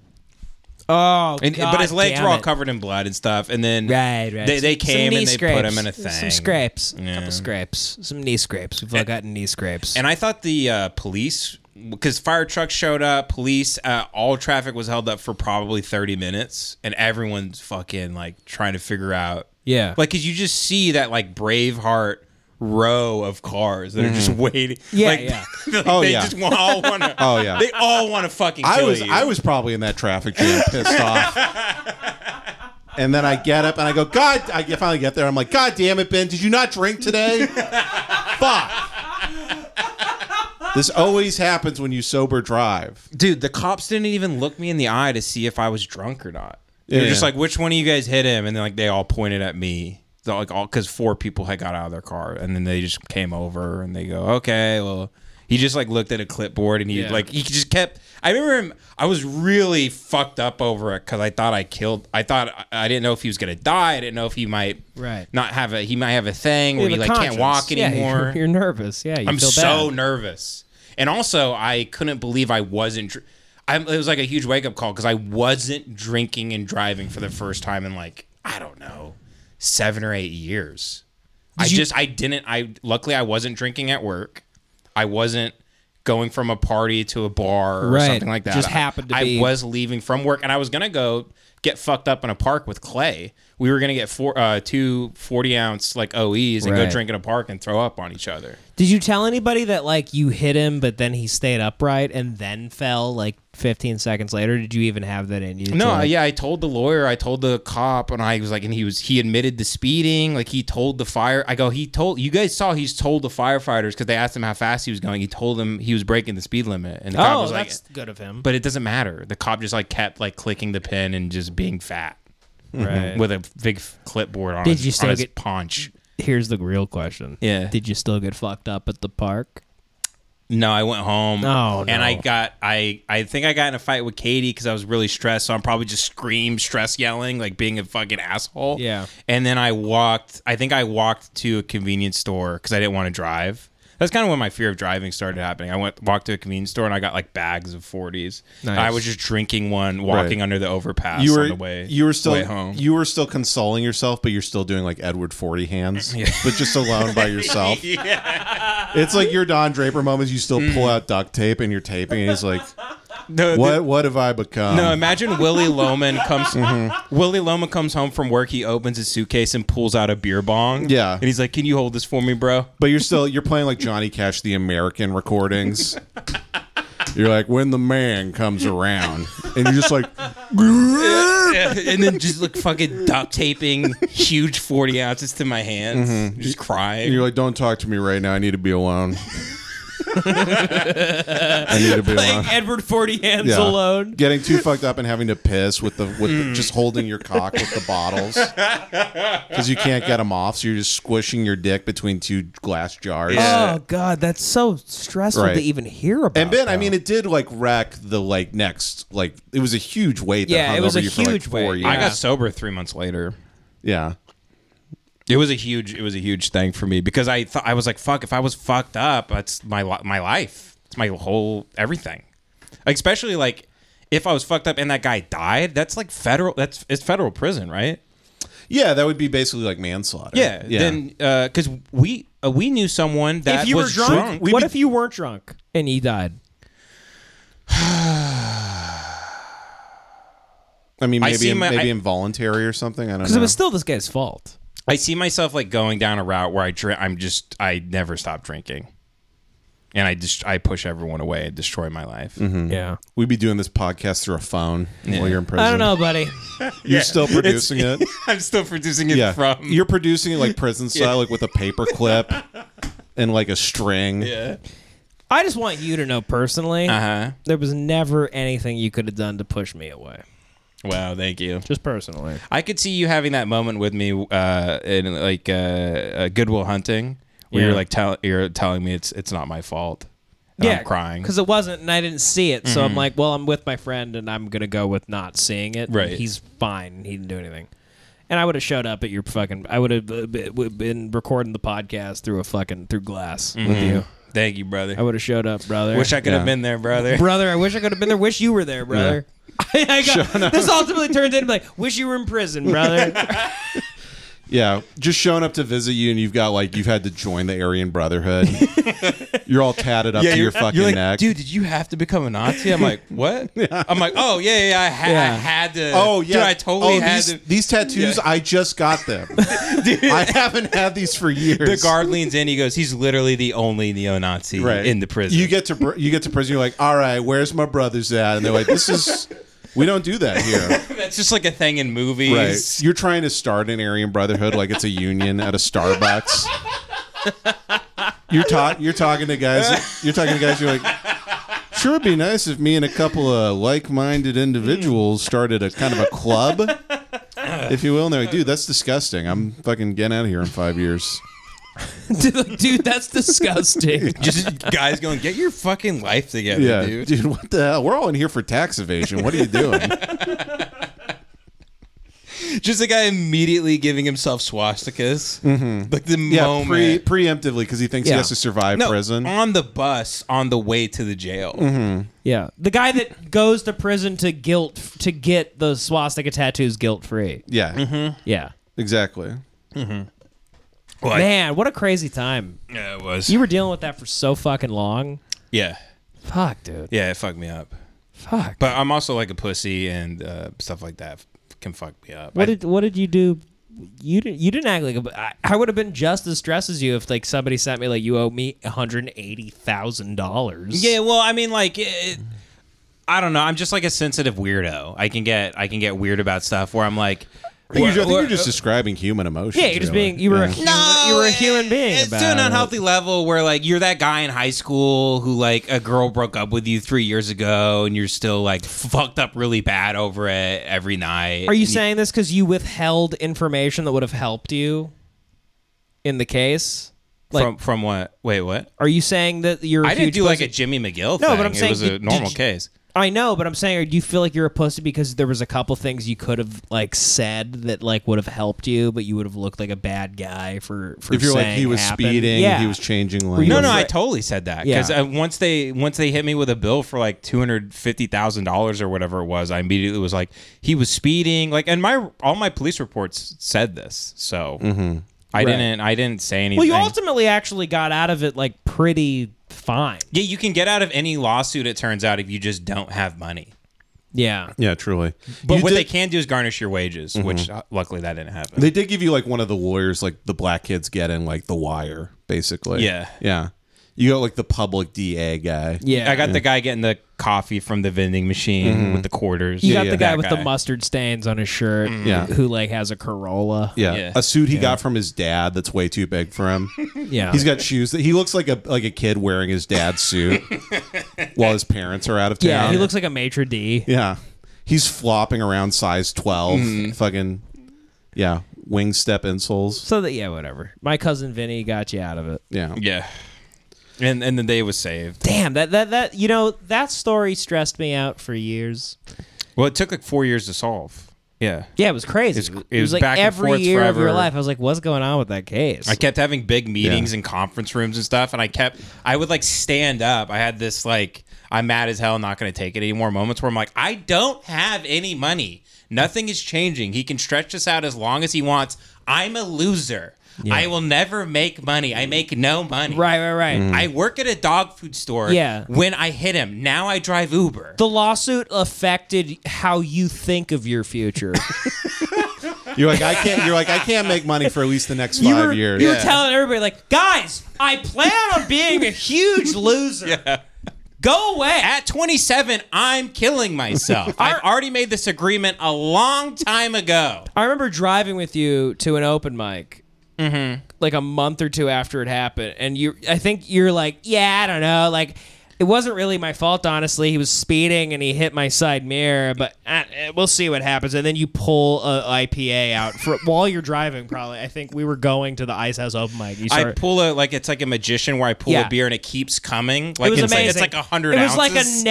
B: Oh,
A: And,
B: God
A: but his legs
B: damn
A: were all
B: it.
A: covered in blood and stuff. And then
B: Right, right.
A: They, they
B: Some- some
A: came
B: knee
A: and they put
B: scrapes.
A: him in a thing.
B: Some scrapes. A
A: Yeah.
B: couple scrapes. Some knee scrapes. We've all gotten knee scrapes.
A: And I thought the uh, police, because fire trucks showed up, police, uh, all traffic was held up for probably 30 minutes, and everyone's fucking like trying to figure out.
B: Yeah.
A: Like, cause you just see that like Braveheart row of cars that are just waiting.
B: Mm-hmm. Yeah,
A: Like,
B: yeah.
A: like,
C: Oh,
A: they
C: yeah.
A: just want, all want to.
C: Oh, yeah.
A: They all want to fucking kill
C: I was
A: you.
C: I was probably in that traffic jam, pissed off. And then I get up and I go, God! I get- finally get there. I'm like, God damn it, Ben! Did you not drink today? Fuck! This always happens when you sober drive.
A: Dude, the cops didn't even look me in the eye to see if I was drunk or not. They were
C: Yeah.
A: just like, which one of you guys hit him? And then like they all pointed at me. They're like all because four people had got out of their car, and then they just came over and they go, okay, well. He just like looked at a clipboard and he
B: Yeah.
A: like he just kept. I remember him. I was really fucked up over it because I thought I killed. I thought I, I didn't know if he was gonna die. I didn't know if he might
B: Right.
A: not have a. He might have a thing where
B: You
A: he
B: have a
A: like can't walk
B: conscience. Yeah,
A: anymore.
B: you're, you're nervous. Yeah, you
A: I'm
B: feel
A: so
B: bad.
A: nervous. And also, I couldn't believe I wasn't. Dr- I'm, it was like a huge wake up call because I wasn't drinking and driving for the first time in like I don't know seven or eight years. I
B: you-
A: just I didn't. I luckily I wasn't drinking at work. I wasn't going from a party to a bar or
B: Right.
A: something like that.
B: Just happened to
A: I,
B: be-
A: I was leaving from work and I was gonna go get fucked up in a park with Clay. We were gonna get four uh, two 40 ounce like OEs and
B: Right.
A: go drink in a park and throw up on each other.
B: Did you tell anybody that like you hit him, but then he stayed upright and then fell like 15 seconds later? Did you even have that in you? to,
A: No,
B: like-
A: yeah, I told the lawyer, I told the cop, and I was like, and he was he admitted to speeding. Like he told the fire. I go, he told you guys saw he's told the firefighters because they asked him how fast he was going. He told them he was breaking the speed limit, and the cop
B: Oh,
A: was like,
B: that's good of him.
A: but it doesn't matter. The cop just like kept like clicking the pin and just being fat
B: Right.
A: with a big clipboard on.
B: Did
A: his,
B: you still
A: on his
B: get-
A: paunch?
B: Here's the real question.
A: Yeah.
B: Did you still get fucked up at the park?
A: No, I went home.
B: Oh,
A: and I
B: no.
A: got I I think I got in a fight with Katie because I was really stressed. So I'm probably just scream stress yelling like being a fucking asshole.
B: Yeah.
A: And then I walked. I think I walked to a convenience store because I didn't want to drive. That's kind of when my fear of driving started happening. I went walked to a convenience store and I got like bags of 40s.
B: Nice.
A: I was just drinking one, walking
C: Right.
A: under the overpass
C: you were
A: on the way.
C: you were still
A: way home.
C: you were still consoling yourself, but you're still doing like Edward Forty hands, but just alone by yourself. It's like your Don Draper moments. You still pull out duct tape and you're taping. And he's like,
A: no,
C: "What? What have I become?"
A: No, imagine Willie Loman comes.
C: Mm-hmm.
A: Willie Loman comes home from work. He opens his suitcase and pulls out a beer bong.
C: Yeah.
A: and he's like, "Can you hold this for me, bro?"
C: But you're still you're playing like Johnny Cash, the American recordings. You're like when the man comes around, and you're just like,
A: and then just like fucking duct taping huge forty ounces to my hands, just crying.
C: Mm-hmm. you're like, don't talk to me right now. I need to be alone. I need to be alone.
B: Edward Forty Hands
C: Yeah.
B: alone.
C: Getting too fucked up and having to piss with the with the, just holding your cock with the bottles because you can't get them off, so you're just squishing your dick between two glass jars.
B: Oh God, that's so stressful
C: Right.
B: to even hear about.
C: And Ben, I
B: though.
C: mean, it did like wreck the like next like it was a huge weight.
B: Yeah,
C: that hung
B: it was
C: over
B: a
C: you for, like,
B: huge
C: four
B: weight.
C: years.
A: I got sober three months later.
C: Yeah.
A: It was a huge, it was a huge thing for me because I thought I was like, "Fuck!" If I was fucked up, that's my li- my life. It's my whole everything. Like, especially like if I was fucked up and that guy died, that's like federal. That's it's federal prison,
B: Uh,
A: right?
C: Yeah, that would be basically like manslaughter.
A: Yeah.
C: yeah.
A: Then because we uh, we knew someone that
B: if you were
A: was
B: drunk,
A: drunk.
B: what if you weren't drunk and you died?
C: I mean,
A: I
C: maybe
A: see my-
C: maybe
A: I-
C: involuntary or something. I don't know.
B: Because it was still this guy's fault.
A: I see myself like going down a route where I drink. I'm just I never stop drinking, and I just I push everyone away and destroy my life.
B: Yeah.
C: We'd be doing this podcast through a phone while you're in prison.
B: I don't know, buddy.
C: You're still producing it.
A: I'm still producing it
C: Yeah,
A: from.
C: you're producing it like prison style, like with a paper clip and like a string. Yeah.
B: I just want you to know personally,
A: uh-huh.
B: there was never anything you could have done to push me away.
A: Wow, thank you.
B: Just personally.
A: I could see you having that moment with me uh, in like uh, uh, Goodwill Hunting, where
B: Yeah.
A: you're like tell you're telling me it's it's not my fault. And I'm crying. Mm-hmm.
B: because it wasn't, and I didn't see it. So I'm like, well, I'm with my friend, and I'm gonna go with not seeing it.
A: Right.
B: he's fine. He didn't do anything. And I would have showed up at your fucking. I would have uh, be- would been recording the podcast through a fucking through glass with you.
A: Thank you, brother.
B: I would have showed up, brother.
A: Mm-hmm. Wish I could
C: Yeah.
A: have been there, brother.
B: brother. I wish I could have been there. Wish you were there, brother. I got, this ultimately turns into like, wish you were in prison, brother.
C: Just showing up to visit you, and you've got like you've had to join the Aryan Brotherhood. you're all tatted up to your fucking
A: like,
C: neck.
A: dude. Did you have to become a Nazi? I'm like, what? I'm like, oh yeah, yeah, I, ha-
B: Yeah.
A: I had to.
C: Oh yeah,
A: dude, I totally
C: oh,
A: had
C: these,
A: to.
C: these tattoos.
A: Yeah.
C: I just got them. I haven't had these for years.
A: The guard leans in. He goes, he's literally the only neo-Nazi in the prison.
C: You get to br- you get to prison. You're like, all right, where's my brothers at? And they're like, this is we don't do that here.
A: that's just like a thing in movies.
C: Right? You're trying to start an Aryan Brotherhood like it's a union at a Starbucks. You're talking. You're talking to guys. You're talking to guys. You're like. Sure, it'd be nice if me and a couple of like-minded individuals started a kind of a club, if you will. And they're like, dude, that's disgusting. I'm fucking getting out of here in five years.
B: dude, dude, that's disgusting.
A: Just guys going, get your fucking life together,
C: Yeah,
A: dude.
C: what the hell? We're all in here for tax evasion. What are you doing?
A: Just a guy immediately giving himself swastikas. Like the
C: Mm-hmm. Yeah,
A: moment.
C: pre- preemptively because he thinks
B: Yeah.
C: he has to survive
A: No,
C: prison. Mm-hmm.
A: on the bus on the way to the jail.
B: Yeah, the guy that goes to prison to guilt to get the swastika tattoos guilt free.
C: Yeah,
B: Yeah,
C: exactly.
A: Like,
B: man, what a crazy time!
A: yeah, it was.
B: You were dealing with that for so fucking long.
A: yeah,
B: Fuck, dude.
A: yeah, it fucked me up.
B: Fuck.
A: But I'm also like a pussy and uh, stuff like that. can fuck me up.
B: What
A: I-
B: did what did you do? You didn't you didn't act like a, I, I would have been just as stressed as you if like somebody sent me like you owe me one hundred eighty thousand dollars.
A: Yeah, well, I mean, like, it, I don't know. I'm just like a sensitive weirdo. I can get I can get weird about stuff where I'm like,
C: I think, you're, I think
A: where-
C: you're just describing human emotions.
B: yeah. You're just
C: really.
B: being you were a
C: Yeah.
B: human, you were a human being.
A: It's
B: about
A: to an
B: it.
A: unhealthy level where like you're that guy in high school who like a girl broke up with you three years ago and you're still like fucked up really bad over it every night.
B: Are you
A: And
B: saying this because you withheld information that would have helped you in the case? Like,
A: from from what? Wait, what?
B: are you saying that you're? I
A: I didn't do like a Jimmy McGill.
B: No,
A: thing.
B: but I'm saying
A: it was
B: did-
A: a
B: did
A: normal
B: you-
A: case.
B: I know, but I'm saying, or do you feel like you're a pussy because there was a couple things you could have like said that like would have helped you, but you would have looked like a bad guy for for
C: If you're like
B: saying
C: he was
B: happened?
C: speeding,
B: yeah.
C: he was changing
B: you
C: lanes.
A: No, no,
B: afraid-
A: I totally said that because
B: Yeah.
A: uh, once they once they hit me with a bill for like two hundred fifty thousand dollars or whatever it was, I immediately was like, he was speeding, like, and my all my police reports said this, so I didn't I didn't say anything.
B: Mm-hmm. Well, you ultimately actually got out of it like pretty fine.
A: yeah, you can get out of any lawsuit. It turns out if you just don't have money.
B: Yeah.
C: yeah, truly.
A: But
C: You
A: what
C: did-
A: they can do is garnish your wages, which uh, luckily that didn't happen.
C: They did give you like one of the lawyers, like the black kids get in like the wire, basically.
A: Yeah.
C: Yeah. You got like the public DA guy.
B: Yeah.
A: I got the guy getting the coffee from the vending machine with the quarters.
B: You got
C: Mm-hmm. yeah,
B: the guy
A: that
B: with the
A: guy.
B: mustard stains on his shirt,
C: Mm. Yeah.
B: who like has a Corolla.
C: Yeah.
A: Yeah.
C: A suit he got from his dad that's way too big for him.
B: yeah.
C: He's got shoes that he looks like a like a kid wearing his dad's suit while his parents are out of town.
B: yeah. He looks like a maitre d.
C: Yeah. He's flopping around size 12. Fucking, yeah. Wing step insoles.
B: So that yeah, whatever. My cousin Vinny got you out of it.
C: Yeah.
A: yeah, and and the day was saved.
B: Damn, that that that you know, that story stressed me out for years.
A: Well, it took like four years to solve. Yeah.
B: Yeah, it was crazy.
A: It's-
B: it, was,
A: it was
B: like
A: back and
B: every
A: forth
B: year of your
A: forever.
B: life. I was like, what's going on with that case?
A: I kept having big meetings and conference rooms and stuff, and I kept I would like stand up. I had this like I'm mad as hell, not going to take it anymore. Moments where I'm like, I don't have any money. Nothing is changing. He can stretch this out as long as he wants. I'm a loser. I will never make money. I make no money.
B: right, right, right.
A: I work at a dog food store.
B: Yeah.
A: When I hit him, now I drive Uber.
B: The lawsuit affected how you think of your future.
C: You're like, I can't, you're like, I can't make money for at least the next
B: you
C: five
B: were,
C: years.
B: You were telling everybody like, guys, I plan on being a huge loser. Go away.
A: at 27, I'm killing myself. I've already made this agreement a long time ago.
B: I remember driving with you to an open mic.
A: Mm-hmm.
B: Like a month or two after it happened, and you, I think you're like, yeah, I don't know, like it wasn't really my fault, honestly. He was speeding and he hit my side mirror, but uh, eh, we'll see what happens. And then you pull a IPA out for while you're driving. Probably, I think we were going to the Ice House open mic. You
A: I
B: start-
A: pull a like it's like a magician where I pull
B: Yeah.
A: a beer and it keeps coming.
B: it
A: Like
B: was
A: it's
B: amazing.
A: like it's like a hundred.
B: It
A: ounces.
B: was
A: Mm-hmm.
B: like a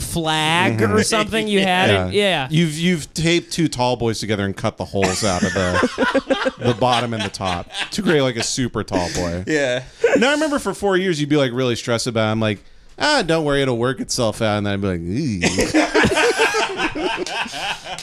B: flag or something. You had yeah. it, yeah.
C: You've you've taped two tall boys together and cut the holes out of the the bottom and the top to create like a super tall boy.
A: yeah.
C: Now I remember for four years you'd be like really stressed about. It. I'm like, ah, don't worry, it'll work itself out. And then I'd be like, eee.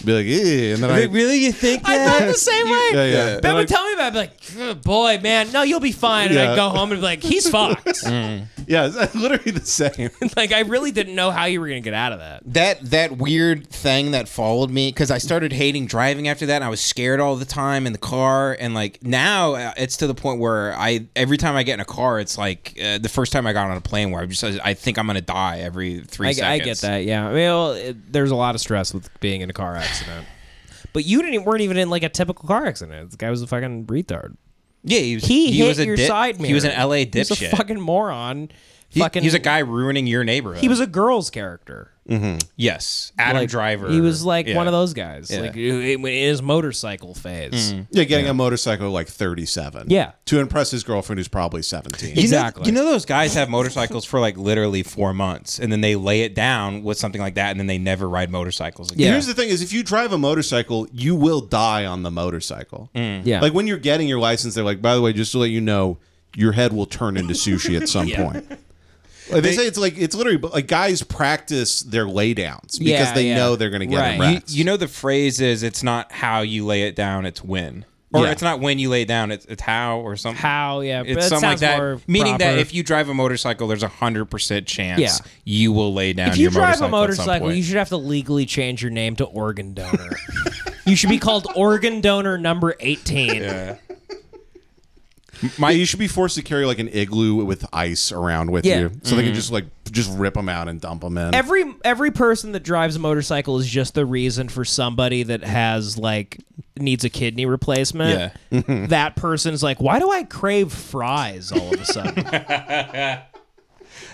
C: be like, eee. and then I
A: really, you think
B: I felt the same way.
C: yeah yeah.
B: Ben would tell me about it. I'd be like, "Ugh, boy, man, no, you'll be fine. And
C: Yeah. Mm.
B: I'd go home and be like, he's fucked.
C: yeah, it's literally the same.
B: like, I really didn't know how you were going to get out of that.
A: that that weird thing that followed me because I started hating driving after that. And I was scared all the time in the car, and like now uh, it's to the point where I every time I get in a car, it's like uh, the first time I got on a plane where I just I think I'm gonna die every three
B: I,
A: seconds.
B: get that, yeah. I mean, well, it, there's a lot of stress with being in a car accident. But you didn't weren't even in like a typical car accident. The guy was a fucking retard.
A: Yeah, he was,
B: He, hit
A: was a
B: your
A: dip-
B: side mirror.
A: He was an LA
B: He was
A: dipshit.
B: a fucking moron.
A: He-
B: fucking,
A: he's a guy ruining your neighborhood.
B: He was a girl's character.
A: yes, Adam
B: Like,
A: Driver.
B: He was like
A: Yeah.
B: one of those guys, like in his motorcycle phase.
C: Yeah, getting a motorcycle at like 37.
B: Yeah.
C: to impress his girlfriend who's probably 17.
A: You know-
B: Exactly.
A: you know those guys have motorcycles for like literally four months, and then they lay it down with something like that, and then they never ride motorcycles again.
C: Here's the thing: is if you drive a motorcycle, you will die on the motorcycle.
B: Mm. Yeah,
C: Like when you're getting your license, they're like, by the way, just to let you know, your head will turn into sushi at some point. Like, they, say it's like it's literally but, like guys practice their laydowns because
B: Yeah,
C: they
B: yeah.
C: know they're going to get
B: Right.
C: harassed.
A: You know the phrase is it's not how you lay it down, it's when. or
C: Yeah.
A: it's not when you lay down, it's, it's how or something.
B: How? Yeah,
A: It's something like that. Meaning that if
B: you,
A: you drive a motorcycle, there's a hundred percent chance
B: Yeah.
A: you will lay down.
B: if you
A: your
B: drive
A: motorcycle at
B: a
A: some
B: motorcycle,
A: point.
B: you should have to legally change your name to organ donor. you should be called organ donor number eighteen.
C: My, you should be forced to carry like an igloo with ice around with
B: Yeah. Mm-hmm.
C: you, so they can just like just rip them out and dump them in.
B: Every every person that drives a motorcycle is just the reason for somebody that has like needs a kidney replacement. that person's like, why do I crave fries all of a sudden?
A: I,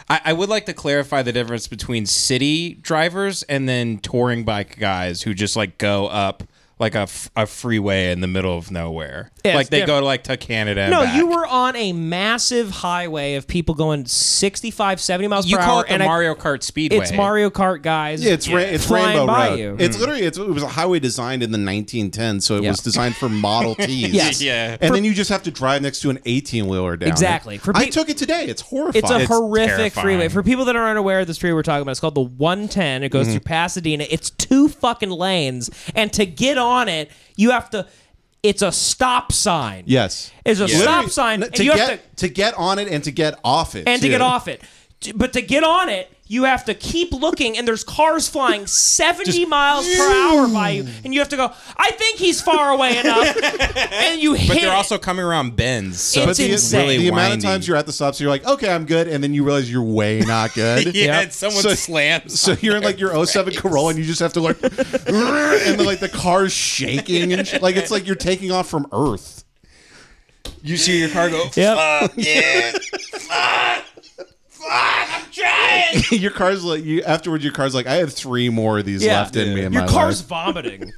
A: I would like to clarify the difference between city drivers and then touring bike guys who just like go up like a, f- a freeway in the middle of nowhere.
B: Yeah, it's
A: like they
B: different.
A: go like to Canada. and
B: No,
A: back.
B: you were on a massive highway of people going 65, 70 miles
A: You
B: per
A: call
B: hour.
A: it the
B: and I-
A: Mario Kart Speedway.
B: it's Mario Kart guys.
C: Yeah, it's ra- it's
B: flying
C: Rainbow
B: by
C: Road.
B: you. Hmm.
C: It's literally it's, it was a highway designed in the 1910s, so it
B: Yeah.
C: was designed for Model Ts.
B: Yes.
A: Yeah.
C: and then you just have to drive next to an 18 wheeler down. it.
B: Exactly. For
C: I
B: pe-
C: took it today. It's horrifying.
B: It's a horrific
A: terrifying.
B: freeway. For people that are unaware of the street we're talking about, it's called the 110. It
C: Mm-hmm.
B: goes through Pasadena. It's two fucking lanes, and to get on it, you have to. It's a stop sign.
C: yes.
B: it's a stop
C: Literally,
B: sign.
C: n-
B: and
C: to
B: you
C: get
B: have to
C: to get on it and to get off it
B: and to get
C: too.
B: off it. T- But to get on it, you have to keep looking, and there's cars flying 70 miles per hour by you, and you have to go. I think he's far away enough, and you hit.
A: but they're
B: it.
A: also coming around bends. So
B: It's
C: But the,
B: insane.
A: really
C: the amount of
A: windy.
C: times you're at the stops, you're like, okay, I'm good, and then you realize you're way not good.
A: yeah,
B: Yep.
A: and someone
C: So-
A: slams.
C: So you're in like your 07 Corolla and you just have to like, and then like the car's shaking and sh- like it's like you're taking off from Earth.
A: You see your car go.
B: Yep.
C: your car's like you afterwards your car's like i have three more of these
B: Yeah.
C: left in me in
B: Your
C: my
B: car's
C: life.
B: vomiting.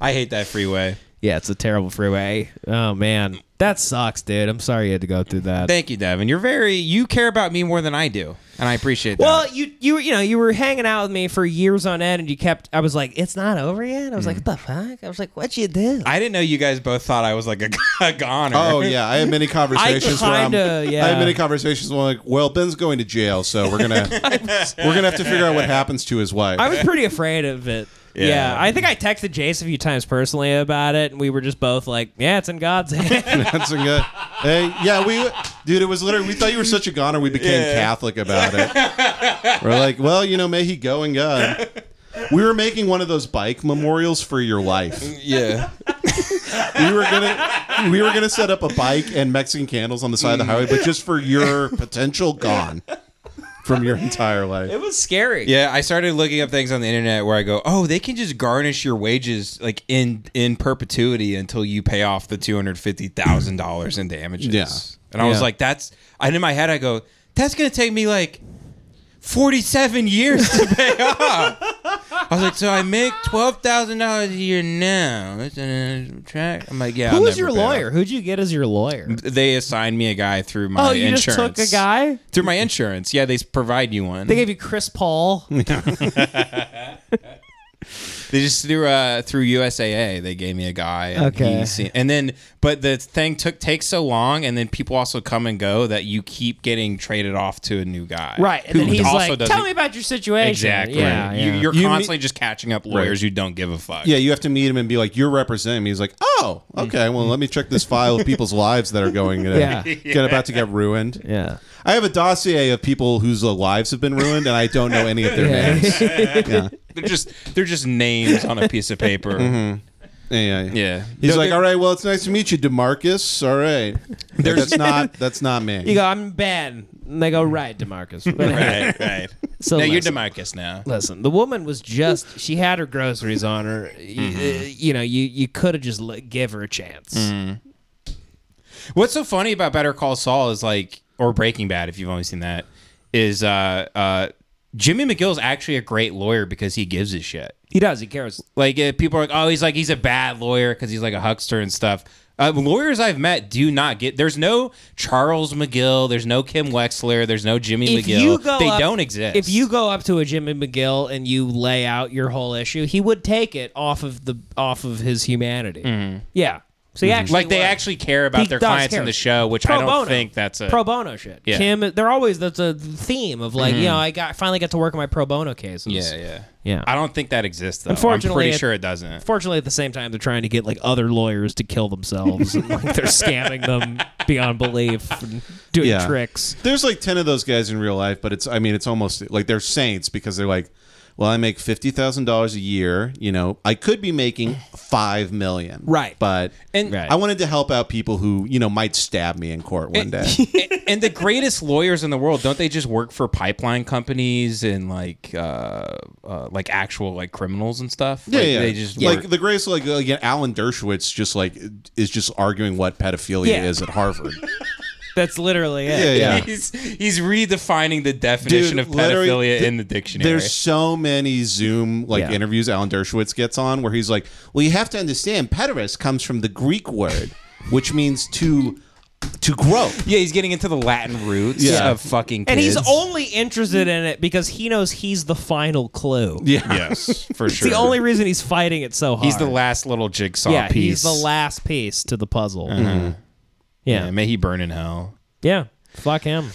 A: I hate that freeway.
B: Yeah, it's a terrible freeway. Oh man, that sucks, dude. I'm sorry you had to go through that.
A: Thank you, Devin. You're very. You care about me more than I do, and I appreciate that.
B: well, you you you know you were hanging out with me for years on end, and you kept. I was like, it's not over yet. I was like, what the fuck? I was like, what you do?
A: I didn't know you guys both thought I was like a, a goner.
C: oh yeah i had many conversations where
B: kinda-
C: i'm
B: yeah.
C: i had many conversations where I'm like well ben's going to jail so we're gonna we're gonna have to figure out what happens to his wife
B: I was pretty afraid of it. Yeah. I think I texted Jace a few times personally about it, and we were just both like, "Yeah, it's in God's hand."
C: That's a good- hey yeah we dude it was literally we thought you were such a goner we became catholic about it we're like well you know may he go and god we were making one of those bike memorials for your life
A: yeah.
C: we were gonna we were gonna set up a bike and Mexican candles on the side of the highway, but just for your potential gone from your entire life.
B: it was scary.
A: Yeah, I started looking up things on the internet where I go, oh, they can just garnish your wages like in in perpetuity until you pay off the two hundred fifty thousand dollars in damages.
C: Yeah.
A: and I was
C: Yeah.
A: like, that's. And in my head, I go, that's gonna take me like forty seven years to pay off. I was like, so I make twelve thousand dollars a year now. That's another track. I'm like, yeah.
B: Who
A: I'll
B: was
A: never
B: your
A: pay off.
B: lawyer? Who'd you get as your lawyer?
A: They assigned me a guy through my
B: Oh, you
A: insurance.
B: just took a guy.
A: through my insurance. Yeah, they s- provide you one.
B: They gave you Chris Paul.
A: They just through uh, through USAA they gave me a guy. And
B: Okay.
A: he se- and then but the thing took takes so long, and then people also come and go that you keep getting traded off to a new guy.
B: Right. And
A: who
B: then he's
A: also
B: like,
A: doesn't-
B: tell me about your situation.
A: exactly.
B: Yeah, yeah.
A: You, you're
C: You
A: constantly just catching up lawyers who don't give a fuck.
C: Yeah, you have to meet him and be like, "You're representing me." He's like, "Oh, okay. Well, let me check this file of people's lives that are going to
B: Yeah.
C: get about to get ruined."
B: yeah.
C: I have a dossier of people whose lives have been ruined, and I don't know any of their names. Yeah,
A: they're just they're just names on a piece of paper.
C: yeah. yeah.
A: Yeah,
C: Mm-hmm. He's
A: No,
C: like,
A: they're-
C: "All right, well, it's nice to meet you, Demarcus. All right, But that's not that's not me."
B: You go, I'm Ben. And they go, Mm. right, Demarcus.
A: right, right.
B: So
A: no, you're
B: listen.
A: Demarcus now.
B: Listen, the woman was just, she had her groceries on her. You, uh, you know, you, you could have just let, give her a chance.
A: What's so funny about Better Call Saul is like, or Breaking Bad, if you've only seen that, is uh, uh, Jimmy McGill's actually a great lawyer because he gives a shit.
B: He does. He cares.
A: Like uh, people are like, oh, he's like he's a bad lawyer because he's like a huckster and stuff. Uh, lawyers I've met do not get. There's no Charles McGill. There's no Kim Wexler. There's no Jimmy McGill. they
B: up-
A: don't exist.
B: If you go up to a Jimmy McGill and you Mm-hmm. lay out your whole issue, he would take it off of the off of his humanity. Yeah. So he Mm-hmm. actually
A: like they
B: was.
A: actually care about
B: He
A: their
B: does
A: clients
B: care.
A: in the show, which
B: Pro
A: I don't
B: bono.
A: think that's a
B: pro bono shit.
A: Yeah.
B: Kim, they're always that's a theme of like you know I got finally got to work on my pro bono cases.
A: yeah, yeah,
B: Mm-hmm. Yeah.
A: I don't think that exists. Though. I'm
B: Unfortunately,
A: pretty
B: it-
A: sure it doesn't.
B: Fortunately, at the same time, they're trying to get like other lawyers to kill themselves. and, like they're scamming them beyond belief, and doing
C: Yeah.
B: tricks.
C: There's like ten of those guys in real life, but it's I mean it's almost like they're saints because they're like, well, I make fifty thousand dollars a year. You know, I could be making five million,
B: Right.
C: But
A: And-
B: Right.
C: I wanted to help out people who you know might stab me in court one day.
A: and, and the greatest lawyers in the world don't they just work for pipeline companies and like uh, uh like actual like criminals and stuff?
C: Yeah,
A: like,
C: yeah.
A: They just
C: like
A: work-
C: the greatest, like again, Alan Dershowitz just like is just arguing what pedophilia
B: Yeah.
C: is at Harvard.
B: That's literally it.
C: yeah, yeah.
A: He's he's redefining the definition
C: Dude,
A: of
C: literally,
A: pedophilia
C: th-
A: in the dictionary.
C: There's so many Zoom like
B: Yeah.
C: interviews Alan Dershowitz gets on where he's like, "Well, you have to understand, pederast comes from the Greek word, which means to to grope."
A: yeah, he's getting into the Latin roots
C: Yeah.
A: of fucking. Kids.
B: And he's only interested in it because he knows he's the final clue.
C: Yeah,
A: yes for
B: It's
A: sure.
B: the only reason he's fighting it so hard.
A: He's the last little jigsaw
B: yeah.
A: piece.
B: He's the last piece to the puzzle.
A: Yeah,
B: Yeah,
A: may he burn in hell.
B: yeah. Fuck him.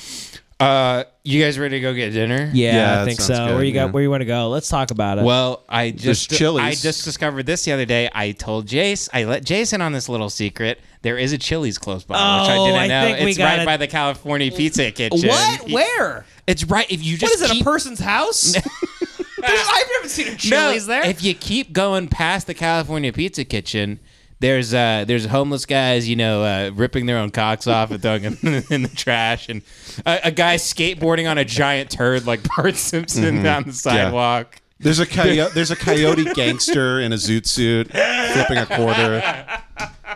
A: Uh, you guys ready to go get dinner?
B: Yeah,
C: Yeah,
B: I
C: that
B: think so.
C: sounds good,
B: where you got?
C: yeah.
B: Where you want to go? Let's talk about it.
A: Well, I just
C: Chili's.
A: I just discovered this the other day. I told Jace, I let Jason on this little secret. There is a Chili's close by, which I
B: Oh,
A: didn't
B: I
A: know.
B: think we
A: it's right
B: gotta-
A: by the California Pizza Kitchen.
B: what?
A: Y-
B: Where?
A: It's right if you
B: What
A: just
B: is it?
A: keep,
B: A person's house? There's- I've never seen a
A: no,
B: Chili's there.
A: If you keep going past the California Pizza Kitchen, there's uh there's homeless guys, you know, uh, ripping their own cocks off and throwing them in the trash, and a, a guy skateboarding on a giant turd like Bart Simpson
B: Mm-hmm.
A: down the sidewalk.
C: there's a coyote, there's a coyote gangster in a zoot suit flipping a quarter.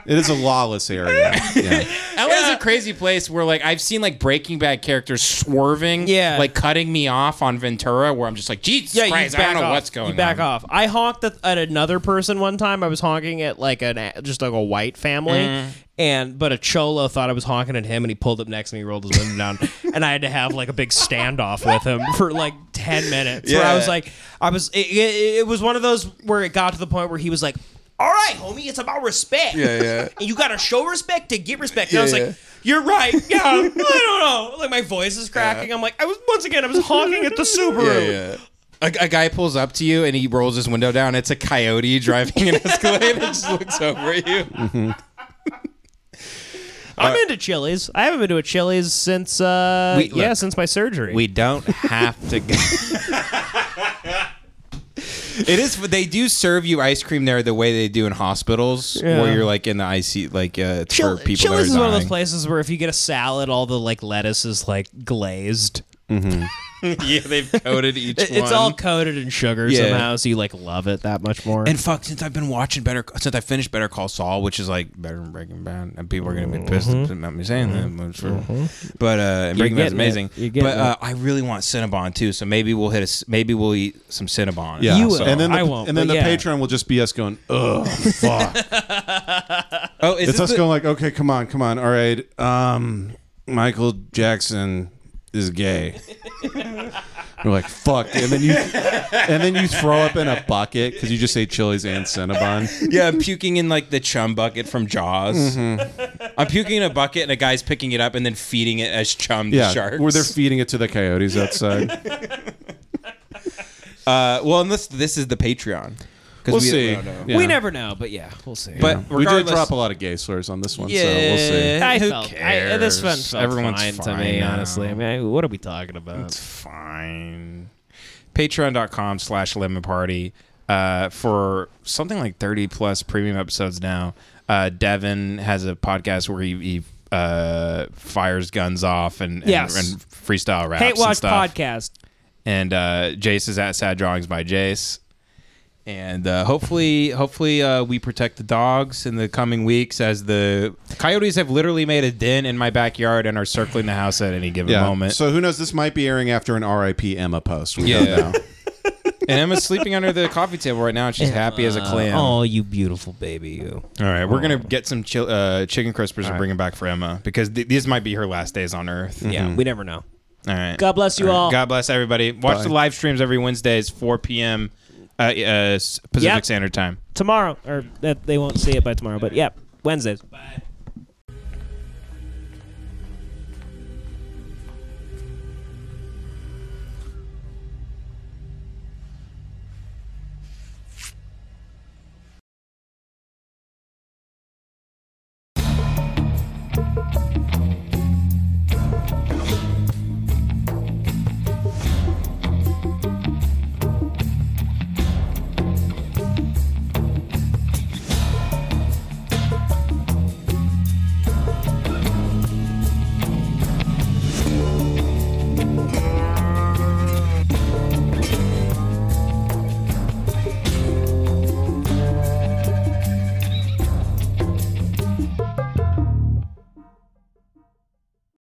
C: It is a lawless area. Yeah.
A: LA is a crazy place where like I've seen like Breaking Bad characters swerving,
B: Yeah.
A: like cutting me off on Ventura, where I'm just like, Jesus
B: yeah,
A: Christ,
B: you
A: I
B: back
A: don't know
B: off.
A: what's going
B: You back
A: on.
B: off. I honked at, at another person one time. I was honking at like an a- just like a white family,
A: Mm-hmm.
B: and but a cholo thought I was honking at him, and he pulled up next to me, rolled his window down, and I had to have like a big standoff with him for like ten minutes. Where I was like, I was it, it, it was one of those where it got to the point where he was like. All right, homie, it's about respect. Yeah, yeah. And you gotta show respect to get respect. And I was like, "You're right. Yeah, I don't know." Like my voice is cracking. I'm like, I was once again, I was honking at the Subaru.
A: A, a guy pulls up to you and he rolls his window down. It's a coyote driving an Escalade and just looks over at you.
B: I'm into Chili's. I haven't been to a Chili's since uh
A: Uh, We-
B: yeah,
A: look.
B: since my surgery.
A: We don't have to go. It is. They do serve you ice cream there the way they do in hospitals,
B: Yeah.
A: where you're like in the IC, like uh, it's
B: Chil-
A: for people.
B: Chili's
A: that are
B: is one of those
A: dying.
B: places where if you get a salad, all the like lettuce is like glazed.
A: Yeah, they've coated each
B: It- It's all coated in sugar
A: Yeah.
B: somehow, so you like love it that much more.
A: And fuck, since I've been watching Better, since I finished Better Call Saul, which is like better than Breaking Bad, and people are gonna be pissed about me saying that, but, sure. but uh, and Breaking Bad's
B: getting
A: amazing.
B: it. Mm-hmm. You're getting
A: But uh, I really want Cinnabon too, so maybe we'll hit a, s- maybe we'll eat some Cinnabon.
C: Yeah,
B: You will.
C: and then the,
B: I won't,
C: And then
B: but
C: the
B: yeah.
C: patron will just be us going, "Ugh, fuck."
A: Oh, is
C: it's
A: this
C: us
A: the-
C: going like, "Okay, come on, come on, all right." Um, Michael Jackson is gay. We're like, "Fuck," and then you, and then you throw up in a bucket because you just say Chili's and Cinnabon.
A: yeah, I'm puking in like the chum bucket from Jaws.
C: Mm-hmm.
A: I'm puking in a bucket, and a guy's picking it up and then feeding it as chum
C: Yeah,
A: to sharks.
C: where they're feeding it to the coyotes outside.
A: uh, well, unless this is the Patreon, 'Cause
C: We'll
A: we-
C: see.
A: we don't know.
C: Yeah.
B: We never know, but yeah, we'll see.
A: But
C: we did
A: regardless-
C: drop a lot of gay slurs on this one,
A: Yeah,
C: so we'll see.
B: I
A: eh, who
B: felt
A: cares?
B: I, this fun felt
A: Everyone's
B: fine,
A: fine
B: to me,
A: now.
B: honestly. I mean, what are we talking about?
A: fine. Patreon.com slash lemon party uh, for something like 30 plus premium episodes now. Uh, Devin has a podcast where he, he uh, fires guns off and, and,
B: Yes.
A: and freestyle raps
B: Hate
A: and
B: Watch
A: stuff.
B: podcast.
A: and uh, Jace is at Sad Drawings by Jace. And uh, hopefully, hopefully, uh, we protect the dogs in the coming weeks as the coyotes have literally made a den in my backyard and are circling the house at any given
C: Yeah.
A: moment.
C: So who knows? This might be airing after an RIP Emma post. We
A: Yeah.
C: don't know.
A: And Emma's sleeping under the coffee table right now, and she's happy as a clam.
B: Oh, you beautiful baby, you.
A: All right, we're gonna get some chil- uh, chicken crispers and bring them back for Emma because th- these might be her last days on Earth.
B: Yeah, we never know.
A: All right.
B: God bless you all.
A: God bless everybody. Watch
C: Bye.
A: the live streams every Wednesdays, 4 p.m. Uh, uh, s- Pacific
B: Yep.
A: Standard Time.
B: eh, Tomorrow, or that they won't see it by tomorrow, but yeah. Wednesdays. Bye.